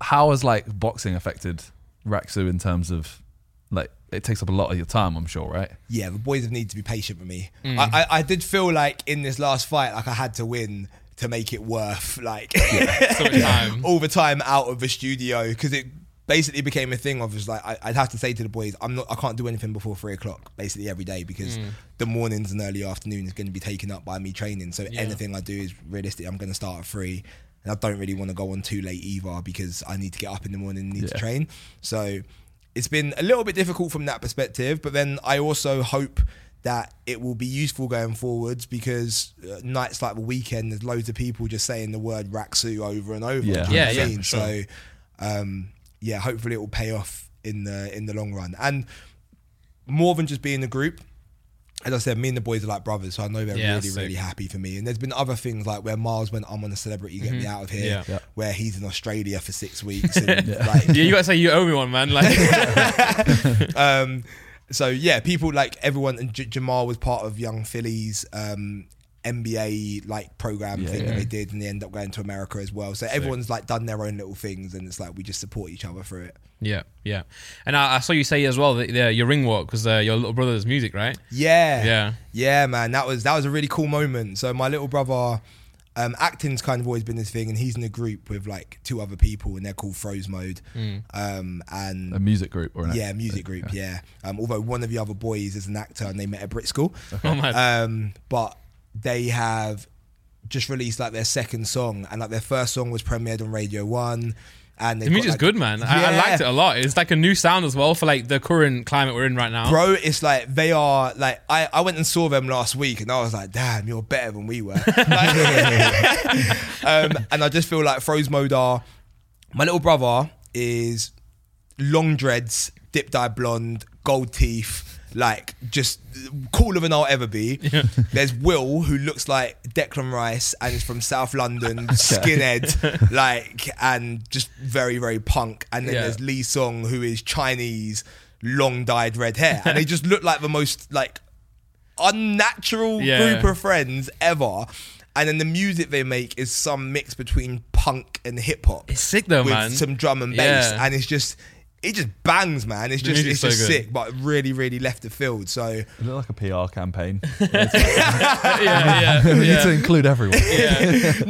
S3: how has like boxing affected Raxu in terms of like it takes up a lot of your time, I'm sure, right?
S2: yeah, the boys need to be patient with me. I, I, I did feel like in this last fight, like I had to win to make it worth like (laughs)
S1: So much time.
S2: all the time out of the studio because it basically became a thing of just like I, I'd have to say to the boys, I'm not, I can't do anything before three o'clock basically every day because the mornings and early afternoon is going to be taken up by me training. So anything I do is realistic. I'm going to start at three. And I don't really want to go on too late either because I need to get up in the morning and need to
S3: Yeah.
S2: train. So it's been a little bit difficult from that perspective, but then I also hope that it will be useful going forwards because uh, nights like the weekend, there's loads of people just saying the word Raksu over and over.
S3: Yeah.
S2: do you know
S1: Yeah,
S2: what I
S1: yeah,
S2: mean?
S1: for sure.
S2: So um, yeah, hopefully it will pay off in the in the long run. And more than just being a group, as I said, me and the boys are like brothers, so I know they're
S1: Yeah,
S2: really,
S1: sick.
S2: really happy for me. And there's been other things like where Miles went, I'm on a celebrity, get me out of here.
S1: Mm-hmm. Yeah.
S3: Yeah.
S2: Where he's in Australia for six
S1: (laughs)
S2: weeks. And like,
S1: Yeah, you gotta say you owe me one, man. Like, (laughs)
S2: um, so yeah, people like everyone and J- Jamal was part of Young Phillies um, NBA like program
S3: Yeah,
S2: thing
S3: yeah.
S2: that they did, and they end up going to America as well. So everyone's like done their own little things, and it's like we just support each other through it.
S1: yeah, yeah. And I, I saw you say as well that yeah, your ring walk was uh, your little brother's music, right?
S2: Yeah.
S1: Yeah. (laughs)
S2: Yeah, man. That was that was a really cool moment. So my little brother, um, acting's kind of always been his thing, and he's in a group with like two other people, and they're called Froze Mode. Um, and
S3: A music group or an
S2: yeah, music group. Yeah. Um, although one of the other boys is an actor, and they met at Brit School.
S1: Oh my.
S2: Um, but they have just released like their second song, and like their first song was premiered on Radio One. And
S1: the music's good, man. I, I liked it a lot. It's like a new sound as well for like the current climate we're in right now.
S2: bro it's like they are like I, I went and saw them last week and i was like damn you're better than we were (laughs) Like- um, and i just feel like froze mode are my little brother is long dreads dip dye blonde gold teeth like just cooler than I'll ever be. (laughs) There's Will who looks like Declan Rice and is from
S1: (laughs)
S2: South London, skinhead, like and just very very punk. And then
S1: Yeah.
S2: there's Lee Song who is Chinese, long dyed red hair, and they just look like the most like unnatural
S1: Yeah.
S2: group of friends ever. And then the music they make is some mix between punk and hip hop
S1: It's sick though,
S2: with
S1: Oh, man. (laughs)
S2: some drum and bass,
S1: Yeah.
S2: and it's just it just bangs, man. It's
S1: The
S2: just it's
S1: music's
S2: just
S1: so good.
S2: sick, but really, really left the field. So
S3: Is it like a PR campaign?
S2: (laughs)
S3: (laughs)
S1: yeah, yeah,
S3: we need to
S1: yeah. (laughs)
S3: include everyone.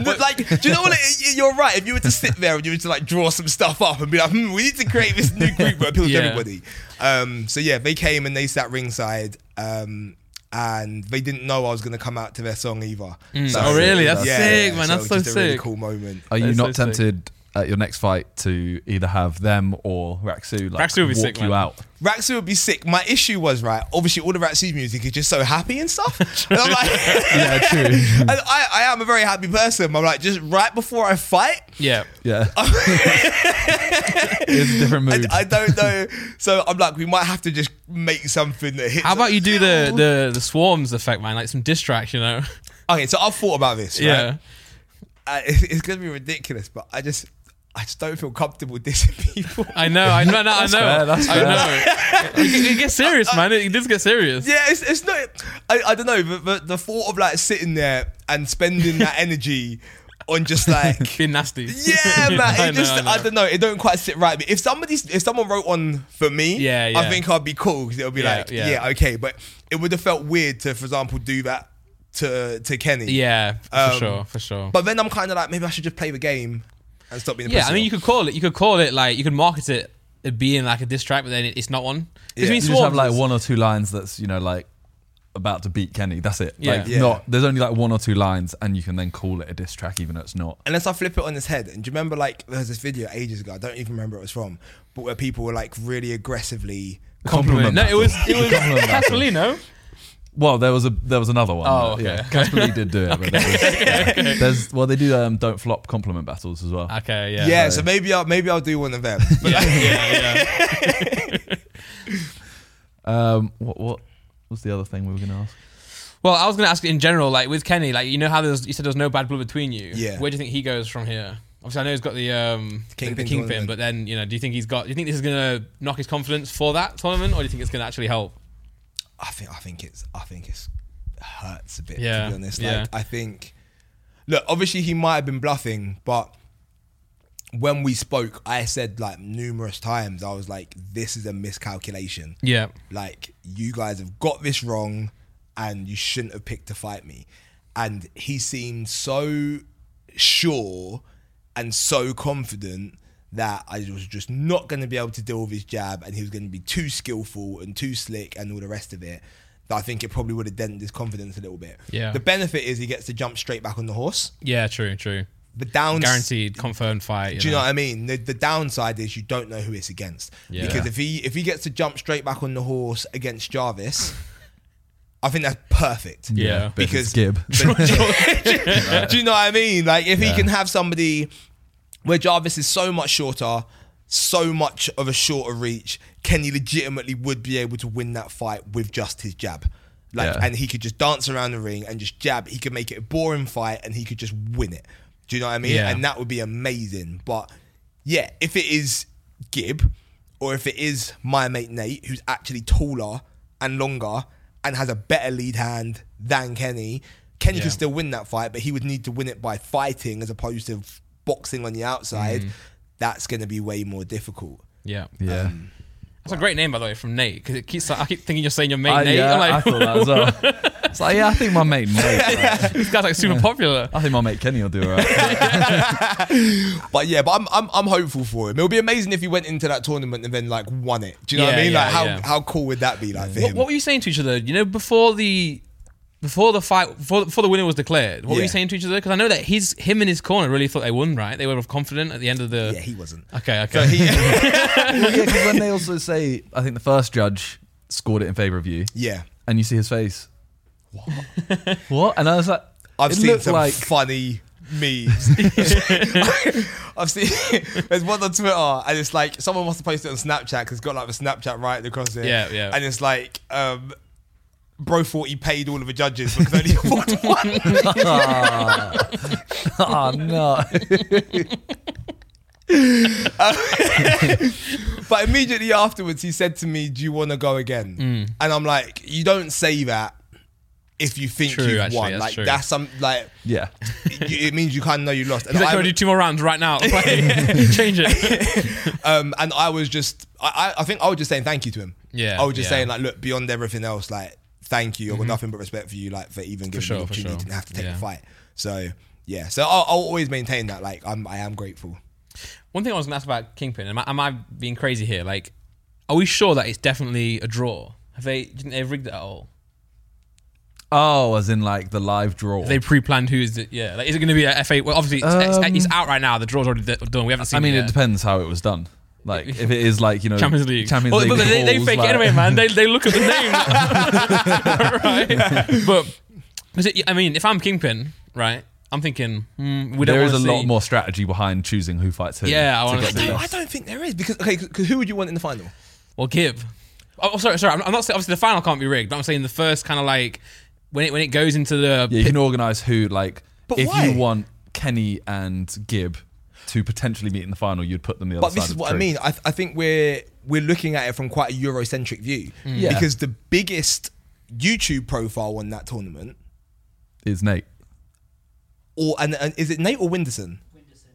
S2: but like, do you know what? it- it- You're right. If you were to sit there and you were to like draw some stuff up and be like, hmm, we need to create this new group that appeals
S1: Yeah.
S2: to everybody. Um, so yeah, they came and they sat ringside. Um, and they didn't know I was going to come out to their song either.
S1: Oh, really? That's sick, man.
S2: so it
S1: That's
S2: was
S1: so
S2: just a really
S1: sick.
S2: cool moment.
S3: Are you
S1: That's so
S3: not
S1: sick.
S3: tempted at your next fight to either have them or Raxu like
S1: Raxu would be
S3: walk
S1: sick,
S3: you
S1: man.
S3: out?
S2: Raxu would be sick. My issue was right. Obviously, all the Raxu music is just so happy
S1: (laughs)
S2: and stuff. And I'm like,
S3: (laughs)
S2: (laughs)
S3: Yeah, true.
S2: and I, I am a very happy person. I'm like, just right before I fight,
S1: yeah.
S3: (laughs)
S1: (laughs)
S3: Yeah. it's a different
S2: I,
S3: mood.
S2: I
S1: (laughs)
S2: don't know. So I'm like, we might have to just make something that hits.
S1: How about you do the, the the swarms effect, man? Like some diss tracks, you know?
S2: (laughs) Okay, so I've thought about this. Right?
S1: Yeah.
S2: uh, it's, it's gonna be ridiculous, but I just I just don't feel comfortable (laughs) dissing people.
S1: I know, I know, I know. I know.
S3: fair, that's
S1: I
S2: (laughs)
S1: know. it, it gets serious, man. It, it does get serious.
S2: Yeah, it's, it's not. I, I don't know, but, but the thought of like sitting there and
S1: (laughs)
S2: spending that energy on just like
S1: Being nasty. (laughs)
S2: Yeah, man.
S1: I
S2: It just,
S1: know, I know.
S2: I, don't know. It don't quite sit right. But if somebody's, if someone wrote on for me,
S1: Yeah,
S2: I
S1: yeah.
S2: think I'd be cool because it'll be
S1: Yeah,
S2: like,
S1: yeah.
S2: yeah. okay. But it would have felt weird to, for example, do that to to Kenny.
S1: yeah, for
S2: Um,
S1: sure, for sure.
S2: But then I'm kind of like, maybe I should just play the game and stop being. A
S1: yeah,
S2: pussy.
S1: I mean, you could call it. You could call it like you could market it it being like a diss track, but then it, it's not one. Because I mean,
S2: Yeah. You
S3: You just have
S1: Swarms
S3: like
S1: is-
S3: one or two lines that's you know like about to beat Kenny. That's it.
S1: Yeah.
S3: Like
S2: Yeah.
S3: not there's only like one or two lines, and you can then call it a diss track, even though it's not.
S2: Unless I flip it on his head, and do you remember like there was this video ages ago? I don't even remember where it was from, but where people were like really aggressively.
S3: Compliment.
S1: No, it was it was
S3: Compliment battle.
S1: Castellino.
S3: Well, there was a there was another one.
S1: Oh,
S3: Uh,
S1: okay.
S3: yeah. Casper Lee
S1: (laughs)
S3: did do it. But there was, yeah. There's well, they do um, don't flop compliment battles as well.
S1: Okay, yeah, (laughs)
S2: Yeah, so maybe I'll maybe I'll do one of them. But
S1: yeah, yeah, yeah.
S3: Um, what what was the other thing we were gonna ask?
S1: Well, I was gonna ask in general, like with Kenny, like you know how there's you said there was no bad blood between you.
S2: Yeah.
S1: Where do you think he goes from here? Obviously, I know he's got the um the- the kingpin,
S2: Kingpin tournament.
S1: but then you know, do you think he's got? Do you think this is gonna knock his confidence for that tournament, or do you think it's gonna actually help?
S2: I think I think it's I think it's hurts a bit
S1: Yeah,
S2: to be honest.
S1: yeah.
S2: Like I think look, obviously he might have been bluffing, but when we spoke, I said like numerous times, I was like, this is a miscalculation.
S1: Yeah.
S2: Like, you guys have got this wrong and you shouldn't have picked to fight me. And he seemed so sure and so confident that I was just not going to be able to deal with his jab and he was going to be too skillful and too slick and all the rest of it. That I think it probably would have dented his confidence a little bit.
S1: Yeah.
S2: The benefit is he gets to jump straight back on the horse.
S1: Yeah. True. True.
S2: The downs
S1: Guaranteed, confirmed fight.
S2: do you know what I mean? The, the downside is you don't know who it's against
S1: Yeah.
S2: because if he if he gets to jump straight back on the horse against Jarvis, I think that's perfect.
S1: Yeah.
S3: but if
S2: Because- (laughs)
S3: it's Gib.
S1: (laughs)
S2: do you know what I mean? Like if
S3: Yeah.
S2: he can have somebody where Jarvis is so much shorter, so much of a shorter reach, Kenny legitimately would be able to win that fight with just his jab. Like
S3: Yeah.
S2: and he could just dance around the ring and just jab. He could make it a boring fight and he could just win it. Do you know what I mean?
S1: Yeah.
S2: And that would be amazing. But yeah, if it is Gib or if it is my mate Nate, who's actually taller and longer and has a better lead hand than Kenny, Kenny
S1: Yeah.
S2: could still win that fight, but he would need to win it by fighting as opposed to f- boxing on the
S1: Mm.
S2: outside. That's going to be way more difficult.
S1: Yeah.
S3: yeah.
S1: Um, That's a great name, by the way, from Nate. Because it keeps, I keep thinking you're saying your mate
S2: Uh,
S3: I,
S1: Nate.
S3: Ah, yeah,
S1: I'm
S3: I
S1: like,
S3: thought that as well. It's like, yeah, I think my mate Nate. right?
S1: (laughs) this guy's like super popular.
S3: I think my mate Kenny will do all right.
S2: But yeah, but I'm, I'm I'm hopeful for him. It would be amazing if he went into that tournament and then like won it. Do you know what
S1: Yeah,
S2: I mean?
S1: yeah,
S2: like how
S1: yeah.
S2: how cool would that be like for
S1: What,
S2: him?
S1: what were you saying to each other? You know, before the before the fight, before, before the winner was declared, what were you
S2: Yeah.
S1: saying to each other? Because I know that he's him and his corner really thought they won, right? They were confident at the end of the.
S2: yeah,
S1: (laughs)
S2: he wasn't. (laughs)
S1: Okay. Okay.
S2: So he
S3: (laughs) yeah, because when they also say, I think the first judge scored it in favor of you,
S2: yeah.
S3: and you see his face. What? what? And I was like,
S2: I've
S3: it
S2: seen
S3: looked
S1: (laughs)
S2: some
S3: like
S2: funny memes. (laughs) I've seen there's one on Twitter, and it's like someone must have posted it on Snapchat because it's got like the Snapchat right across it.
S1: Yeah, yeah.
S2: And it's like, um, bro thought he paid all of the judges because only (laughs) one won.
S3: oh
S1: (laughs)
S3: no.
S2: But immediately afterwards, he said to me, "Do you want to go again?"
S1: Mm.
S2: And I'm like, "You don't say that if you think
S1: True,
S2: you've
S1: actually,
S2: won.
S1: that's
S2: like
S1: true.
S2: that's some like."
S3: Yeah.
S2: you- It means you kind of know you lost.
S1: (laughs)
S2: And
S1: He's like,
S2: I'm-
S1: "Can we do two more rounds right now? (laughs)
S2: (laughs)
S1: Like, change it. (laughs)
S2: Um, and I was just, I, I I think I was just saying thank you to him.
S1: Yeah,
S2: I was just
S1: yeah.
S2: saying like, look, beyond everything else, like, thank you. I've got nothing but respect for you, like, for even giving
S1: sure,
S2: me the
S1: for
S2: opportunity
S1: sure.
S2: to have to take
S1: Yeah.
S2: the fight. So yeah, so I'll, I'll always maintain that. Like, I'm, I am grateful.
S1: One thing I was going to ask about Kingpin. Am I, am I being crazy here? Like, are we sure that it's definitely a draw? Have they? Didn't they rigged it at all?
S3: Oh, as in like the live draw.
S1: They pre-planned who's the, yeah. Like, is it going to be a FA? Well, obviously it's, it's-
S3: Um,
S1: it's out right now. The draw's already d- done. We haven't seen.
S3: I mean,
S1: it,
S3: it
S1: yet.
S3: depends how it was done. Like if it is like you know
S1: Champions League.
S3: Champions
S1: Well,
S3: League
S1: but they, they
S3: balls,
S1: fake
S3: like-
S1: it anyway, man. They, they look
S3: (laughs)
S1: at the name, (laughs) right? But is it, I mean, if I'm Kingpin, right, I'm thinking hmm, we don't.
S3: There is a
S1: wanna
S3: lot
S1: see-
S3: more strategy behind choosing who fights who.
S1: Yeah, I
S3: to
S1: wanna
S3: get the
S1: see.
S2: No, I
S3: best.
S2: don't think there is because okay, because who would you want in the final?
S1: Well, give. Oh, sorry, sorry. I'm I'm not saying obviously the final can't be rigged, but I'm saying the first kind of like when it when it goes into the
S3: Yeah, you can organize who like
S2: But
S3: if
S2: why?
S3: you want Kenny and Gib to potentially meet in the final, you'd put them the other
S2: But
S3: side.
S2: this is
S3: of
S2: what I
S3: three.
S2: mean. I, th- I think we're we're looking at it from quite a Eurocentric view
S1: Mm.
S3: Yeah.
S2: because the biggest YouTube profile on that tournament,
S3: Is Nate?
S2: or and, and is it Nate or Winderson?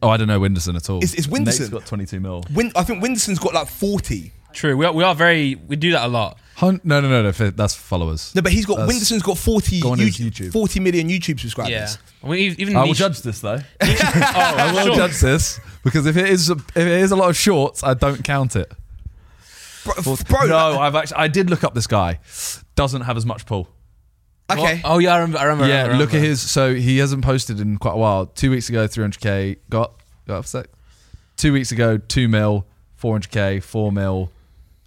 S3: Oh, I don't know Winderson at all.
S2: It's- it's
S3: Nate's
S2: Winderson.
S3: got 22 mil.
S2: Win- I think Winderson's got like forty.
S1: True. We are, we are very we do that a lot.
S3: Hun- no, no, no, no. fi- That's followers.
S2: No, but he's got
S3: That's-
S2: Winderson's got forty
S3: Go on his
S2: YouTube,
S3: YouTube.
S2: forty million YouTube subscribers.
S1: Yeah. I mean, e-, even
S3: I will
S1: niche-
S3: judge
S2: (laughs)
S3: this though.
S1: oh,
S3: (laughs) I will
S1: sure.
S3: judge this because if it is if it is a lot of shorts, I don't count it.
S2: Bro, bro,
S3: no,
S2: like-
S3: I've actually I did look up this guy. Doesn't have as much pull.
S2: okay.
S1: Oh yeah, I remember. I remember I
S3: yeah,
S1: remember,
S3: look at his. So he hasn't posted in quite a while. Two weeks ago, 300k got got upset. Two weeks ago, two mil, 400k, four mil,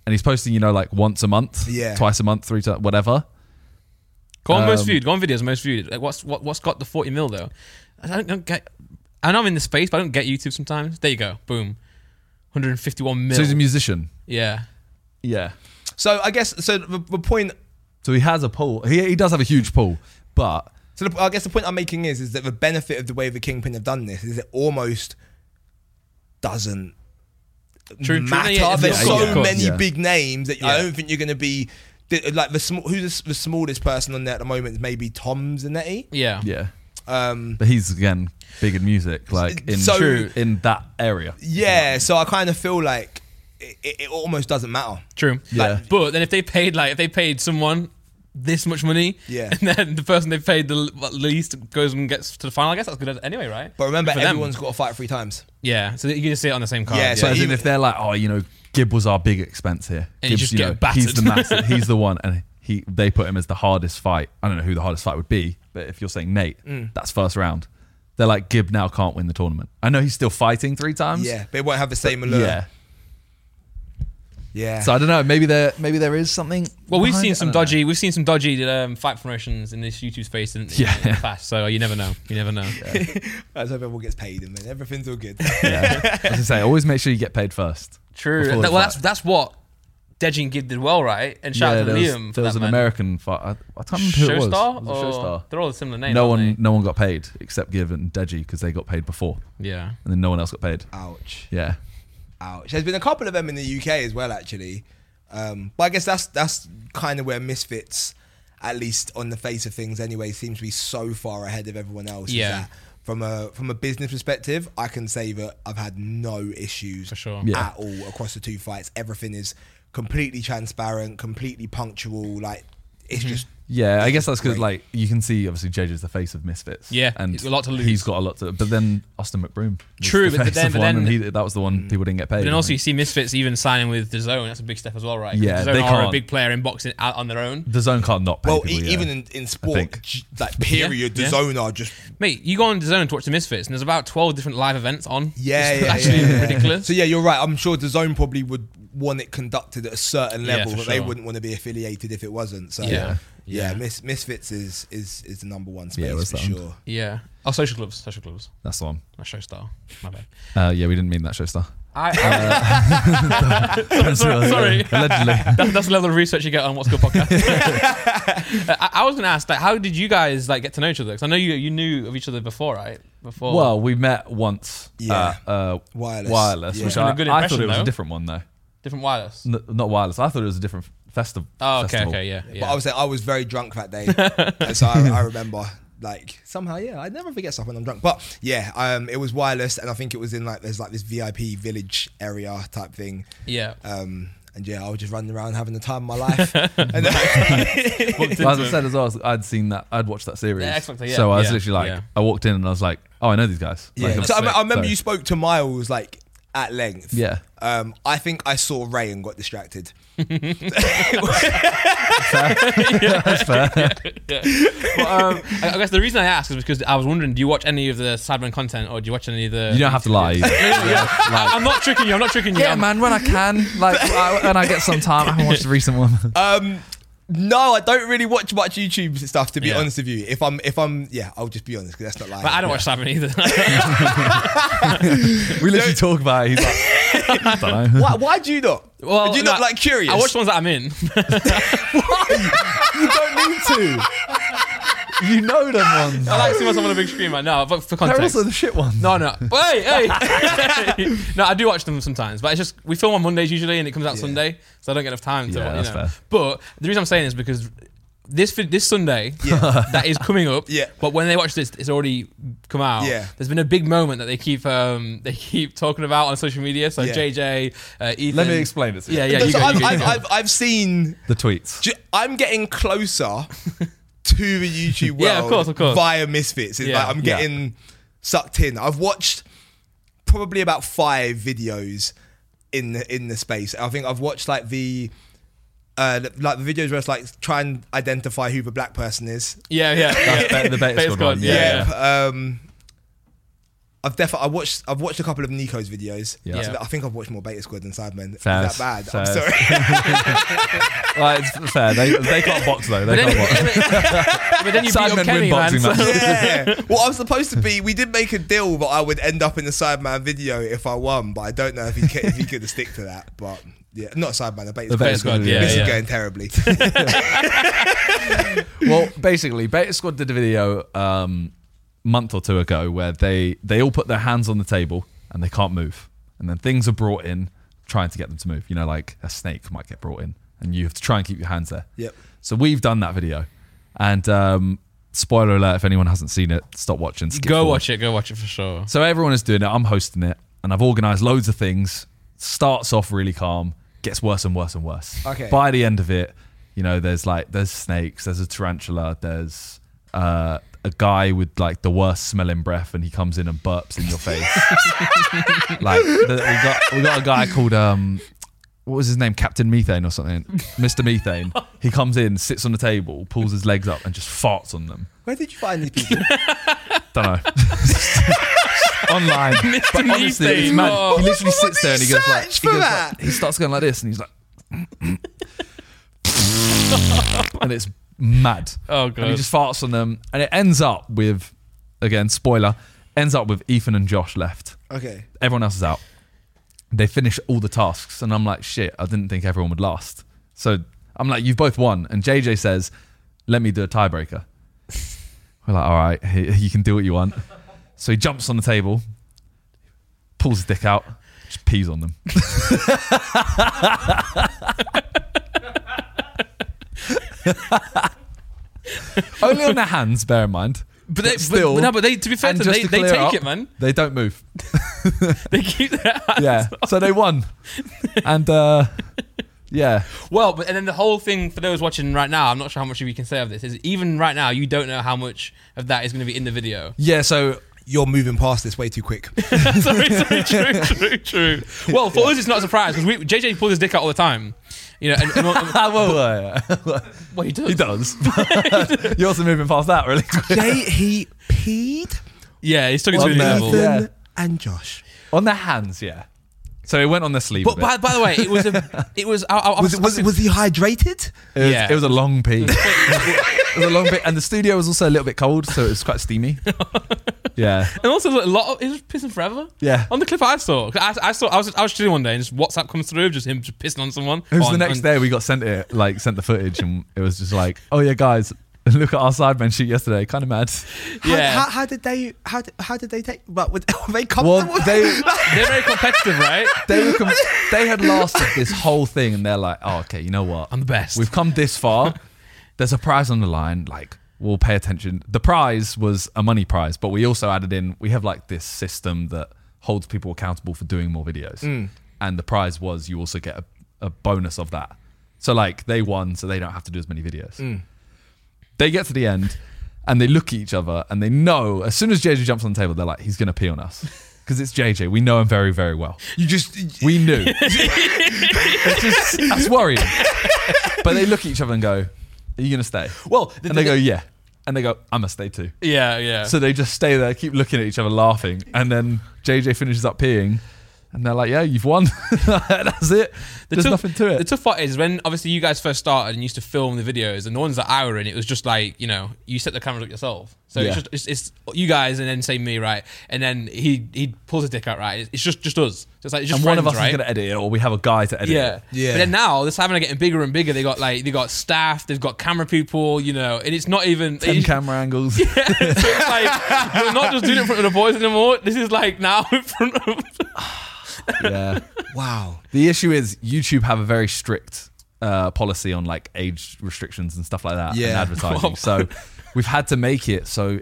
S3: and he's posting. You know, like once a month,
S2: Yeah.
S3: twice a month, three times, whatever.
S1: Go on, most
S3: Um,
S1: viewed. Go on, videos most viewed. Like, what's what, what's got the forty mil though? I don't, don't get. I know I'm in the space, but I don't get YouTube sometimes. There you go. Boom. 151 mil.
S3: So he's a musician.
S1: yeah.
S3: Yeah.
S2: So I guess so. The, the point.
S3: So he has a pull. He he does have a huge pull, but
S2: So the, I guess the point I'm making is is that the benefit of the way the Kingpin have done this is it almost doesn't
S1: True, true.
S2: matter.
S1: Yeah,
S2: There's
S1: yeah,
S2: so
S1: yeah, of
S3: course,
S2: many
S3: yeah.
S2: big names that I
S1: Yeah.
S2: don't think you're going to be the- like the sm- who's the, s- the smallest person on there at the moment is maybe Tom Zanetti.
S1: Yeah.
S3: yeah.
S2: Um,
S3: But he's again big in music, like in
S2: So-
S1: True.
S3: in that area.
S2: yeah, so I kind of feel like it, it it almost doesn't matter.
S1: True.
S3: Yeah.
S1: Like, but then if they paid like if they paid someone this much money,
S2: Yeah.
S1: and (laughs) then the person they paid the l- what least goes and gets to the final, I guess that's good anyway, right?
S2: But remember,
S1: Good for them.
S2: everyone's got to fight three times.
S1: yeah. So that you can just see it on the same card.
S2: Yeah,
S3: So
S2: so
S3: as in
S2: even-
S3: if they're like, oh, you know, Gib was our big expense here.
S1: And you
S3: Gibbs,
S1: just get battered.
S3: he's
S1: (laughs)
S3: the master, he's the one, and he they put him as the hardest fight. I don't know who the hardest fight would be, but if you're saying Nate,
S1: Mm.
S3: that's first round. They're like Gib now can't win the tournament. I know he's still fighting three times.
S2: Yeah, they won't have the same allure.
S3: yeah.
S2: yeah.
S3: So I don't know. Maybe there maybe there is something.
S1: Well, we've
S3: behind
S1: seen
S3: it. I
S1: some
S3: don't know.
S1: dodgy, we've seen some dodgy um, fight promotions in this YouTube space in, in
S3: Yeah.
S1: the past. So you never know. You
S3: (laughs)
S1: never know.
S2: I hope everyone gets paid and then everything's all good. (laughs)
S3: Yeah. I was gonna say, always make sure you get paid first.
S1: True.
S3: Before the
S1: well, that's
S3: fight.
S1: that's what Dejin Gibb did well, right? And shout out to
S3: there was,
S1: Liam. for
S3: there was
S1: that
S3: an
S1: man.
S3: American fight. I, I can't remember who it was.
S1: Showstar?
S3: It
S1: Or,
S3: was a showstar.
S1: They're all the similar names.
S3: No
S1: aren't
S3: one, no one got paid except Gib and Deji because they got paid before,
S1: They? Yeah.
S3: and then no one else got paid.
S2: Ah. Ouch.
S3: Yeah,
S2: Ouch. There's been a couple of them in the UK as well, actually. Um, but I guess that's that's kind of where Misfits, at least on the face of things, anyway, seems to be so far ahead of everyone else. is
S1: Yeah.
S2: that From a from a business perspective, I can say that I've had no issues
S1: For sure.
S3: Yeah.
S2: at all across the two fights. Everything is completely transparent, completely punctual. Like it's just
S3: yeah. I guess that's because
S2: Great.
S3: like you can see obviously JJ's the face of Misfits.
S1: Yeah,
S3: and
S1: he's got a lot to lose.
S3: He's got a lot to. But then Austin McBroom. was
S1: True,
S3: the
S1: but
S3: face
S1: then-
S3: of
S1: but
S3: one,
S1: then- Mm.
S3: and he, that was the one people didn't get paid.
S1: But then
S3: I
S1: also you
S3: think.
S1: see Misfits even signing with DAZN. That's a big step as well, right? 'Cause
S3: Yeah,
S1: DAZN
S3: they
S1: are a
S3: can't-
S1: big player in boxing out on their own.
S3: the zone can't not pay.
S2: well,
S3: people,
S2: e-
S3: yeah.
S2: even in, in sport,
S3: think.
S2: j- like period,
S1: Yeah,
S2: the
S1: yeah.
S2: zone are just
S1: Mate, you go on DAZN to watch the Misfits, and there's about 12 different live events on.
S2: Yeah,
S1: It's
S2: yeah,
S1: actually
S2: yeah, yeah.
S1: ridiculous.
S2: So yeah, you're right. I'm sure the zone probably would want it conducted at a certain
S1: Yeah,
S2: level,
S1: for
S2: but they
S1: sure.
S2: wouldn't want to be affiliated if it wasn't. So
S1: Yeah.
S2: yeah,
S1: Yeah.
S2: Mis- Misfits is is is the number one space
S3: Yeah, what's
S2: for
S3: that one?
S2: sure.
S1: yeah. Oh, social clubs, social clubs.
S3: that's the one.
S1: That's showstar. My bad.
S3: Uh, yeah, we didn't mean that showstar.
S1: I, (laughs)
S3: Uh,
S1: sorry,
S3: (laughs)
S1: sorry. (laughs)
S3: Allegedly.
S1: that's, that's the level of research you get on What's Good podcast. (laughs) I, I was going to ask, like, how did you guys like get to know each other? Because I know you you knew of each other before, right? Before.
S3: Well, we met once.
S2: Yeah.
S3: At, uh,
S2: Wireless.
S3: Wireless.
S2: Yeah.
S3: Which
S1: Wasn't a
S3: I,
S1: good
S3: I thought
S1: impression,
S3: it was
S1: though.
S3: a different one though.
S1: different wireless.
S3: N- not wireless. I thought it was a different festival.
S1: Oh, okay,
S3: festival.
S1: okay, yeah, yeah.
S2: But I was I was very drunk
S1: (laughs)
S2: that day, And so I, I remember like somehow yeah I never forget stuff when I'm drunk. But yeah, um, it was wireless, and I think it was in like there's like this VIP village area type thing.
S1: yeah.
S2: Um, and yeah, I was just running around having the time of my life.
S1: (laughs)
S2: and
S1: Booked
S3: Well, as
S1: into
S3: I
S1: it.
S3: said as well, I'd seen that, I'd watched that series.
S1: Yeah, X Factor, yeah,
S3: So I was
S1: yeah,
S3: literally like,
S1: yeah.
S3: I walked in and I was like, oh, I know these guys. Like,
S2: Yeah.
S3: I'm
S2: So I,
S3: sick.
S2: I remember
S3: So-
S2: you spoke to Miles like at length.
S3: Yeah.
S2: Um, I think I saw Ray and got distracted.
S1: But, um, (laughs) I I guess the reason I ask is because I was wondering, do you watch any of the Sidemen content or do you watch any of the?
S3: You don't have
S1: (laughs)
S3: to lie. Either.
S1: I, am not tricking you. I'm not tricking you.
S3: yeah,
S1: I'm-
S3: man, when I can, like, I, when I get some time, I haven't watched the recent one.
S2: Um, no, I don't really watch much YouTube stuff to be
S1: Yeah.
S2: honest with you. If I'm, if I'm, yeah, I'll just be honest because that's not lying.
S1: But I don't watch Sidemen either. (laughs)
S3: we literally talk about it. He's like, I don't
S2: (laughs)
S3: know.
S2: Why, why do you not?
S1: well,
S2: do you not like (laughs) curious?
S1: I watch ones that I'm in.
S2: you don't need to.
S3: you know them ones.
S1: I (laughs) like seeing myself on a big screen right now, but for
S3: They're
S1: context.
S3: also the shit ones.
S1: No, no. Hey, hey. (laughs) no, I do watch them sometimes, but it's just we film on Mondays usually, and it comes out
S2: Yeah.
S1: Sunday, so I don't get enough time to.
S3: Yeah,
S1: you
S3: that's
S1: know.
S3: fair.
S1: But the reason I'm saying is because this vid- this Sunday
S2: Yeah.
S1: (laughs) that is coming up.
S2: Yeah.
S1: But when they watch this, it's already come out.
S2: Yeah.
S1: There's been a big moment that they keep um (laughs) they keep talking about on social media. So
S2: Yeah.
S1: JJ, uh, Ethan.
S3: Let me explain it to
S1: (laughs)
S3: you.
S1: Yeah, yeah. You
S2: So
S1: go, you
S2: I've,
S1: go, you
S2: I've,
S1: go.
S2: I've, I've seen.
S3: The tweets.
S2: ju- I'm
S1: (laughs)
S2: getting closer to the YouTube world.
S1: Yeah, of course, of course.
S2: Via Misfits, it's
S1: Yeah.
S2: like I'm
S3: Yeah.
S2: getting sucked in. I've watched probably about five videos in the in the space. I think I've watched like the. Uh, the- like the videos where it's like try and identify who the black person is.
S1: yeah, yeah.
S3: That's the- the Beta
S1: Beta
S3: Squad
S1: Squad,
S3: one, yeah,
S1: yeah.
S2: Um, I've definitely I watched I've watched a couple of Nico's videos.
S3: Yeah.
S2: So I think I've watched more Beta Squad than Sidemen. Is
S3: Fair.
S2: that bad? I'm
S3: Fair.
S2: sorry.
S3: (laughs) Like, it's fair. They, they can't box though. They
S1: But
S3: can't
S1: then,
S3: box.
S1: but then you beat
S3: Sidemen
S1: up
S3: win
S1: Kenny, man.
S3: boxing
S1: so-
S3: matches.
S2: yeah. Well, I was supposed to be. We did make a deal that I would end up in the Sideman video if I won, but I don't know if he ca- if he could stick to that. But yeah, not Sideman. The Beta
S3: The Beta
S2: Squad.
S3: Squad,
S1: yeah,
S2: this
S1: yeah.
S2: is going terribly.
S3: well, basically, Beta Squad did a video um, month or two ago where they they all put their hands on the table and they can't move, and then things are brought in trying to get them to move. You know, like a snake might get brought in, and you have to try and keep your hands there.
S2: Yep.
S3: So we've done that video, and um, spoiler alert: if anyone hasn't seen it, stop watching.
S1: (laughs)
S3: Skip
S1: Go
S3: forward.
S1: watch it. Go watch it for sure.
S3: So everyone is doing it. I'm hosting it, and I've organised loads of things. Starts off really calm, gets worse and worse and worse.
S2: Okay.
S3: By the end of it, you know, there's like there's snakes, there's a tarantula, there's uh, a guy with like the worst smelling breath, and he comes in and burps in your face. like the, we got we got a guy called um. What was his name? Captain Methane or something? Mr. Methane. He comes in, sits on the table, pulls his legs up, and just farts on them.
S2: (laughs) Where did you find these people?
S3: Don't
S1: (laughs)
S3: know. Online. but honestly,
S1: Methane.
S3: it's mad.
S1: Oh.
S3: He literally sits there and he goes like,
S2: Search
S3: he,
S2: for
S3: goes
S2: that.
S3: like he starts going like this and
S1: (laughs)
S3: he's like and it's mad.
S1: Oh,
S3: And he
S1: God.
S3: just farts on them. And it ends up with again, spoiler, ends up with Ethan and Josh left.
S2: Okay.
S3: Everyone else is out. They finish all the tasks, and I'm like, shit, I didn't think everyone would last. So I'm like, you've both won. And JJ says, let me do a tiebreaker. We're like, all right, he- you can do what you want. So he jumps on the table, pulls his dick out, just pees on them. Only on their hands, bear in mind.
S1: But they,
S3: still-
S1: but, no, but they. To be fair,
S3: And
S1: to them,
S3: just
S1: they,
S3: to
S1: they
S3: clear
S1: take
S3: up,
S1: it, man.
S3: They don't move.
S1: They keep their (laughs)
S3: (laughs) yeah. So they won. And uh yeah.
S1: Well, but and then the whole thing for those watching right now, I'm not sure how much we can say of this. Is even right now, you don't know how much of that is going to be in the video. (laughs)
S3: Yeah, so
S2: You're moving past this way too quick.
S1: sorry, sorry, true, true, true. Well, for us, it's not a surprise because JJ pulls his dick out all the time. You know, and, and, and
S3: (laughs) Ah,
S1: well, he does.
S3: he does. (laughs) You're also moving past that really quick.
S2: (laughs) Jay, he peed.
S1: Yeah, he's talking
S3: Well,
S1: to the
S3: no.
S1: level.
S2: Ethan
S3: Yeah.
S2: and Josh.
S3: On their hands, yeah. So it went on the sleeve.
S1: But
S3: a bit.
S1: by, by the way, it was a, it was, I, I, I
S2: Was, was, was he hydrated?
S3: it, was,
S1: yeah.
S3: it was a long pee. (laughs) it was a long bit, and the studio was also a little bit cold, so it was quite (laughs) steamy. yeah,
S1: And also, like, a lot of it was pissing forever.
S3: yeah.
S1: On the clip I saw, 'cause I, I saw I was I was chilling one day and just WhatsApp comes through of just him just pissing on someone.
S3: It was
S1: on,
S3: the next
S1: on-
S3: day we got sent it, like sent the footage, and it was just like, oh yeah, guys, (laughs) look at our sideman shoot yesterday. Kind of mad.
S2: How,
S1: Yeah,
S2: How, how did they? How did, how did they take? But were they
S3: Well,
S2: comfortable?
S1: (laughs)
S3: they
S1: they're very competitive, right?
S3: (laughs) they were com- they had lasted this whole thing, and they're like, oh okay, you know what?
S1: I'm the best.
S3: We've come this far. There's a prize on the line. Like, we'll pay attention. The prize was a money prize, but we also added in, we have like this system that holds people accountable for doing more videos.
S1: Mm.
S3: And the prize was you also get a, a bonus of that. So, like, they won, so they don't have to do as many videos.
S1: Mm.
S3: They get to the end and they look at each other and they know as soon as JJ jumps on the table, they're like, he's going to pee on us. Because it's JJ. We know him very, very well.
S2: you just
S3: We
S1: (laughs)
S3: knew. it's just, that's worrying. But they look at each other and go, "Are you gonna stay?"
S1: Well, the-
S3: and they
S1: the-
S3: go, "Yeah," and they go, "I'm gonna stay too."
S1: Yeah, yeah.
S3: So they just stay there, keep looking at each other, laughing, and then JJ finishes up peeing, and they're like, "Yeah, you've won. (laughs) that's it. There's
S1: tough-
S3: nothing to
S1: The
S3: it."
S1: tough part is when obviously you guys first started and used to film the videos, and the ones that I were in, it was just like you know you set the cameras up yourself. So
S2: Yeah.
S1: it's, just, it's it's you guys and then say me right, and then he he pulls his dick out right. It's- It's just just us. So it's like it's just
S3: and one of
S1: friends,
S3: us
S1: right?
S3: is going to edit it, or we have a guy to edit
S1: yeah,
S3: it.
S2: Yeah.
S1: But then now this having to getting bigger and bigger. They got like they got staff, they've got camera people, you know, and it's not even (laughs)
S3: Ten
S1: it's-
S3: camera angles.
S1: so it's like you're not just doing it in front of the boys anymore. This is like now in front of (laughs)
S3: yeah.
S2: (laughs) Wow.
S3: The issue is YouTube have a very strict uh, policy on like age restrictions and stuff like that and
S1: (laughs)
S2: Yeah.
S3: advertising. so we've had to make it so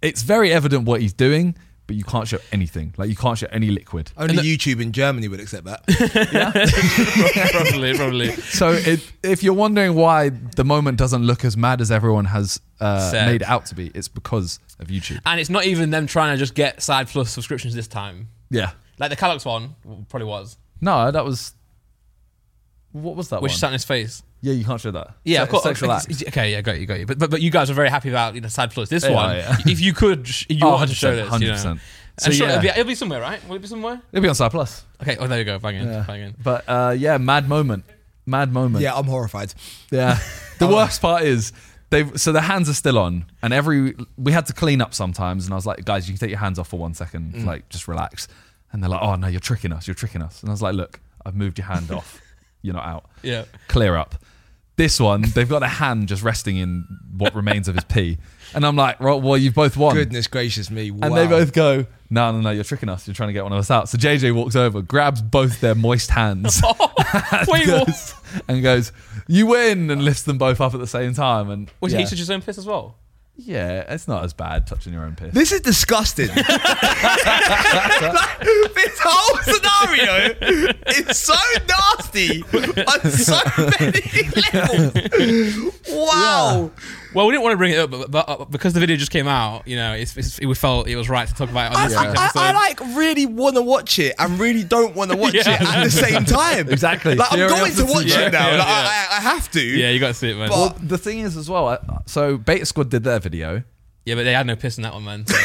S3: it's very evident what he's doing, but you can't show anything. Like you can't show any liquid.
S2: Only YouTube in Germany would accept that. (laughs)
S1: probably probably.
S3: So
S1: (laughs)
S3: it, if you're wondering why the moment doesn't look as mad as everyone has uh,
S1: Said.
S3: made it out to be, it's because of YouTube.
S1: And it's not even them trying to just get side plus subscriptions this time.
S3: Yeah.
S1: Like the Calox one w- probably was,
S3: No, that was. What was that
S1: which
S3: one?
S1: sat on his face.
S3: yeah, you can't show that.
S1: Yeah,
S3: Se-
S1: of course.
S3: Sexual
S1: okay,
S3: act.
S1: it's- okay, yeah, got you, got you. But but, but you guys were very happy about you know side plus. This
S3: Yeah,
S1: one,
S3: yeah. (laughs)
S1: if you could, sh- you
S3: Oh,
S1: wanted to show this.
S3: 100%,
S1: You know?
S3: 100%.
S1: So
S3: So,
S1: sure, it'll, be,
S3: yeah.
S1: it'll be somewhere, right? Will it be somewhere?
S3: It'll be on Star Plus.
S1: Okay. Oh, there we go. Banging,
S3: Yeah.
S1: banging.
S3: But uh, yeah, mad moment, mad moment.
S2: yeah, I'm horrified. (laughs)
S3: yeah. The worst part is they. have So the hands are still on, and every we had to clean up sometimes, and I was like, guys, you can take your hands off for one second, like just relax. And they're like, oh no, you're tricking us, you're tricking us. And I was like, look, I've moved your hand off, (laughs) you're not out. (laughs)
S1: Yeah.
S3: Clear up. This one, they've got a hand just resting in what remains of his pee, and I'm like, well, well you've both won.
S2: Goodness gracious me. Wow.
S3: And they both go, no, no, no, you're tricking us. You're trying to get one of us out. So JJ walks over, grabs both their
S2: (laughs)
S3: moist hands (laughs)
S1: (laughs)
S3: and,
S1: Oh, Wait, what?
S3: goes, and goes, you win, and lifts them both up at the same time. And
S1: Was
S3: yeah.
S1: he touched his own piss as well?
S3: yeah, it's not as bad touching your own piss.
S2: This is disgusting. (laughs) Like, this whole scenario is so nasty on so many (laughs) levels. Wow.
S1: Well, we didn't want to bring it up, but, but uh, because the video just came out, you know, it's, it's, it, we felt it was right to talk about it on
S2: I,
S1: this
S2: I-
S1: week's
S2: I-
S1: episode.
S2: I, like really want to watch it and really don't want to watch
S1: Yeah.
S2: it at the same time.
S3: Exactly.
S2: Like, I'm
S3: Theory
S2: going
S3: of
S2: to
S3: the
S2: watch
S1: Yeah,
S2: it now.
S1: yeah,
S2: like,
S1: yeah.
S2: I, I- I have to.
S1: yeah, you got to see it, man.
S2: But-
S3: Well, the thing is as well, I, so Beta Squad did their video.
S1: yeah, but they had no piss in that one,
S3: (laughs)
S1: man. So.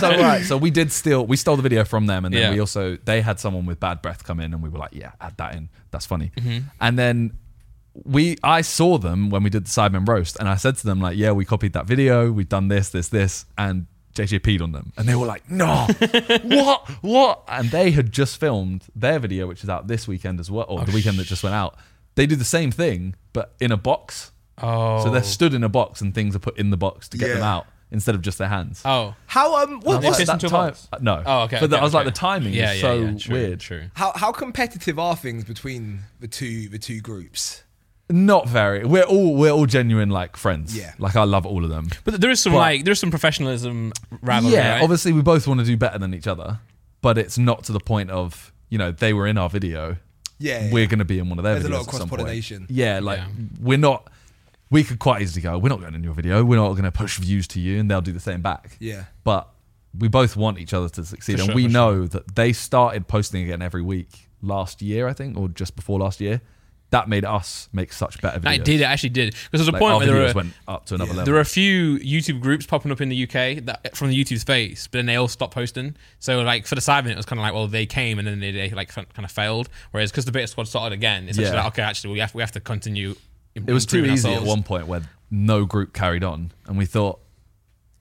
S3: So right, so we did steal, we stole the video from them, and then
S1: Yeah.
S3: we also they had someone with bad breath come in, and we were like, yeah, add that in. That's funny.
S1: Mm-hmm.
S3: And then we, I saw them when we did the Sidemen roast, and I said to them like, yeah, we copied that video, we've done this, this, this, and JJ peed on them, and they were like,
S1: (laughs)
S3: no, what, what? And they had just filmed their video, which is out this weekend as well, or
S1: Oh,
S3: the weekend that just went out. They do the same thing, but in a box.
S1: oh.
S3: So they're stood in a box, and things are put in the box to get them
S2: Yeah.
S3: out instead of just their hands.
S1: oh.
S2: How um what,
S3: I was
S1: They
S2: what's
S1: pissed
S3: that
S1: into a
S3: time-
S1: box?
S3: uh, No.
S1: Oh, okay.
S3: But the-
S1: okay,
S3: I was like,
S1: okay.
S3: the timing
S1: yeah,
S3: is
S1: yeah,
S3: so
S1: yeah, true,
S3: weird.
S1: True.
S2: how how competitive are things between the two the two groups?
S3: Not very. We're all we're all genuine like friends.
S2: Yeah.
S3: Like I love all of them.
S1: But there is some
S3: But-
S1: like there's some professionalism rivalry.
S3: yeah.
S1: right?
S3: Obviously, we both want to do better than each other, but it's not to the point of you know they were in our video.
S2: Yeah,
S3: We're
S2: yeah.
S3: going to be in one of their
S2: There's a
S3: videos
S2: lot of
S3: at some point.
S2: cross-pollination.
S3: Yeah. Like
S1: Yeah.
S3: we're not. We could quite easily go. We're not going in your video. We're not going to push views to you, and they'll do the same back.
S2: Yeah.
S3: But we both want each other to succeed,
S1: For
S3: and
S1: sure,
S3: we
S1: for sure.
S3: know that they started posting again every week last year, I think, or just before last year. That made us make such better videos.
S1: No, it did. It actually did. Because there's a
S3: Like,
S1: point
S3: our
S1: where there
S3: videos
S1: are
S3: went up to another level.
S1: there are a few YouTube groups popping up in the UK that from the YouTube space, but then they all stopped posting. So like for the Simon, it was kind of like, well, they came and then they, they like kind of failed. Whereas because the beta squad started again, it's actually
S3: Yeah.
S1: like, okay, actually we have we have to continue. im-
S3: it was too
S1: improving
S3: easy at
S1: ourselves.
S3: one point where no group carried on, and we thought,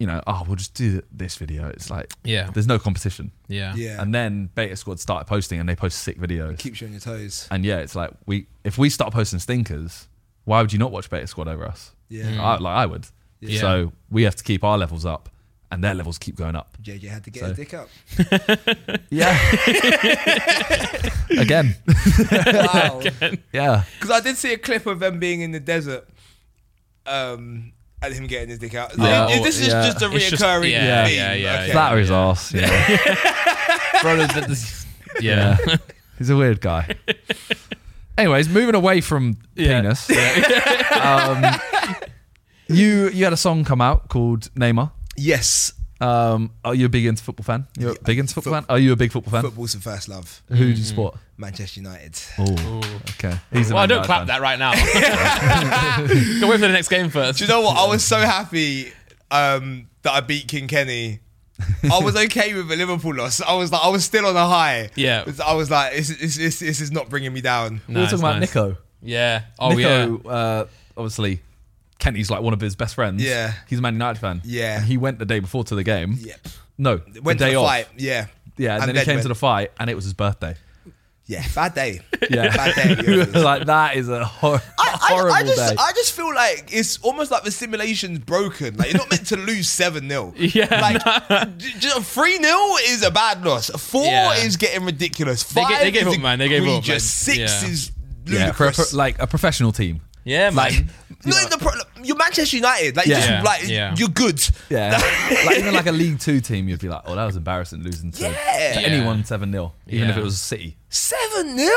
S3: you know, oh, we'll just do this video. It's like,
S1: Yeah.
S3: there's no competition.
S1: Yeah.
S2: Yeah.
S3: And then Beta Squad started posting, and they post sick videos.
S2: Keeps you on your toes.
S3: and yeah, it's like we if we start posting stinkers, why would you not watch Beta Squad over us?
S2: Yeah. Mm.
S3: I, like I would.
S1: Yeah.
S3: So we have to keep our levels up, and their levels keep going up.
S2: JJ had to get
S3: So-
S2: his
S3: (laughs)
S2: dick up.
S3: Yeah. (laughs) Again.
S2: Wow.
S3: Yeah.
S2: Because I did see a clip of them being in the desert, um, and him getting his dick out.
S3: Yeah.
S2: I mean, this is
S3: Yeah.
S2: just a
S1: It's just-
S2: reoccurring
S1: yeah,
S2: theme.
S1: yeah, yeah,
S2: Okay.
S1: yeah.
S3: Flatter his ass.
S1: (laughs)
S3: Yeah.
S1: Bro, there's- there's- yeah.
S3: (laughs) He's a weird guy. Anyways, moving away from
S1: Yeah. (laughs)
S3: penis. um, you you had a song come out called Neymar.
S2: Yes,
S3: Um, are you a big into football fan? You're
S2: Yeah.
S3: a big into football
S2: Foot-
S3: fan? Are you a big football fan?
S2: football's the first love.
S3: Who do you support?
S2: Manchester United.
S3: Oh, okay. He's a
S1: Well, don't
S3: Man United
S1: clap
S3: fan.
S1: that right
S3: (laughs)
S1: now. Go wait for the next game first.
S2: Do you know what? I was so happy um, that I beat King Kenny. I
S3: (laughs)
S2: was okay with a Liverpool loss. I was like, I was still on a high.
S1: Yeah.
S2: I was like, this, this, this, this
S3: Mm.
S2: is not bringing me down.
S3: We were talking about
S1: Nice, nice.
S3: Nico.
S1: Oh, Yeah. Oh yeah.
S3: Nico, uh, obviously Kenny's like one of his best friends.
S2: Yeah.
S3: He's a Man United fan.
S2: Yeah.
S3: And he went the day before to the game.
S2: Yeah.
S3: No.
S2: Went
S3: the day
S2: to the
S3: off.
S2: fight. Yeah.
S3: Yeah. And, then he came to the fight and it was his
S2: (laughs)
S3: birthday. (laughs)
S2: Yeah, bad day.
S3: Yeah.
S2: Bad day. at the
S3: (laughs)
S2: office.
S3: like that is a, hor-
S2: I, I-
S3: horrible
S2: I just
S3: day.
S2: I just feel like it's almost like the simulation's broken. Like you're not meant to lose seven 0
S1: (laughs) Yeah,
S2: like three 0 is a bad loss. Four
S1: Yeah.
S2: is getting ridiculous.
S1: They
S2: Five
S1: ga- they gave
S2: is
S1: up, man. They gave up, man.
S2: egregious. Six
S1: Yeah.
S2: is
S3: yeah, for a
S2: ludicrous.
S3: pro- like a
S2: (laughs)
S3: professional team.
S1: (laughs) yeah, man.
S2: like, no, the pro- look, you're Manchester United. Like,
S3: Yeah.
S2: just,
S1: Yeah.
S2: like
S1: Yeah.
S2: you're good.
S3: Yeah. like even like a League Two team, you'd be like, oh, that was embarrassing losing to,
S2: Yeah.
S3: to anyone 7 0, even if
S1: Yeah.
S3: it was City.
S2: Seven 0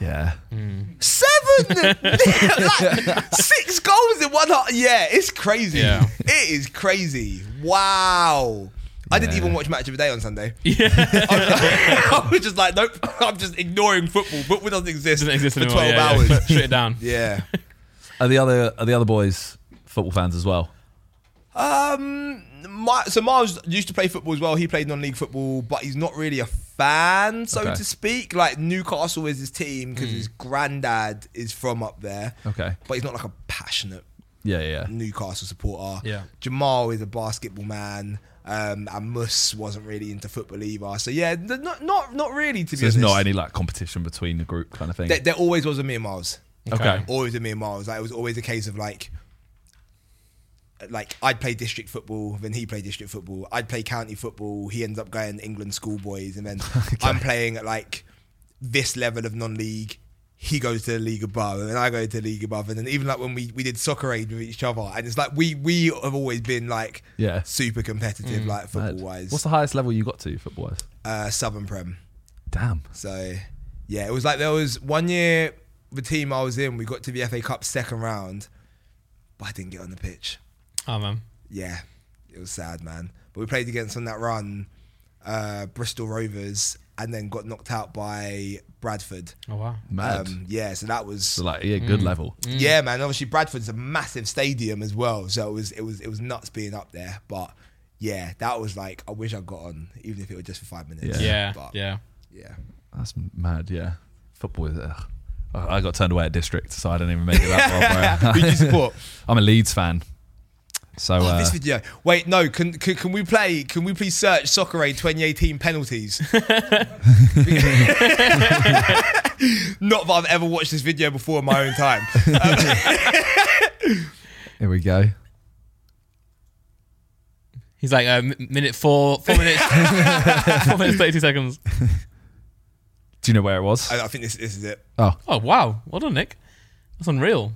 S3: Yeah.
S1: (laughs)
S2: Seven, (laughs) like six goals in one. Half. Yeah, it's crazy.
S1: Yeah.
S2: It is crazy. Wow. I didn't
S3: Yeah.
S2: even watch match of the day on Sunday.
S1: (laughs) yeah.
S2: I was like- I was just like, nope. (laughs) I'm just ignoring football. Football doesn't exist,
S1: doesn't exist
S2: for
S1: anymore.
S2: twelve
S1: yeah, (laughs)
S2: hours.
S1: Yeah. Shut it
S2: (laughs)
S1: down.
S2: Yeah.
S3: Are the other are the other boys football fans as well?
S2: Um. My, so Miles used to play football as well. He played non-league football, but he's not really a fan, so
S3: Okay.
S2: to speak. Like Newcastle is his team because his granddad is from up there.
S3: Okay.
S2: But he's not like a passionate
S3: Yeah,
S2: Mm.
S3: yeah. yeah.
S2: Newcastle supporter.
S1: Yeah.
S2: Jamal is a basketball man. Um, and Mus wasn't really into football either. So yeah, th- not not not really to be
S3: So there's
S2: honest.
S3: not any like competition between the group kind of thing.
S2: there, there always was a me and Miles.
S3: okay.
S2: Always a me and Miles. Like it was always a case of like like I'd play district football, then he played district football. I'd play county football. He ends up going England schoolboys,
S3: (laughs)
S2: and then I'm playing at like this level of non-league. He goes to the league above, and then I go to the league above, and then even like when we we did soccer aid with each other, and it's like we we have always been like
S3: Yeah.
S2: super competitive like
S3: Mm, Mad.
S2: football wise.
S3: What's the highest level you got to football wise?
S2: uh, Southern Prem.
S3: Damn.
S2: So yeah, it was like there was one year the team I was in, we got to the FA Cup second round, but I didn't get on the pitch.
S1: Oh man.
S2: Yeah, it was sad, man. But we played against on that run, uh, Bristol Rovers, and then got knocked out by Bradford.
S1: Oh wow.
S3: Mad.
S2: Um, yeah, so that was
S3: so like yeah,
S2: Mm.
S3: good level.
S1: Mm.
S2: yeah, man. Obviously, Bradford's a massive stadium as well, so it was it was it was nuts being up there. But yeah, that was like I wish I got on, even if it was just for five minutes.
S3: Yeah.
S1: Yeah.
S2: but,
S1: Yeah.
S2: yeah.
S3: That's mad, yeah. Football is ugh. I I got turned away at district, so I didn't even make it
S2: (laughs)
S3: that far.
S2: Who do
S3: bro.
S2: you support?
S3: (laughs) I'm a Leeds fan. So
S2: Oh,
S3: uh,
S2: this video. Wait, no. Can, can can we play? Can we please search Soccer Aid
S1: (laughs)
S2: 2018 penalties? Not that I've ever watched this video before in my own time.
S3: here we go.
S1: He's like uh, mi- minute four, four
S2: (laughs)
S1: minutes, (laughs) four minutes thirty-two seconds.
S3: Do you know where it was?
S2: I, I think this, this is
S1: (laughs)
S2: it.
S3: oh,
S1: Oh wow. Well done, Nick. That's unreal.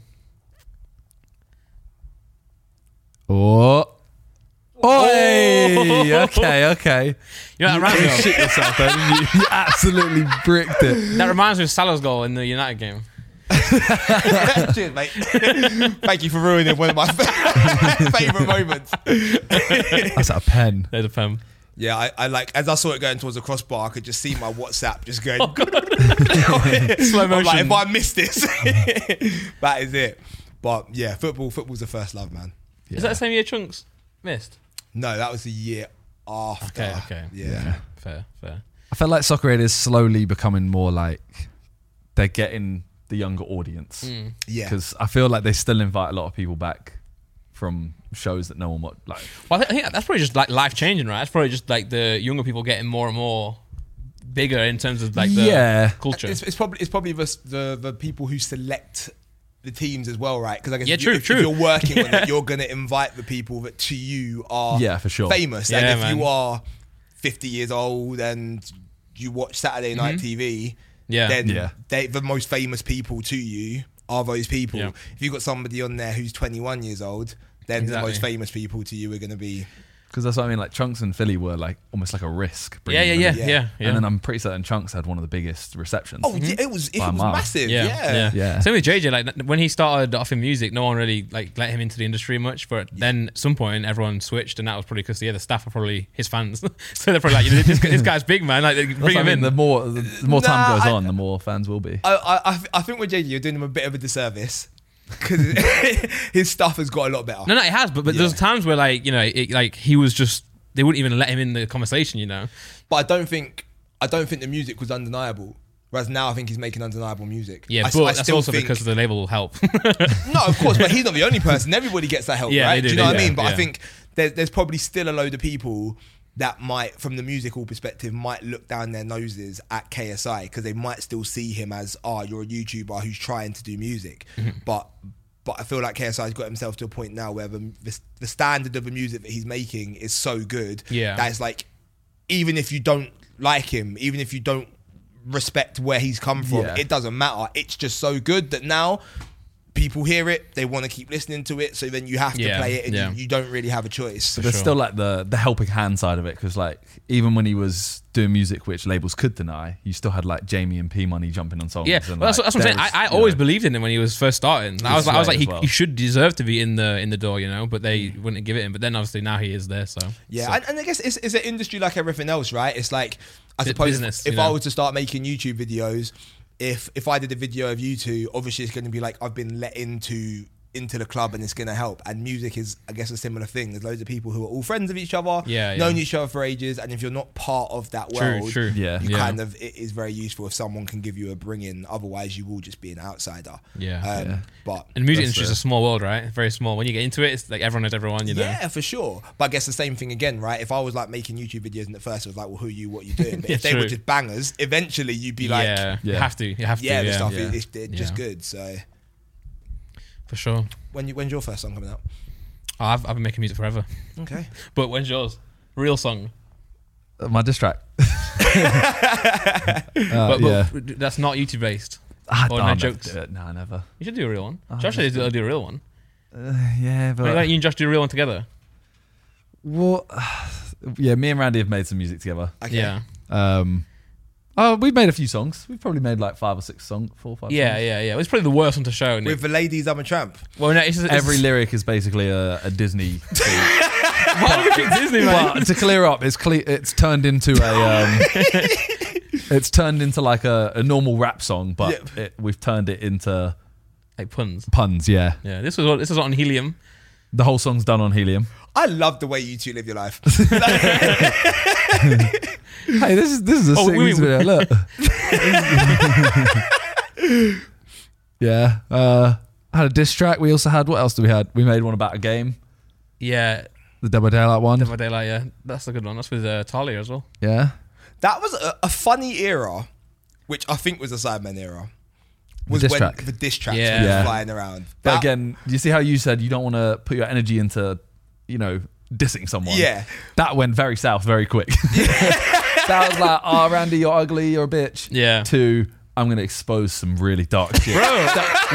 S3: Oh.
S2: Oh!
S3: Oi! Okay, okay.
S1: You know that
S3: You
S1: reminds me.
S3: shit yourself, though, didn't you? You absolutely bricked
S1: Of,
S3: it.
S1: that reminds me of Salah's goal in the United game.
S2: Cheers, mate. (laughs) Thank you for ruining one of my (laughs) favorite moments.
S3: That's a pen.
S1: There's a pen.
S2: Yeah, I, I like as I saw it going towards the crossbar, I could just see my WhatsApp just going.
S1: Oh,
S2: (laughs)
S1: Slow
S2: I'm like,
S1: motion.
S2: if I miss this, (laughs) that is it. But yeah, football, football's the first love, man.
S1: Is that the same year Chunks missed?
S2: No, that was the year after.
S1: Okay, okay.
S2: Yeah.
S1: Fair, fair.
S3: I feel like Soccer Aid is slowly becoming more like they're getting the younger audience.
S1: Hmm.
S2: Yeah.
S3: Because I feel like they still invite a lot of people back from shows that no one watched. Like,
S1: Well, I thi- I think that's probably just like life changing, right? That's probably just like the younger people getting more and more bigger in terms of like the
S3: Yeah.
S1: culture.
S2: It's, it's probably it's probably the, the the people who select the teams as well, right? Because I guess
S1: Yeah,
S2: if,
S1: true,
S2: you, if,
S1: true.
S2: if you're working
S1: (laughs)
S2: on it, you're gonna invite the people that to you are
S3: Yeah, for sure.
S2: famous. Like
S1: Yeah,
S2: if
S1: man.
S2: you are 50 years old and you watch Saturday night
S1: Mm-hmm.
S2: TV,
S1: Yeah.
S2: then
S3: Yeah.
S2: They, the most famous people to you are those people.
S1: Yeah.
S2: If you've got somebody on there who's 21 years old, then the
S1: Exactly.
S2: most famous people to you are gonna be
S3: because that's what I mean. Like, Chunks and Philly were like almost like a risk.
S1: yeah,
S3: bringing
S1: yeah,
S3: them
S1: yeah,
S3: in.
S1: yeah,
S2: Yeah.
S1: yeah,
S3: And then I'm pretty certain Chunks had one of the biggest receptions.
S1: Mm-hmm.
S2: Oh, yeah, it was it
S3: By a
S2: was
S3: mile.
S2: massive.
S1: yeah, yeah,
S3: Yeah.
S1: Same with JJ. Like n- when he started off in music, no one really like let him into the industry much. But then at some point, everyone switched, and that was probably because the other staff are probably his fans. (laughs) so they're probably like, "This, guy- this guy's big, man. Like, they
S3: That's
S1: bring
S3: what I
S1: him
S3: mean.
S1: in."
S3: The more, the, the more time
S2: Nah,
S3: goes
S2: I-
S3: on, the more fans will be.
S2: I, I, I, th- I think with JJ, you're doing him a bit of a disservice because (laughs) his stuff has got a lot better.
S1: No, no, it has. But but there's times where like you know, it, like he was just they wouldn't even let him in the conversation. You know,
S2: But I don't think I don't think the music was undeniable. Whereas now I think he's making undeniable music.
S1: Yeah,
S2: I s-
S1: but
S2: I
S1: that's
S2: still
S1: also
S2: think-
S1: because the label will
S2: (laughs)
S1: help. (laughs)
S2: no, of course, but he's not the only person. Everybody gets that help,
S1: Yeah,
S2: right?
S1: they do,
S2: you know
S1: they
S2: what I
S1: do,
S2: mean? But I
S1: yeah.
S2: think there's, there's probably still a load of people that might, from the musical perspective, might look down their noses at KSI because they might still see him as, oh, you're a YouTuber who's trying to do music.
S1: Mm-hmm.
S2: But but I feel like KSI's got himself to a point now where the, the, the standard of the music that he's making is so good
S1: Yeah.
S2: that it's like, even if you don't like him, even if you don't respect where he's come from,
S3: Yeah.
S2: it doesn't matter. It's just so good that now people hear it, they want to keep listening to it, so then you have to
S1: Yeah,
S2: play it, and
S1: yeah.
S2: you, you don't really have a choice.
S3: There's
S1: sure.
S3: still like the the helping hand side of it because like even when he was doing music which labels could deny, you still had like Jamie and P Money jumping on songs.
S1: Yeah, well,
S3: and,
S1: that's,
S3: like,
S1: that's what I'm saying.
S3: there was,
S1: I, I
S3: you
S1: always
S3: know,
S1: believed in him when he was first starting. I was like, I was
S3: Slay
S1: like, he,
S3: as well.
S1: he should deserve to be in the in the door, you know, but they wouldn't give it him. But then obviously now he is there, so
S2: Yeah,
S1: So-
S2: and, and I guess it's, it's an industry like everything else, right? It's like I
S1: It's
S2: suppose
S1: business,
S2: if
S1: you know?
S2: I was to start making YouTube videos, if if I did a video of you two, obviously it's going to be like I've been let into into the club and it's going to help. And music is, I guess, a similar thing. There's loads of people who are all friends of each other,
S1: Yeah,
S2: known
S1: yeah.
S2: each other for ages, and if you're not part of that
S1: True,
S2: world,
S1: true.
S3: Yeah.
S2: you
S1: Yeah.
S2: kind of it is very useful if someone can give you a bring in. Otherwise, you will just be an outsider.
S1: Yeah.
S2: um,
S3: Yeah.
S2: but
S1: And the music
S3: That's
S1: industry is
S3: fair.
S1: a small world, right? Very small. When you get into it, it's like everyone knows everyone, you know.
S2: Yeah, for sure. But I guess the same thing again, right? If I was like making YouTube videos and at first it was like, well, who you, what
S1: (laughs)
S2: you doing? But
S1: Yeah,
S2: if they were
S1: true.
S2: just bangers, eventually you'd be like, yeah,
S1: yeah, you
S3: Yeah.
S1: have to, you have to, yeah,
S2: the stuff
S3: yeah.
S2: is it's- they're just
S1: Yeah.
S2: good. So
S1: for sure.
S2: when you, when's your first song coming out?
S1: Oh, I've, I've been making music forever,
S2: Okay.
S1: but when's yours? Real song,
S3: my
S1: (laughs)
S3: diss track. (laughs) Uh,
S1: but, but
S3: yeah.
S1: that's not YouTube based.
S3: Ah,
S1: or
S3: no,
S1: no
S3: I'll never
S1: jokes.
S3: do it. No, I never.
S1: You should do a real one.
S3: Oh,
S1: Josh should do, do a real one.
S3: Uh, yeah,
S1: Why don't
S3: but
S1: you and Josh do a real one together?
S3: what? (sighs) yeah, me and Randy have made some music together.
S2: Okay.
S1: Yeah,
S3: Um, oh, we've made a few songs. We've probably made like five or six songs, four or five.
S1: yeah,
S3: songs.
S1: yeah, yeah. It's probably the worst one to show. Nick.
S2: With the ladies, I'm a tramp.
S1: well, no, it's just,
S3: Every
S1: (laughs) it's,
S3: lyric is basically a, a Disney. theme.
S1: why would you pick (laughs) Disney, man?
S3: but (laughs) to clear up, it's cle- it's turned into a. (laughs) Um, it's turned into like a, a normal rap song, but it, we've turned it into
S1: Like puns.
S3: puns. Yeah,
S1: Yeah, this was on- this was on helium.
S3: the whole song's done on helium.
S2: I love the way you two live
S1: (laughs)
S2: your life. (laughs)
S3: Hey, this is this is a
S1: Oh,
S3: sick
S1: wait,
S3: music
S1: wait.
S3: video. Look. (laughs) yeah. Uh, had a diss track. We also had what else did we had? We made one about a game,
S1: Yeah,
S3: the Double Daylight one.
S1: Dead by Daylight. Yeah, that's a good one. That's with uh, Talia as well.
S3: yeah.
S2: that was a, a funny era, which I think was a Sidemen era. Was
S3: diss
S2: when
S3: track.
S2: the diss tracks
S1: Yeah.
S2: were
S3: Yeah.
S2: flying around.
S3: But
S2: That-
S3: again, you see how you said you don't want to put your energy into, you know, dissing someone.
S2: Yeah.
S3: That went very south
S1: (laughs)
S3: very quick. (laughs) that was like, oh, Randy, you're ugly, you're a bitch.
S1: Yeah.
S3: To, I'm going to expose some really dark shit. (laughs) Bro.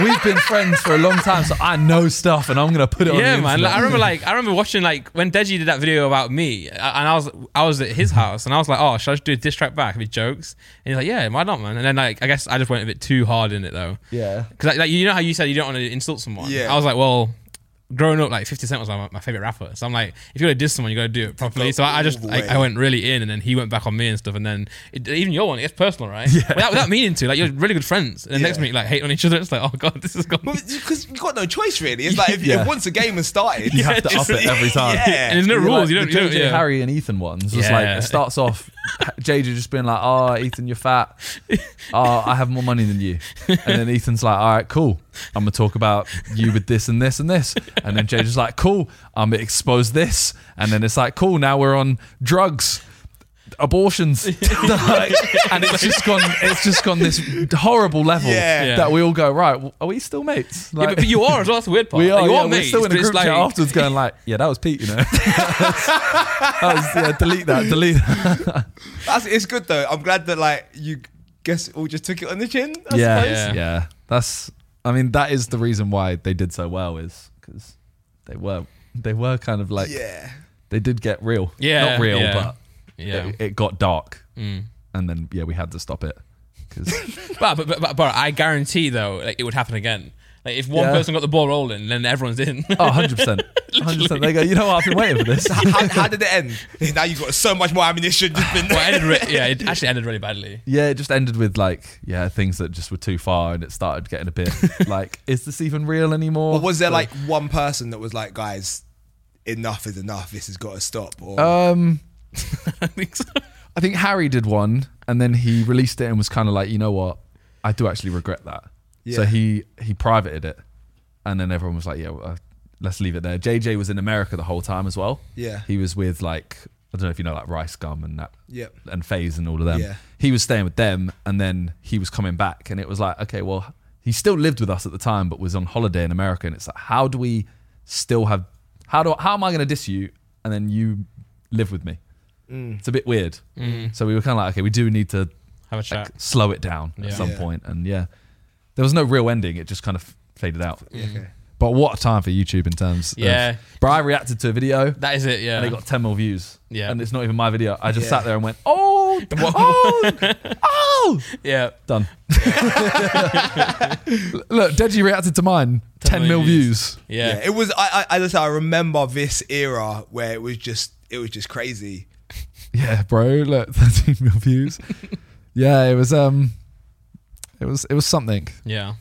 S3: we've been friends for a long time, so I know stuff and I'm going to put it on the
S1: yeah, man.
S3: internet.
S1: Like, I remember
S3: (laughs)
S1: like I remember watching like when Deji did that video about me, I- and I was I was at his house, and I was like, oh, should I just do a diss track back with jokes? And he's like, yeah, why not, man? And then like I guess I just went a bit too hard in it though,
S3: Yeah.
S1: because like, like, you know how you said you don't want to insult someone.
S2: Yeah.
S1: I was like, well. Growing up, like 50 Cent was like, my, my favorite rapper. So I'm like, if you're gonna diss someone, you gotta do it properly.
S2: go
S1: So I, I just,
S2: all the
S1: like,
S2: way.
S1: I went really in, and then he went back on me and stuff. And then it, even your one, it gets personal,
S3: (laughs)
S1: right? Yeah. Without, without meaning to, like, you're really good friends. And then next
S2: Yeah.
S1: minute, like, hate on each other. It's like, oh god, this is gone.
S2: because you got no choice really. It's like
S1: (laughs)
S2: if,
S3: Yeah.
S2: if once a game has started,
S3: You have to
S1: Yeah,
S3: up it every time.
S2: Yeah.
S1: And there's no
S3: You're
S1: rules.
S3: like
S1: you don't.
S3: the
S1: You don't
S3: JJ,
S1: yeah.
S3: Harry and Ethan ones. It's
S1: Yeah.
S3: like it starts off (laughs) JJ just being like, "Oh, Ethan, you're fat. Oh, I have more money than you." And then Ethan's like, "All right, cool. I'm gonna talk about you with this and this and this." And then JJ's like, "Cool. I'm gonna expose this." And then it's like, "Cool. Now we're on drugs." Abortions, (laughs) Like, and it's just gone. It's just gone this horrible level
S2: Yeah.
S1: Yeah.
S3: that we all go right. well, Are we still mates?
S1: Yeah, but, but you are as well. That's the weird part.
S3: We are.
S1: Like, you
S3: yeah,
S1: are
S3: we're
S1: mates,
S3: still in a
S1: but it's
S3: group
S1: like,
S3: chat afterwards, going like, "Yeah, that was Pete, you know." (laughs) that was, yeah, delete that. Delete that.
S2: That's it's good though. I'm glad that like you guess all just took it on the chin. I
S3: (laughs) yeah,
S2: suppose.
S3: yeah, That's. I mean, that is the reason why they did so well is because they were they were kind of like
S2: yeah.
S3: they did get real.
S1: Yeah,
S3: not real,
S1: yeah.
S3: but
S1: (laughs) Yeah.
S3: it, it got dark,
S1: Mm.
S3: and then yeah, we had to stop it because
S2: (laughs)
S1: But, but, but, but, but I guarantee though, like, it would happen again. Like if one
S3: Yeah.
S1: person got the ball rolling, then everyone's in.
S3: (laughs) oh, 100 percent, hundred percent. They go, you know what? I've been waiting for
S2: (laughs)
S3: this.
S2: How, how did it end? (laughs) Now you've got so much more ammunition. Just been
S1: (laughs) well, it ended re- yeah, it actually ended really badly. (laughs)
S3: Yeah, it just ended with like yeah things that just were too far, and it started getting
S2: (laughs)
S3: a bit like, is this even real
S2: (laughs)
S3: anymore?
S2: or was there like one person that was like, guys, enough
S3: Oh.
S2: is enough. This has got to stop. Or
S3: um.
S1: I think so.
S3: I think Harry did one, and then he released it and was kind of like, you know what, I do actually regret that. So
S2: Yeah.
S3: he he privated it, and then everyone was like, yeah, well, uh, let's leave it there. JJ was in America the whole time as well.
S2: Yeah.
S3: he was with like I don't know if you know like Rice Gum and that.
S2: Yep.
S3: and Phase and all of them.
S2: Yeah.
S3: He was staying with them, and then he was coming back, and it was like, okay, well, he still lived with us at the time, but was on holiday in America, and it's like, how do we still have? How do how am I going to diss you, and then you live with me?
S2: Mm.
S3: It's a bit weird.
S1: Mm.
S3: So we were kind of like, okay, we do need to
S1: Have a chat.
S3: like, slow it down
S1: Yeah.
S3: at some
S2: Yeah.
S3: point. And yeah, there was no real ending. It just kind of faded out.
S2: Okay.
S3: But what a time for YouTube in terms.
S1: Yeah.
S3: Of, but I reacted to a video
S1: That is it. Yeah.
S3: and it got 10 more views.
S1: Yeah.
S3: And it's not even my video. I just
S2: Yeah.
S3: sat there and went, oh, oh, oh.
S1: yeah.
S3: Done. (laughs) Look, Deji reacted to mine. 10, mil
S1: million
S3: views.
S1: Yeah.
S2: Yeah, it was. I, I, I listen. I remember this era where it was just, it was just crazy.
S3: Yeah, bro. Look, (laughs) 13 mil views. yeah, it was um it was it was something. (laughs)
S1: yeah.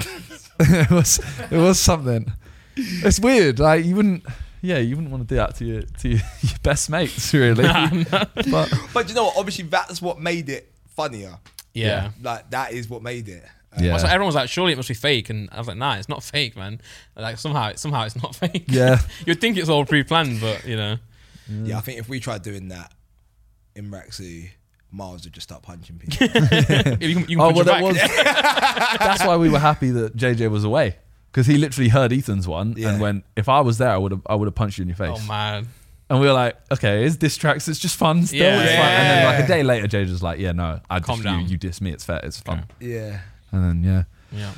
S3: it was it was something. It's weird. Like you wouldn't, yeah, you wouldn't want to do that to your to your, (laughs) your best mates, really. (laughs) But
S2: But you know what? Obviously, that's what made it funnier.
S1: Yeah.
S3: Yeah.
S2: Like that is what made it. Uh,
S3: yeah,
S1: Also, everyone was like, "Surely it must be fake," and I was like, "Nah, it's not fake, man. Like somehow, it, somehow it's not (laughs) fake.
S3: Yeah.
S1: you'd think it's all pre-planned, but you
S3: (laughs)
S1: know, (laughs)
S2: Yeah, I think if we tried doing that in Raxu, Miles would just start punching people.
S1: you can, you can
S3: oh
S1: punch
S3: well,
S1: it
S3: that
S1: back.
S3: was. that's why we were happy that JJ was away because he literally heard Ethan's one
S2: Yeah.
S3: and went, "If I was there, I would have I would have punched you in your face."
S1: (laughs) Oh man,
S3: and we were like, "Okay, it's diss tracks. It's just fun still."
S1: Yeah.
S3: It's fun. And then like
S2: Yeah.
S3: a day later, JJ's like, "Yeah, no, I
S1: Calm
S3: diss you.
S1: down.
S3: You diss me. It's fair. It's fun."
S1: Okay.
S2: yeah.
S3: And then yeah,
S1: yeah,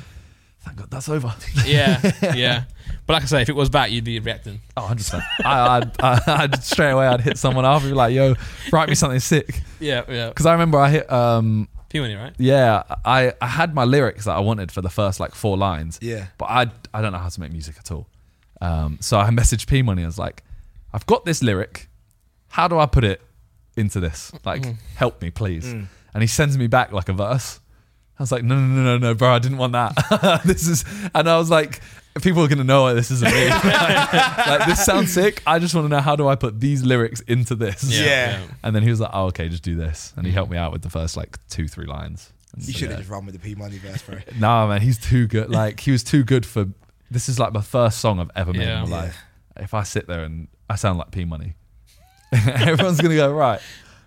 S3: thank God that's over. (laughs)
S1: yeah, yeah. But like I say, if it was back, you'd be reacting.
S3: Oh, 100%. I, I'd, I, I'd straight away, I'd hit someone up and be like, yo, write me something sick.
S1: Yeah, yeah.
S3: Because I remember I hit, um,
S1: P money, right?
S3: yeah, I, I had my lyrics that I wanted for the first like four lines.
S2: Yeah.
S3: But I, I don't know how to make music at all. Um, so I (laughs) messaged P Money. I was like, I've got this lyric. How do I put it into this? Like,
S2: Mm.
S3: help me, please. And he sends me back like a verse. I was like, no, no, no, no, no, bro, I didn't want that. (laughs) this is, and I was like, people are gonna know it. This
S2: (laughs)
S3: isn't me. like, like, this sounds sick. I just want to know how do I put these lyrics into this?
S2: Yeah.
S3: And then he was like, oh, okay, just do this. And he helped me out with the first like two, three lines. And
S2: You
S3: so,
S2: should have
S3: yeah.
S2: just run with the P Money verse, (laughs) bro.
S3: Nah, man, he's too (laughs) good. Like he was too good for. This is like my first song I've ever made
S1: Yeah.
S3: in
S1: Yeah.
S3: my life. If I sit there and I sound like P Money, (laughs) everyone's gonna go right.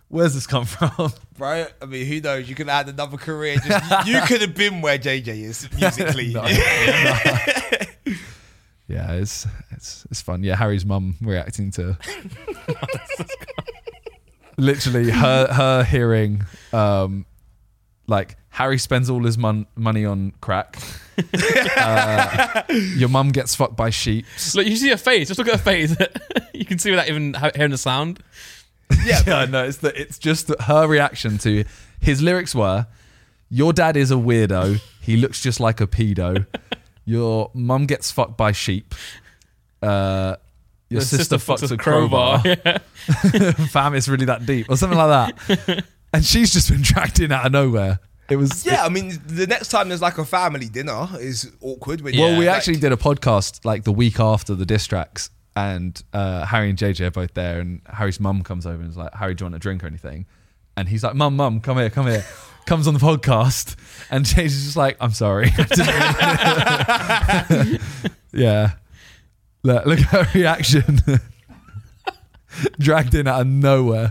S3: Where's this come from?
S2: Bro, I mean, who knows? You could have had another career. (laughs) Just, you could have been where JJ is (laughs) musically.
S3: No. yeah, it's it's it's fun. Yeah, Harry's mum reacting to. (laughs) Literally, her her hearing, um, like Harry spends all his mon- money on (laughs) crack. Uh, your mum gets fucked by sheep.
S1: Look, you see her face. Just look at her face. (laughs) you can see without even ha- hearing the sound.
S2: yeah.
S3: yeah, no, it's that it's just that her reaction to his lyrics were, "Your dad is a weirdo. He looks just like a pedo. Your mum gets fucked by sheep. Uh, your
S1: The
S3: sister,
S1: fucks
S3: fucks a crowbar.
S1: Yeah.
S3: (laughs) Fam, it's really that deep, or something like that." and she's just been dragged in out of nowhere. It was
S2: Yeah, I mean, the next time there's like a family dinner is awkward. When
S1: Yeah.
S3: Well, we
S2: like-
S3: actually did a podcast like the week after the diss tracks, and uh, Harry and JJ are both there, and Harry's mum comes over and is like, "Harry, do you want a drink or anything?" And he's like, "Mum, mum, come here, come here." (laughs) Comes on the podcast, and (laughs) JJ's just like, "I'm sorry." (laughs) I didn't mean it." yeah, look, look at her reaction. (laughs) Dragged in out of nowhere.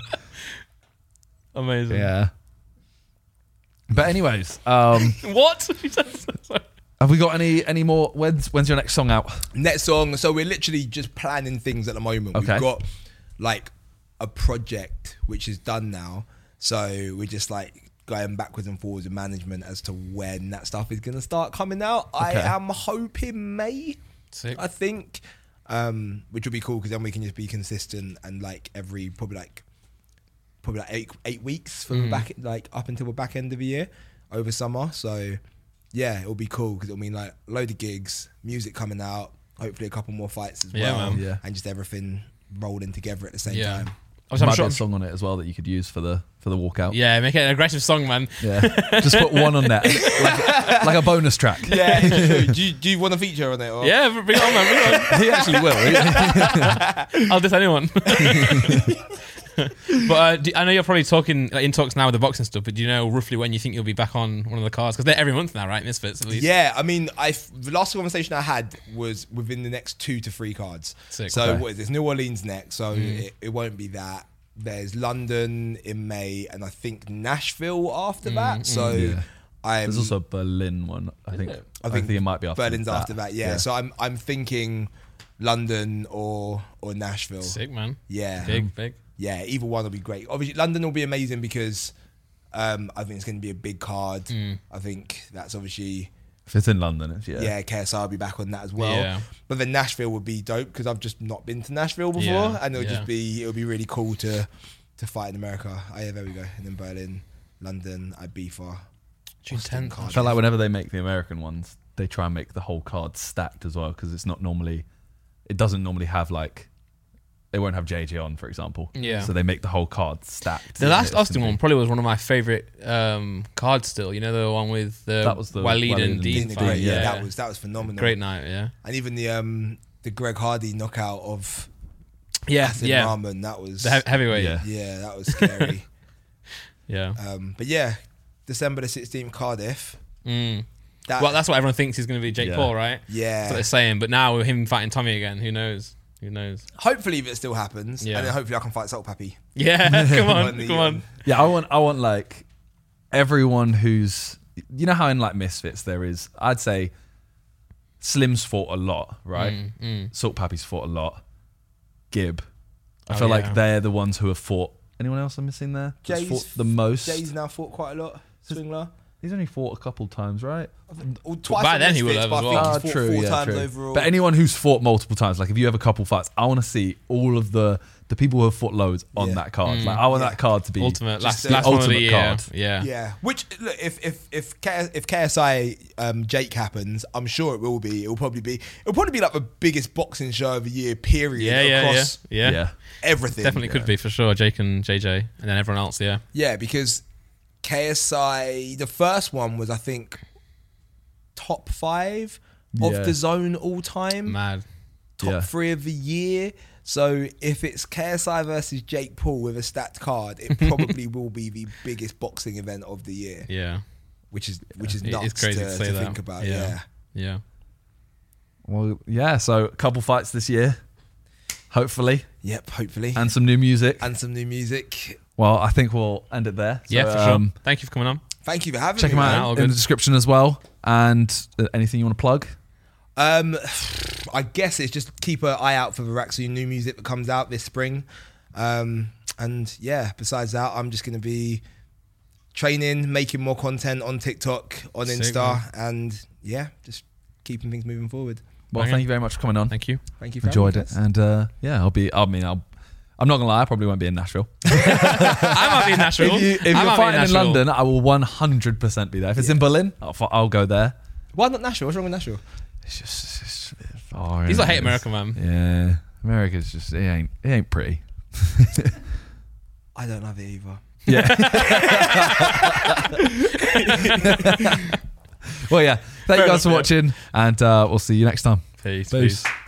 S1: Amazing.
S3: Yeah. But anyways, um,
S1: What? (laughs) Sorry.
S3: have we got any any more? When's when's your next song out?
S2: Next song. So we're literally just planning things at the moment.
S3: Okay.
S2: We've got like a project which is done now. So we're just like going backwards and forwards with management as to when that stuff is going to start coming out.
S3: Okay.
S2: I am hoping May,
S1: Sick.
S2: I think, um, which will be cool because then we can just be consistent and like every probably like probably like eight eight weeks from the back like up until the back end of the year over summer. So yeah, it'll be cool because it'll mean like load of gigs, music coming out, hopefully a couple more fights as
S1: Yeah,
S2: well,
S1: man.
S3: Yeah.
S2: and just everything rolling together at the same
S1: Yeah.
S2: time.
S1: Obviously, I'm
S3: might
S1: sure-
S3: be a song on it as well that you could use for the for the walkout.
S1: Yeah, make it an aggressive song, man.
S3: Yeah. Just put one on
S1: (laughs)
S3: that, like, like a bonus
S2: (laughs)
S3: track.
S2: Yeah, it's true. do you, do you want to feature on it? Or?
S1: Yeah, bring
S3: (laughs)
S1: it on, man. Bring it (laughs)
S3: He actually will.
S1: on. I'll diss anyone. But uh, do, I know you're probably talking like, in talks now with the boxing stuff. But do you know roughly when you think you'll be back on one of the cards? Because they're every month now, right? Misfits at least.
S2: Yeah, I mean, I the last conversation I had was within the next two to three cards.
S1: Sick.
S2: so
S3: Okay.
S2: what is this? New Orleans next, so it, it won't be that. There's London in May, and I think Nashville after that. So
S3: Yeah.
S2: I'm
S3: There's also a Berlin one. I think. I think it might be after
S2: Berlin's after that. Yeah. So I'm I'm thinking London or or Nashville.
S1: Sick man.
S2: Yeah.
S1: Big big.
S2: Yeah, either one will be great. Obviously, London will be amazing because um, I think it's going to be a big card. I think that's obviously
S3: if it's in London, it's, yeah.
S2: yeah, KSI will be back on that as well.
S1: Yeah.
S2: But then Nashville would be dope because I've just not been to Nashville before,
S1: Yeah,
S2: and it'll
S1: yeah.
S2: just be it'll be really cool to to fight in America. Oh, yeah, there we go. And then Berlin, London, Ibiza,
S1: June
S2: Austin,
S1: 10th.
S3: I
S2: Cardiff.
S3: felt like whenever they make the American ones, they try and make the whole card stacked as well because it's not normally, it doesn't normally have like, they won't have JJ on, for example.
S1: Yeah.
S3: So they make the whole card stacked.
S1: The last
S3: It's
S1: Austin
S3: gonna
S1: one
S3: be-
S1: probably was one of my favorite um, cards. Still, you know the one with uh,
S3: That was the
S1: Waleed,
S3: Waleed
S1: and
S3: and
S1: Dean.
S2: Dean
S1: fight,
S2: Gray,
S1: yeah,
S2: yeah, that was that was phenomenal.
S1: great night. Yeah,
S2: And even the um the Greg Hardy knockout of
S1: yeah,
S2: Hassan
S1: yeah.
S2: Rahman, that was
S1: The he- heavyweight.
S3: Yeah.
S2: yeah, that was scary. (laughs)
S1: yeah.
S2: um, but yeah, December the sixteenth, Cardiff.
S1: Mm.
S2: That,
S1: Well, that's what everyone thinks he's going to be Jake
S3: Yeah.
S1: Paul, right? That's what
S2: yeah.
S1: they're saying. But now with him fighting Tommy again, who knows? Who
S2: (laughs)
S1: knows?
S2: Hopefully, that still happens,
S1: Yeah.
S2: and then hopefully I can fight Salt Pappy.
S1: Yeah, (laughs) come
S2: On
S1: on,
S2: the,
S1: come on.
S2: um,
S3: Yeah, I want, I want like everyone who's, you know how in like Misfits there is, I'd say Slim's fought a lot, right?
S1: Mm,
S3: Salt Pappy's fought a lot. Gib. I
S1: Oh,
S3: feel
S1: yeah.
S3: like they're the ones who have fought. Anyone else I'm missing there? That's fought the most.
S2: Jay's now fought quite a lot. Swingler.
S3: He's only fought a couple times, right? Ah,
S2: Or twice
S1: by
S2: on
S1: then he
S2: Misfits,
S1: will have
S2: but
S1: as
S2: I think
S1: well.
S2: he's fought four times overall.
S3: But anyone who's fought multiple times, like if you have a couple fights, I want to see all of the the people who have fought loads on
S2: Yeah.
S3: that card. Like I want
S2: Yeah.
S3: that card to be
S1: Mm. Ultimate,
S2: Just
S1: last,
S2: the
S1: last one of the
S3: ultimate
S1: year.
S3: card.
S1: Yeah.
S2: yeah, which look, if if if K- if KSI um, Jake happens, I'm sure it will be. It'll probably be. It'll probably be like the biggest boxing show of the year. Period.
S1: Yeah, yeah, yeah,
S2: across
S1: yeah,
S3: Yeah.
S2: Everything.
S1: Definitely could be for sure. Jake and JJ, and then everyone else. Yeah,
S2: Yeah, because KSI, the first one was I think top five
S3: Yeah.
S2: of the zone all time,
S1: mad.
S2: top
S3: Yeah.
S2: three of the year. So if it's KSI versus Jake Paul with a stacked card, it probably will be the biggest boxing event of the year,
S1: Yeah,
S2: which is which is
S1: It is
S2: nuts
S1: crazy
S2: to,
S1: to say
S2: to
S1: that.
S2: think about.
S1: Yeah.
S2: Yeah.
S1: yeah.
S3: Well, yeah. So a couple fights this year, hopefully,
S2: Yep. Hopefully, and,
S3: and some new music.
S2: some new music.
S3: well, I think we'll end it there.
S1: Yeah,
S3: So,
S1: for sure.
S3: um,
S1: Thank you for coming on.
S2: Thank you for having
S3: check
S2: me.
S3: them
S1: man.
S2: man.
S1: Yeah, all
S3: out in
S1: good.
S3: the description as well. And uh, anything you want to plug?
S2: Um, (sighs) I guess it's just keep an eye out for the Raxu new music that comes out this spring. Um, and yeah, besides that, I'm just gonna be training, making more content on TikTok, on
S1: Sick,
S2: Insta, and yeah, just keeping things moving forward.
S3: Well,
S1: Banging.
S3: thank you very much for coming on.
S1: Thank you.
S2: Thank you. For
S3: Enjoyed
S2: having
S3: it.
S2: us.
S3: And uh, yeah, I'll be. I mean, I'll. I'm not gonna lie. I probably won't be in Nashville.
S1: (laughs) I might be in Nashville.
S3: If, you, if
S1: I
S3: you're
S1: might be
S3: fighting in
S1: Nashville.
S3: London, I will 100% be there. If it's in Berlin, I'll, fi- I'll go there.
S2: Why not Nashville? What's wrong with Nashville?
S3: It's just, it's just a bit far.
S1: He's like
S3: innit?
S1: hate America, man.
S3: Yeah, America's just it ain't it ain't pretty.
S2: I don't love it either.
S3: Yeah. well, yeah. Thank you guys for watching, and uh, we'll see you next time.
S1: Peace.
S3: Peace.
S1: peace.